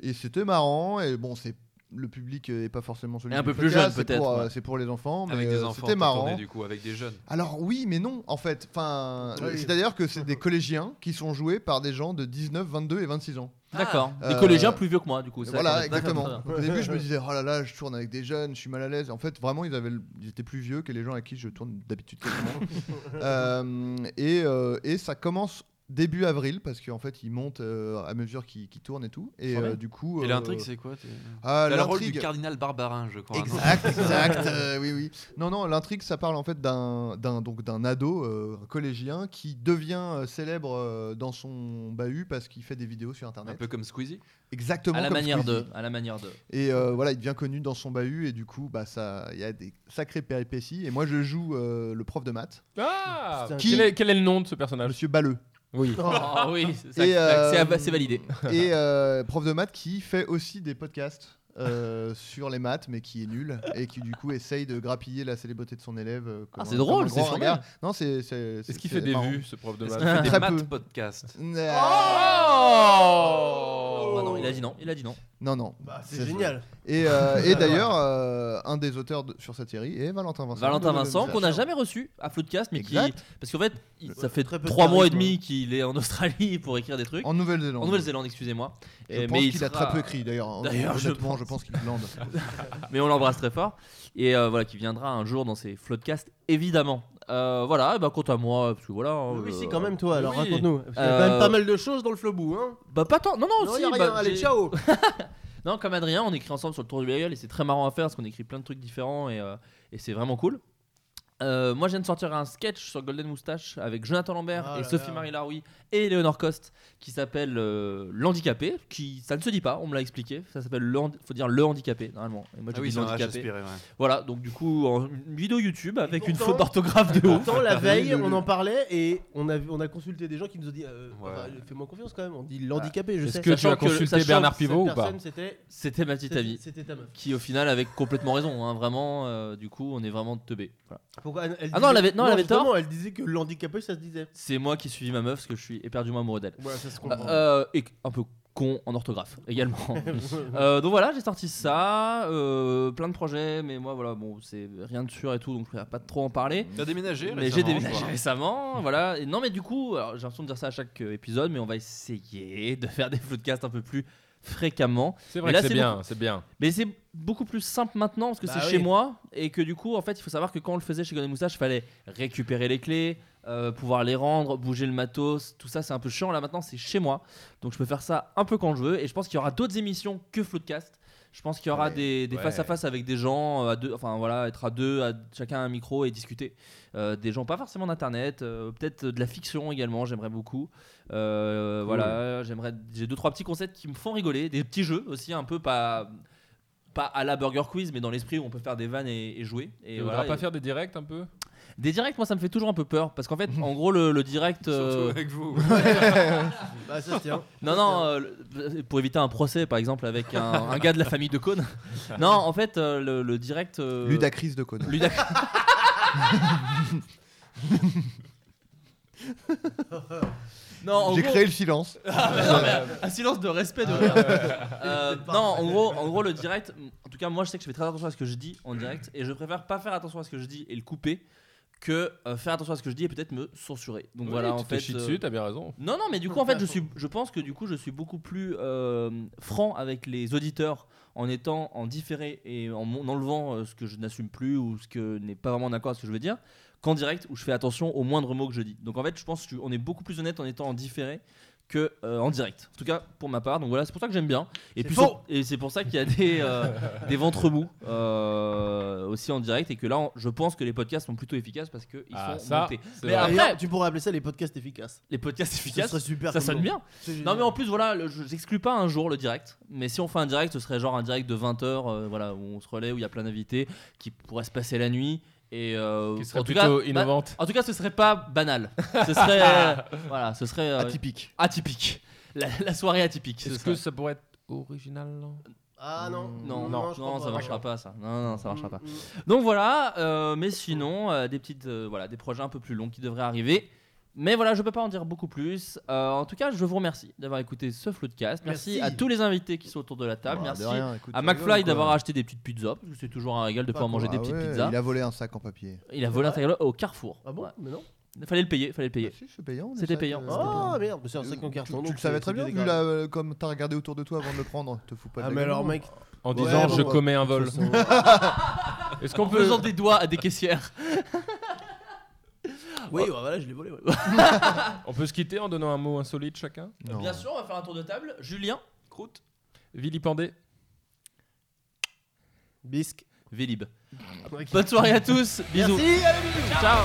[SPEAKER 4] et c'était marrant, et bon, c'est le public euh, est pas forcément celui
[SPEAKER 1] Et un
[SPEAKER 4] du
[SPEAKER 1] peu plus
[SPEAKER 4] podcast,
[SPEAKER 1] jeune,
[SPEAKER 4] c'est pour,
[SPEAKER 1] peut-être,
[SPEAKER 4] euh,
[SPEAKER 1] ouais.
[SPEAKER 4] c'est pour les enfants mais
[SPEAKER 5] Avec des
[SPEAKER 4] euh,
[SPEAKER 5] enfants.
[SPEAKER 4] c'était
[SPEAKER 5] t'as tourné,
[SPEAKER 4] marrant
[SPEAKER 5] du coup, avec des jeunes.
[SPEAKER 4] alors oui mais non en fait enfin
[SPEAKER 2] Oui.
[SPEAKER 4] c'est à dire que c'est des collégiens qui sont joués par des gens de 19 22 et 26 ans
[SPEAKER 1] D'accord.
[SPEAKER 4] Ah.
[SPEAKER 1] Des
[SPEAKER 4] Euh,
[SPEAKER 1] collégiens plus vieux que moi, du coup. ça commence.
[SPEAKER 4] voilà,
[SPEAKER 1] D'accord,
[SPEAKER 4] exactement.
[SPEAKER 1] très bien.
[SPEAKER 4] Donc, au début, je me disais, oh là là, je tourne avec des jeunes, je suis mal à l'aise. En fait, vraiment, ils, avaient, le- ils étaient plus vieux que les gens à qui je tourne d'habitude. quasiment. Euh, et, euh, et ça commence début avril, parce qu'en fait, ils montent euh, à mesure qu'ils qu'ils tournent et tout. Et
[SPEAKER 6] Trop
[SPEAKER 4] euh,
[SPEAKER 6] bien.
[SPEAKER 4] du coup.
[SPEAKER 5] Ah Et
[SPEAKER 4] euh,
[SPEAKER 5] l'intrigue, c'est quoi t'es-
[SPEAKER 4] Ah,
[SPEAKER 5] T'as le rôle du
[SPEAKER 4] l'intrigue.
[SPEAKER 5] cardinal Barbarin, je crois. non
[SPEAKER 4] Exact, exact. euh, oui, oui. Non, non, l'intrigue, ça parle en fait d'un, d'un, donc d'un ado, euh, un collégien, qui devient euh, célèbre euh, dans son bahut parce qu'il fait des vidéos sur
[SPEAKER 5] Un
[SPEAKER 4] Internet.
[SPEAKER 5] peu comme Squeezie.
[SPEAKER 4] Exactement.
[SPEAKER 1] À la
[SPEAKER 4] comme
[SPEAKER 1] manière
[SPEAKER 4] Squeezie.
[SPEAKER 1] de. À la manière de.
[SPEAKER 4] Et euh, voilà, il devient connu dans son bahut et du coup, bah ça, il y a des sacrées péripéties. Et moi, je joue euh, le prof de maths,
[SPEAKER 6] Ah
[SPEAKER 2] Putain,
[SPEAKER 6] Qui- quel, est, quel est le nom de ce personnage
[SPEAKER 4] Monsieur
[SPEAKER 6] Ah.
[SPEAKER 4] Balleux,
[SPEAKER 6] Oui.
[SPEAKER 1] Oh oui, ça-
[SPEAKER 4] Et,
[SPEAKER 1] ça- c'est
[SPEAKER 4] euh,
[SPEAKER 1] av- c'est validé.
[SPEAKER 4] et euh, prof de maths qui fait aussi des podcasts euh, sur les maths, mais qui est nul et qui du coup essaye de grappiller la célébrité de son élève. euh,
[SPEAKER 1] Ah,
[SPEAKER 4] comme un-
[SPEAKER 1] c'est drôle,
[SPEAKER 4] comme un grand
[SPEAKER 1] c'est
[SPEAKER 4] ringard. Non, c'est. c'est- c'est-
[SPEAKER 6] Est-ce qu'il
[SPEAKER 4] c'est
[SPEAKER 6] fait des
[SPEAKER 4] marrant.
[SPEAKER 6] vues, ce prof de
[SPEAKER 5] Est-ce
[SPEAKER 6] maths Oh
[SPEAKER 5] qu'il fait des
[SPEAKER 4] Très peu.
[SPEAKER 5] maths podcasts
[SPEAKER 1] Oh
[SPEAKER 4] Non.
[SPEAKER 1] Ah non, il a dit non, il a dit non.
[SPEAKER 4] Non, non.
[SPEAKER 2] Bah, c'est
[SPEAKER 4] Ça, je-
[SPEAKER 2] génial.
[SPEAKER 4] Et, euh, et d'ailleurs, euh, un des auteurs de- sur cette série est Valentin Vincent.
[SPEAKER 1] Valentin
[SPEAKER 4] Le- le- le-
[SPEAKER 1] Vincent,
[SPEAKER 4] le-
[SPEAKER 1] qu'on n'a jamais reçu à Floodcast, mais qui.
[SPEAKER 4] Exact.
[SPEAKER 1] Parce qu'en fait, il- ça fait
[SPEAKER 2] Très peu de
[SPEAKER 1] trois mois et
[SPEAKER 2] charisme.
[SPEAKER 1] demi qu'il est en Australie pour écrire des trucs. En,
[SPEAKER 4] En Nouvelle-Zélande.
[SPEAKER 1] Nouvelle-Zélande, excusez-moi.
[SPEAKER 4] Je
[SPEAKER 1] Et-
[SPEAKER 4] pense
[SPEAKER 1] il
[SPEAKER 4] qu'il a
[SPEAKER 1] sera-
[SPEAKER 4] très peu écrit d'ailleurs.
[SPEAKER 1] D'ailleurs, je Euh,
[SPEAKER 4] Honnêtement, je pense qu'il blande.
[SPEAKER 1] Mais on l'embrasse très fort. Et euh, voilà, qui viendra un jour dans ses Floodcasts, évidemment. Euh, voilà, et bah, quant à moi, parce que voilà.
[SPEAKER 6] Oh,
[SPEAKER 1] hein,
[SPEAKER 2] Oui,
[SPEAKER 1] euh,
[SPEAKER 2] si, quand même, toi, alors
[SPEAKER 1] oui.
[SPEAKER 2] raconte-nous. Il y a
[SPEAKER 1] Euh,
[SPEAKER 2] quand même pas mal de choses dans le flobou, hein.
[SPEAKER 1] Bah, pas tant. Non, non,
[SPEAKER 2] Non,
[SPEAKER 1] si,
[SPEAKER 2] y a
[SPEAKER 1] bah,
[SPEAKER 2] rien, allez,
[SPEAKER 1] j'ai-
[SPEAKER 2] ciao.
[SPEAKER 1] Non, comme Adrien, on écrit ensemble sur le tour du bagel et c'est très marrant à faire parce qu'on écrit plein de trucs différents et, euh, et c'est vraiment cool. Euh, moi, je viens de sortir un sketch sur Golden Moustache avec Jonathan Lambert
[SPEAKER 2] Ah
[SPEAKER 1] et
[SPEAKER 2] là
[SPEAKER 1] Sophie
[SPEAKER 2] là.
[SPEAKER 1] Marie Laroui et Léonore Coste qui s'appelle euh, L'Handicapé. Qui, ça ne se dit pas, on me l'a expliqué. Ça s'appelle Le Handi- faut dire Le Handicapé normalement. Et moi, je
[SPEAKER 5] Ah oui,
[SPEAKER 1] dis
[SPEAKER 5] c'est un H
[SPEAKER 1] L'Handicapé.
[SPEAKER 5] aspiré, ouais.
[SPEAKER 1] Voilà, donc du coup, en- une vidéo YouTube avec
[SPEAKER 2] Et
[SPEAKER 1] une
[SPEAKER 2] pourtant- Ah.
[SPEAKER 1] faute d'orthographe de ouf.
[SPEAKER 2] Pourtant, la veille, on en parlait et on a, on a consulté des gens qui nous ont dit euh,
[SPEAKER 5] Ouais.
[SPEAKER 2] enfin, Fais-moi confiance quand même, on dit l'handicapé, je
[SPEAKER 6] Est-ce
[SPEAKER 2] sais.
[SPEAKER 6] que tu
[SPEAKER 1] Sachant
[SPEAKER 6] as
[SPEAKER 1] que-
[SPEAKER 6] consulté
[SPEAKER 1] sachant
[SPEAKER 6] Bernard
[SPEAKER 2] Cette
[SPEAKER 6] Pivot ou pas
[SPEAKER 2] personne, c'était-
[SPEAKER 1] C'était ma petite
[SPEAKER 2] C'était
[SPEAKER 1] amie.
[SPEAKER 2] c'était ta meuf.
[SPEAKER 1] Qui au final avait complètement raison, hein, vraiment. euh, du coup, on est vraiment teubé. Voilà.
[SPEAKER 2] Pourquoi elle,
[SPEAKER 1] Ah non, elle avait- non, elle avait
[SPEAKER 2] justement,
[SPEAKER 1] tort.
[SPEAKER 2] Elle disait que l'handicapé, ça se disait. Bah,
[SPEAKER 1] C'est moi qui suis ma meuf parce que je suis éperdument amoureux d'elle.
[SPEAKER 2] Voilà, ça se
[SPEAKER 5] Oh,
[SPEAKER 1] Euh, euh, et un peu con en orthographe également. Euh, donc voilà, j'ai sorti ça, euh, plein de projets, mais moi voilà, bon, c'est rien de sûr et tout, donc je vais pas trop en parler.
[SPEAKER 5] T'as déménagé
[SPEAKER 1] Mais j'ai
[SPEAKER 5] récemment,
[SPEAKER 1] déménagé
[SPEAKER 5] quoi.
[SPEAKER 1] récemment, voilà. Et non, mais du coup, alors, j'ai l'impression de dire ça à chaque euh, épisode, mais on va essayer de faire des podcasts un peu plus fréquemment.
[SPEAKER 6] C'est
[SPEAKER 1] Mais
[SPEAKER 6] vrai
[SPEAKER 1] là,
[SPEAKER 6] que c'est
[SPEAKER 1] c'est
[SPEAKER 6] bien, c'est bien.
[SPEAKER 1] Mais c'est beaucoup plus simple maintenant parce que
[SPEAKER 2] Bah
[SPEAKER 1] c'est
[SPEAKER 2] oui.
[SPEAKER 1] chez moi et que du coup, en fait, il faut savoir que quand on le faisait chez Golden Moustache, il fallait récupérer les clés, euh, pouvoir les rendre, bouger le matos, tout ça, c'est un peu chiant. Là maintenant, c'est chez moi, donc je peux faire ça un peu quand je veux. Et je pense qu'il y aura d'autres émissions que Floodcast. Je pense qu'il y aura
[SPEAKER 4] Ouais,
[SPEAKER 1] des, des
[SPEAKER 6] ouais.
[SPEAKER 1] face à face avec des gens euh, à deux, enfin voilà, être à deux, à chacun un micro et discuter. Euh, des gens pas forcément d'internet, euh, peut-être de la fiction également. J'aimerais beaucoup. Euh, Voilà, j'aimerais. J'ai deux trois petits concepts qui me font rigoler, des petits jeux aussi un peu pas pas à la Burger Quiz, mais dans l'esprit où on peut faire des vannes et, et jouer. Et
[SPEAKER 6] Et on
[SPEAKER 1] voilà,
[SPEAKER 6] va pas
[SPEAKER 1] et-
[SPEAKER 6] faire des directs un peu
[SPEAKER 1] Des directs, moi ça me fait toujours un peu peur parce qu'en fait, en gros, le, le direct.
[SPEAKER 5] Surtout
[SPEAKER 1] euh,
[SPEAKER 5] avec vous.
[SPEAKER 2] Bah, ça se tient.
[SPEAKER 1] Non, non, euh, le- pour éviter un procès par exemple avec un, un gars de la famille de Cône. non, en fait, euh, le, le direct. euh,
[SPEAKER 4] Ludacris de Conan.
[SPEAKER 1] Ludac- non, en
[SPEAKER 4] J'ai
[SPEAKER 1] gros-
[SPEAKER 4] créé le silence.
[SPEAKER 1] Un silence de respect de Euh,
[SPEAKER 2] C'est pas-
[SPEAKER 1] non, en gros, en gros, le direct. En tout cas, moi, je sais que je fais très attention à ce que je dis en direct, et je préfère pas faire attention à ce que je dis et le couper que euh, faire attention à ce que je dis et peut-être me censurer. Donc
[SPEAKER 6] Oui,
[SPEAKER 1] voilà,
[SPEAKER 6] tu
[SPEAKER 1] en
[SPEAKER 6] te
[SPEAKER 1] fait.
[SPEAKER 6] chies
[SPEAKER 1] euh,
[SPEAKER 6] dessus, t'as bien raison.
[SPEAKER 1] Non, non, mais du coup, en fait, je suis, je pense que du coup, je suis beaucoup plus euh, franc avec les auditeurs en étant en différé et en, mon- en enlevant euh, ce que je n'assume plus ou ce que n'est pas vraiment d'accord à ce que je veux dire qu'en direct où je fais attention aux moindres mots que je dis. Donc en fait, je pense qu'on est beaucoup plus honnête en étant en différé que euh, en direct. En tout cas, pour ma part. Donc voilà, c'est pour ça que j'aime bien. Et
[SPEAKER 2] C'est
[SPEAKER 1] puis
[SPEAKER 2] faux.
[SPEAKER 1] sur- et c'est pour ça qu'il y a des euh, des ventres mous euh, aussi en direct et que là, on- je pense que les podcasts sont plutôt efficaces parce que ils
[SPEAKER 6] Ah,
[SPEAKER 1] sont
[SPEAKER 6] ça,
[SPEAKER 1] montés.
[SPEAKER 6] c'est
[SPEAKER 1] Mais
[SPEAKER 6] vrai.
[SPEAKER 1] après-
[SPEAKER 2] D'ailleurs, tu pourrais appeler ça les podcasts efficaces.
[SPEAKER 1] Les podcasts efficaces,
[SPEAKER 2] serait super
[SPEAKER 1] ça
[SPEAKER 2] comme
[SPEAKER 1] sonne
[SPEAKER 2] nom.
[SPEAKER 1] bien.
[SPEAKER 2] C'est
[SPEAKER 1] Non
[SPEAKER 2] génial.
[SPEAKER 1] mais en plus voilà, le- je- j'exclus pas un jour le direct, mais si on fait un direct, ce serait genre un direct de 20h voilà, où on se relaie où il y a plein d'invités qui pourraient se passer la nuit et euh,
[SPEAKER 6] qui serait
[SPEAKER 1] en tout
[SPEAKER 6] plutôt
[SPEAKER 1] cas, bah-
[SPEAKER 6] innovante.
[SPEAKER 1] en tout cas, ce serait pas banal. Ce serait euh, voilà, ce serait euh,
[SPEAKER 4] Atypique.
[SPEAKER 1] atypique. La, la soirée atypique. ce
[SPEAKER 6] Est-ce
[SPEAKER 1] serait.
[SPEAKER 6] que ça pourrait être original non
[SPEAKER 2] Ah non.
[SPEAKER 1] Hmm.
[SPEAKER 2] non,
[SPEAKER 1] Non, non,
[SPEAKER 2] je crois
[SPEAKER 1] ça
[SPEAKER 2] pas.
[SPEAKER 1] marchera pas ça. Non, non, ça marchera
[SPEAKER 2] Mm,
[SPEAKER 1] pas.
[SPEAKER 2] mm.
[SPEAKER 1] Donc voilà, euh, mais sinon, euh, des petites, euh, voilà, des projets un peu plus longs qui devraient arriver. Mais voilà, je peux pas en dire beaucoup plus. Euh, en tout cas, je vous remercie d'avoir écouté ce Floodcast. Merci,
[SPEAKER 2] Merci.
[SPEAKER 1] à tous les invités qui sont autour de la table.
[SPEAKER 4] Bah, de
[SPEAKER 1] Merci
[SPEAKER 4] rien, écoute,
[SPEAKER 1] à
[SPEAKER 4] tu
[SPEAKER 1] McFly
[SPEAKER 4] rigoles,
[SPEAKER 1] d'avoir
[SPEAKER 4] quoi.
[SPEAKER 1] acheté des petites pizzas, parce que c'est toujours un régal de
[SPEAKER 2] Pas
[SPEAKER 1] pouvoir manger
[SPEAKER 4] Ah
[SPEAKER 1] des petites
[SPEAKER 4] ouais,
[SPEAKER 1] pizzas.
[SPEAKER 4] Il a volé un sac en papier.
[SPEAKER 1] Il a volé un
[SPEAKER 2] C'est
[SPEAKER 1] tagalog au Carrefour.
[SPEAKER 2] Ah bon
[SPEAKER 1] Voilà.
[SPEAKER 2] Mais non.
[SPEAKER 1] Fallait le payer, fallait le
[SPEAKER 4] Ah
[SPEAKER 1] payer.
[SPEAKER 4] si, c'est payant. le
[SPEAKER 1] C'était
[SPEAKER 4] sac,
[SPEAKER 1] payant.
[SPEAKER 4] euh,
[SPEAKER 1] C'était
[SPEAKER 2] Ah merde, c'est un sac en
[SPEAKER 4] Tu-
[SPEAKER 2] carton.
[SPEAKER 4] Tu,
[SPEAKER 2] donc
[SPEAKER 4] le savais
[SPEAKER 2] c'est-
[SPEAKER 4] très
[SPEAKER 2] c'est
[SPEAKER 4] bien, vu
[SPEAKER 2] dégradé.
[SPEAKER 4] la- euh, comme t'as regardé autour de toi avant de le prendre, te fous pas de
[SPEAKER 2] Ah
[SPEAKER 4] la
[SPEAKER 2] mais
[SPEAKER 4] gueule,
[SPEAKER 2] alors
[SPEAKER 4] non.
[SPEAKER 2] mec,
[SPEAKER 6] En
[SPEAKER 4] Ouais,
[SPEAKER 6] disant
[SPEAKER 4] bon,
[SPEAKER 6] je
[SPEAKER 4] bah.
[SPEAKER 6] commets un vol. Est-ce qu'on
[SPEAKER 1] En
[SPEAKER 6] peut
[SPEAKER 1] faisant des doigts à des caissières.
[SPEAKER 2] oui, bah, voilà, je l'ai volé. ouais.
[SPEAKER 6] on peut se quitter en donnant un mot insolite chacun
[SPEAKER 4] Non.
[SPEAKER 1] Bien sûr, on va faire un tour de table. Julien, croûte,
[SPEAKER 6] Vilipendé.
[SPEAKER 2] Bisque.
[SPEAKER 1] Vélib. Bonne soirée à tous. Bisous.
[SPEAKER 2] Merci, allez, bisous.
[SPEAKER 1] Ciao.